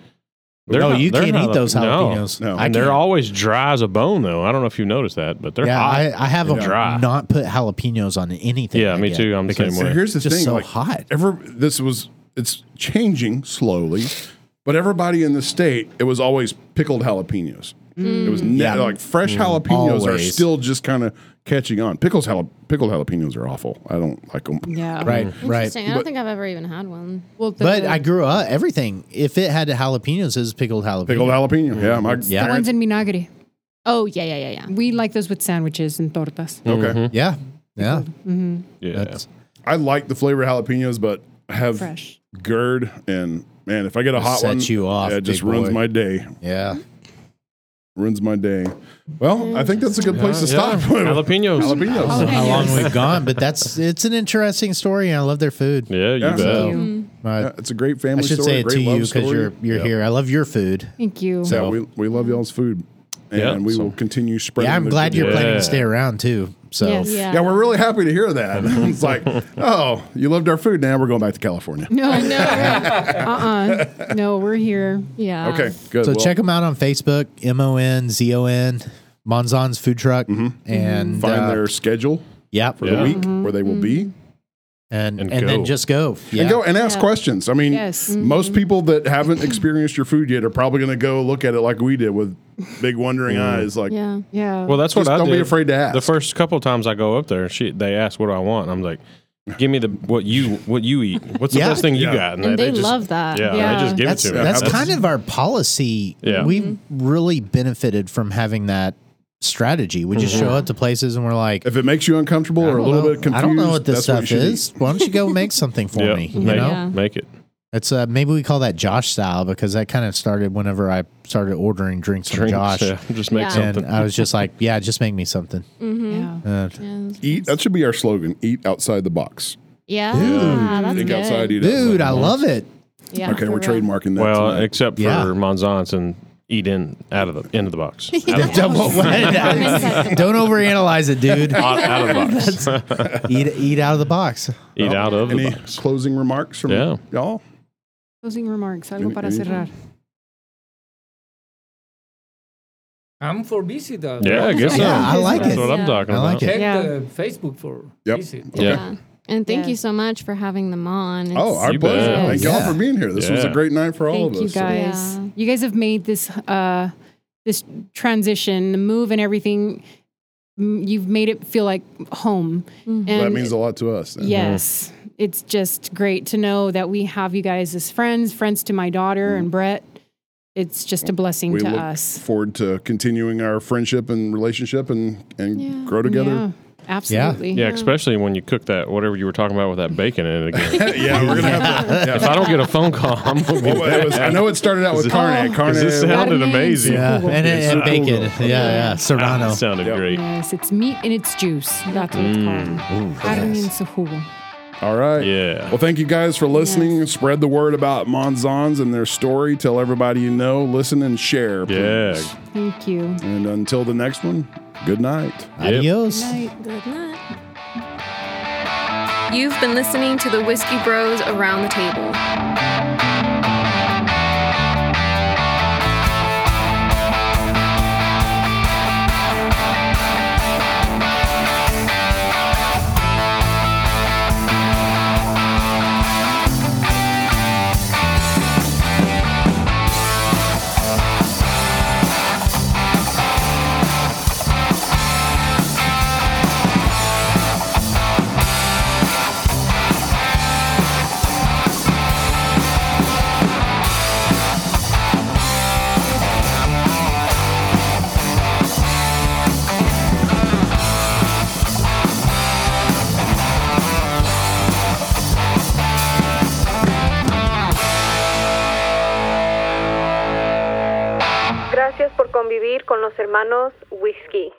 [SPEAKER 2] They're
[SPEAKER 3] no,
[SPEAKER 2] not-
[SPEAKER 3] you
[SPEAKER 2] they're
[SPEAKER 3] can't
[SPEAKER 2] not-
[SPEAKER 3] eat those
[SPEAKER 2] no.
[SPEAKER 3] jalapenos.
[SPEAKER 1] No.
[SPEAKER 3] I
[SPEAKER 2] and they're
[SPEAKER 3] can't.
[SPEAKER 2] always dry as a bone, though. I don't know if you noticed that, but they're
[SPEAKER 3] yeah.
[SPEAKER 2] hot.
[SPEAKER 3] I, I have
[SPEAKER 2] They're
[SPEAKER 3] them
[SPEAKER 2] dry.
[SPEAKER 3] not put jalapenos on anything.
[SPEAKER 2] yeah,
[SPEAKER 3] I
[SPEAKER 2] me
[SPEAKER 3] get,
[SPEAKER 2] too. I'm the
[SPEAKER 3] because
[SPEAKER 2] same
[SPEAKER 1] So
[SPEAKER 2] way.
[SPEAKER 1] here's the
[SPEAKER 3] It's just
[SPEAKER 1] thing:
[SPEAKER 3] so
[SPEAKER 1] like,
[SPEAKER 3] hot.
[SPEAKER 1] Ever this was it's changing slowly, but everybody in the state it was always pickled jalapenos. It was ne-
[SPEAKER 3] Mm. Yeah. Mm.
[SPEAKER 1] like fresh jalapenos are
[SPEAKER 3] Always.
[SPEAKER 1] still just kind of catching on. Pickles jala- pickled jalapenos are awful. I don't like them.
[SPEAKER 4] Yeah.
[SPEAKER 3] Right, right.
[SPEAKER 8] Mm. interesting. I don't think I've ever even had one.
[SPEAKER 4] Well, the,
[SPEAKER 3] But I grew up everything. If it had jalapenos, it was pickled jalapenos.
[SPEAKER 1] Pickled jalapeno. Yeah, my
[SPEAKER 3] Yeah.
[SPEAKER 4] the ones
[SPEAKER 1] parents-
[SPEAKER 4] in vinagre.
[SPEAKER 8] Oh, yeah, yeah, yeah, yeah.
[SPEAKER 4] We like those with sandwiches and tortas.
[SPEAKER 1] okay.
[SPEAKER 3] Yeah, yeah.
[SPEAKER 2] yeah,
[SPEAKER 3] That's,
[SPEAKER 1] I like the flavor of jalapenos, but have
[SPEAKER 4] Fresh.
[SPEAKER 1] GERD and man, if I get a hot
[SPEAKER 3] sets
[SPEAKER 1] one,
[SPEAKER 3] you off,
[SPEAKER 1] yeah, it just
[SPEAKER 3] big
[SPEAKER 1] ruins
[SPEAKER 3] boy.
[SPEAKER 1] my day.
[SPEAKER 3] yeah.
[SPEAKER 1] Ruins my day. Well, I think that's a good place to
[SPEAKER 2] Yeah.
[SPEAKER 1] stop.
[SPEAKER 2] jalapenos.
[SPEAKER 1] Jalapenos.
[SPEAKER 3] How
[SPEAKER 4] yeah.
[SPEAKER 3] long we've gone, but that's it's an interesting story, and I love their food.
[SPEAKER 2] Yeah, you
[SPEAKER 1] Yeah.
[SPEAKER 2] bet.
[SPEAKER 4] Thank you.
[SPEAKER 1] Mm-hmm.
[SPEAKER 3] Uh,
[SPEAKER 1] Yeah, it's a great
[SPEAKER 3] I
[SPEAKER 1] family
[SPEAKER 3] should
[SPEAKER 1] story.
[SPEAKER 3] say it
[SPEAKER 1] great
[SPEAKER 3] to you
[SPEAKER 1] love
[SPEAKER 3] because
[SPEAKER 1] story.
[SPEAKER 3] you're you're
[SPEAKER 1] Yeah.
[SPEAKER 3] here. I love your food.
[SPEAKER 4] Thank you.
[SPEAKER 1] Yeah,
[SPEAKER 3] So-
[SPEAKER 1] we, we love y'all's food, and
[SPEAKER 2] Yeah.
[SPEAKER 1] we will continue spreading.
[SPEAKER 3] Yeah, I'm
[SPEAKER 1] the
[SPEAKER 3] glad
[SPEAKER 1] good
[SPEAKER 3] you're
[SPEAKER 1] word.
[SPEAKER 3] planning
[SPEAKER 2] Yeah.
[SPEAKER 3] to stay around too. So
[SPEAKER 4] Yes.
[SPEAKER 8] Yeah.
[SPEAKER 1] Yeah, we're really happy to hear that. it's like, oh, you loved our food. Now we're going back to California.
[SPEAKER 4] No, no, uh, uh no, we're here.
[SPEAKER 8] Yeah.
[SPEAKER 1] Okay, good.
[SPEAKER 3] so
[SPEAKER 1] Well,
[SPEAKER 3] check them out on Facebook, M O N Z O N, Monzon's Food Truck,
[SPEAKER 2] Mm-hmm.
[SPEAKER 3] and
[SPEAKER 1] Find
[SPEAKER 3] uh,
[SPEAKER 1] their schedule
[SPEAKER 3] yep,
[SPEAKER 1] for
[SPEAKER 2] Yeah. Mm-hmm.
[SPEAKER 1] the week where they will be,
[SPEAKER 3] and
[SPEAKER 2] And
[SPEAKER 3] and, then
[SPEAKER 2] go.
[SPEAKER 3] just go. Yeah.
[SPEAKER 1] and go and ask questions. I mean,
[SPEAKER 4] Yes.
[SPEAKER 2] Mm-hmm.
[SPEAKER 1] most people that haven't experienced your food yet are probably going to go look at it like we did with big wondering eyes. Like,
[SPEAKER 8] Yeah.
[SPEAKER 4] Yeah.
[SPEAKER 2] Well, Mm-hmm. that's
[SPEAKER 1] Just
[SPEAKER 2] what I
[SPEAKER 1] don't be
[SPEAKER 2] did.
[SPEAKER 1] afraid to ask.
[SPEAKER 2] The first couple times I go up there, she they ask what do I want. and I'm like, give me the what you what you eat. What's the
[SPEAKER 3] Yeah.
[SPEAKER 2] best thing you
[SPEAKER 1] Yeah.
[SPEAKER 2] got?
[SPEAKER 8] And they
[SPEAKER 2] just-
[SPEAKER 8] love that.
[SPEAKER 2] Yeah,
[SPEAKER 4] Yeah.
[SPEAKER 2] they just give
[SPEAKER 3] That's
[SPEAKER 2] it to me.
[SPEAKER 3] that's kind of our policy.
[SPEAKER 2] Yeah.
[SPEAKER 3] We've
[SPEAKER 1] Mm-hmm.
[SPEAKER 3] really benefited from having that strategy. We just show up to places and we're like,
[SPEAKER 1] if it makes you uncomfortable or a little bit confused,
[SPEAKER 3] I don't know what this
[SPEAKER 1] that's what you
[SPEAKER 3] stuff
[SPEAKER 1] should eat.
[SPEAKER 3] is. Why don't you go make something for
[SPEAKER 2] yeah,
[SPEAKER 3] me? You
[SPEAKER 2] make,
[SPEAKER 3] know,
[SPEAKER 8] Yeah.
[SPEAKER 2] make it.
[SPEAKER 3] It's uh, maybe we call that Josh style because that kind of started whenever I started ordering drinks from
[SPEAKER 2] Drinks,
[SPEAKER 3] Josh,
[SPEAKER 2] yeah, just make
[SPEAKER 8] Yeah.
[SPEAKER 3] and
[SPEAKER 2] something.
[SPEAKER 3] I was just like, "Yeah, just make me something."
[SPEAKER 4] yeah.
[SPEAKER 3] Uh,
[SPEAKER 8] Yeah.
[SPEAKER 1] Eat. That should be our slogan. Eat outside the box.
[SPEAKER 8] Yeah. that's
[SPEAKER 1] Think
[SPEAKER 8] good.
[SPEAKER 1] outside. Eat outside
[SPEAKER 3] dude,
[SPEAKER 1] the
[SPEAKER 3] I
[SPEAKER 1] box.
[SPEAKER 3] love it.
[SPEAKER 8] Yeah,
[SPEAKER 1] Okay,
[SPEAKER 8] for
[SPEAKER 1] we're
[SPEAKER 8] real.
[SPEAKER 1] trademarking that.
[SPEAKER 2] well,
[SPEAKER 1] tonight.
[SPEAKER 2] except for
[SPEAKER 3] Yeah.
[SPEAKER 2] Monzons and eat in out of the end of the box. Out of the
[SPEAKER 3] Don't, don't overanalyze it, dude.
[SPEAKER 2] box. Out of the box.
[SPEAKER 3] Eat eat out of the box.
[SPEAKER 2] e-, eat out of
[SPEAKER 1] Any
[SPEAKER 2] the box.
[SPEAKER 1] closing remarks from
[SPEAKER 2] Yeah.
[SPEAKER 1] y'all?
[SPEAKER 4] Closing remarks. Algo
[SPEAKER 1] Any-
[SPEAKER 4] para
[SPEAKER 1] anything?
[SPEAKER 4] cerrar.
[SPEAKER 6] I'm for visit. uh,
[SPEAKER 2] Yeah, I guess so.
[SPEAKER 3] Yeah, I like
[SPEAKER 2] That's
[SPEAKER 3] it.
[SPEAKER 2] what I'm
[SPEAKER 8] Yeah.
[SPEAKER 2] talking
[SPEAKER 3] I
[SPEAKER 2] about.
[SPEAKER 3] like it.
[SPEAKER 6] Check
[SPEAKER 4] Yeah.
[SPEAKER 6] the Facebook for
[SPEAKER 1] Yep.
[SPEAKER 6] visit.
[SPEAKER 2] Yeah.
[SPEAKER 8] Yeah. And thank you
[SPEAKER 4] Yes.
[SPEAKER 8] so much for having them on. It's-
[SPEAKER 1] Oh, our
[SPEAKER 2] You
[SPEAKER 1] pleasure.
[SPEAKER 2] bet.
[SPEAKER 1] Thank
[SPEAKER 3] Yeah.
[SPEAKER 1] y'all for being here. This was a
[SPEAKER 2] Yeah.
[SPEAKER 1] great night for all
[SPEAKER 4] Thank
[SPEAKER 1] of
[SPEAKER 4] you
[SPEAKER 1] us.
[SPEAKER 4] guys.
[SPEAKER 8] Yeah.
[SPEAKER 4] You guys have made this uh, this transition, the move, and everything. mm, You've made it feel like home. And
[SPEAKER 1] that means a lot to us. then.
[SPEAKER 4] yes, it's just great to know that we have you guys as friends, friends to my daughter and Brett. It's just a blessing
[SPEAKER 1] Mm. We
[SPEAKER 4] to
[SPEAKER 1] look
[SPEAKER 4] us.
[SPEAKER 1] forward to continuing our friendship and relationship and, and
[SPEAKER 8] Yeah.
[SPEAKER 1] grow together.
[SPEAKER 4] Yeah, absolutely.
[SPEAKER 2] Yeah, especially when you cook that whatever you were talking about with that bacon in it again.
[SPEAKER 1] Yeah, we're gonna have to.
[SPEAKER 2] if I don't get a phone call, I'm gonna be
[SPEAKER 1] Oh, it was- I know it started out with carne. Carne.
[SPEAKER 2] Because this sounded
[SPEAKER 4] Carne.
[SPEAKER 2] amazing.
[SPEAKER 4] Yeah.
[SPEAKER 3] Yeah, and,
[SPEAKER 1] It's
[SPEAKER 3] and
[SPEAKER 1] so
[SPEAKER 3] bacon.
[SPEAKER 1] cool.
[SPEAKER 3] Yeah, yeah, Serrano.
[SPEAKER 2] That sounded
[SPEAKER 1] Yep.
[SPEAKER 2] great.
[SPEAKER 4] Yes, it's meat and it's juice. That's what it's
[SPEAKER 1] Mm.
[SPEAKER 4] called. Carne en su jugo.
[SPEAKER 1] All right.
[SPEAKER 2] Yeah.
[SPEAKER 1] Well, thank you guys for listening. Spread the word about Monzons and their story. Tell everybody you know. Listen and share. Please.
[SPEAKER 2] Yeah.
[SPEAKER 4] Thank you.
[SPEAKER 1] And until the next one, good night.
[SPEAKER 3] Adios.
[SPEAKER 8] Good night. You've been listening to the Whiskey Bros Around the Table.
[SPEAKER 7] Gracias por convivir con los hermanos Whiskey.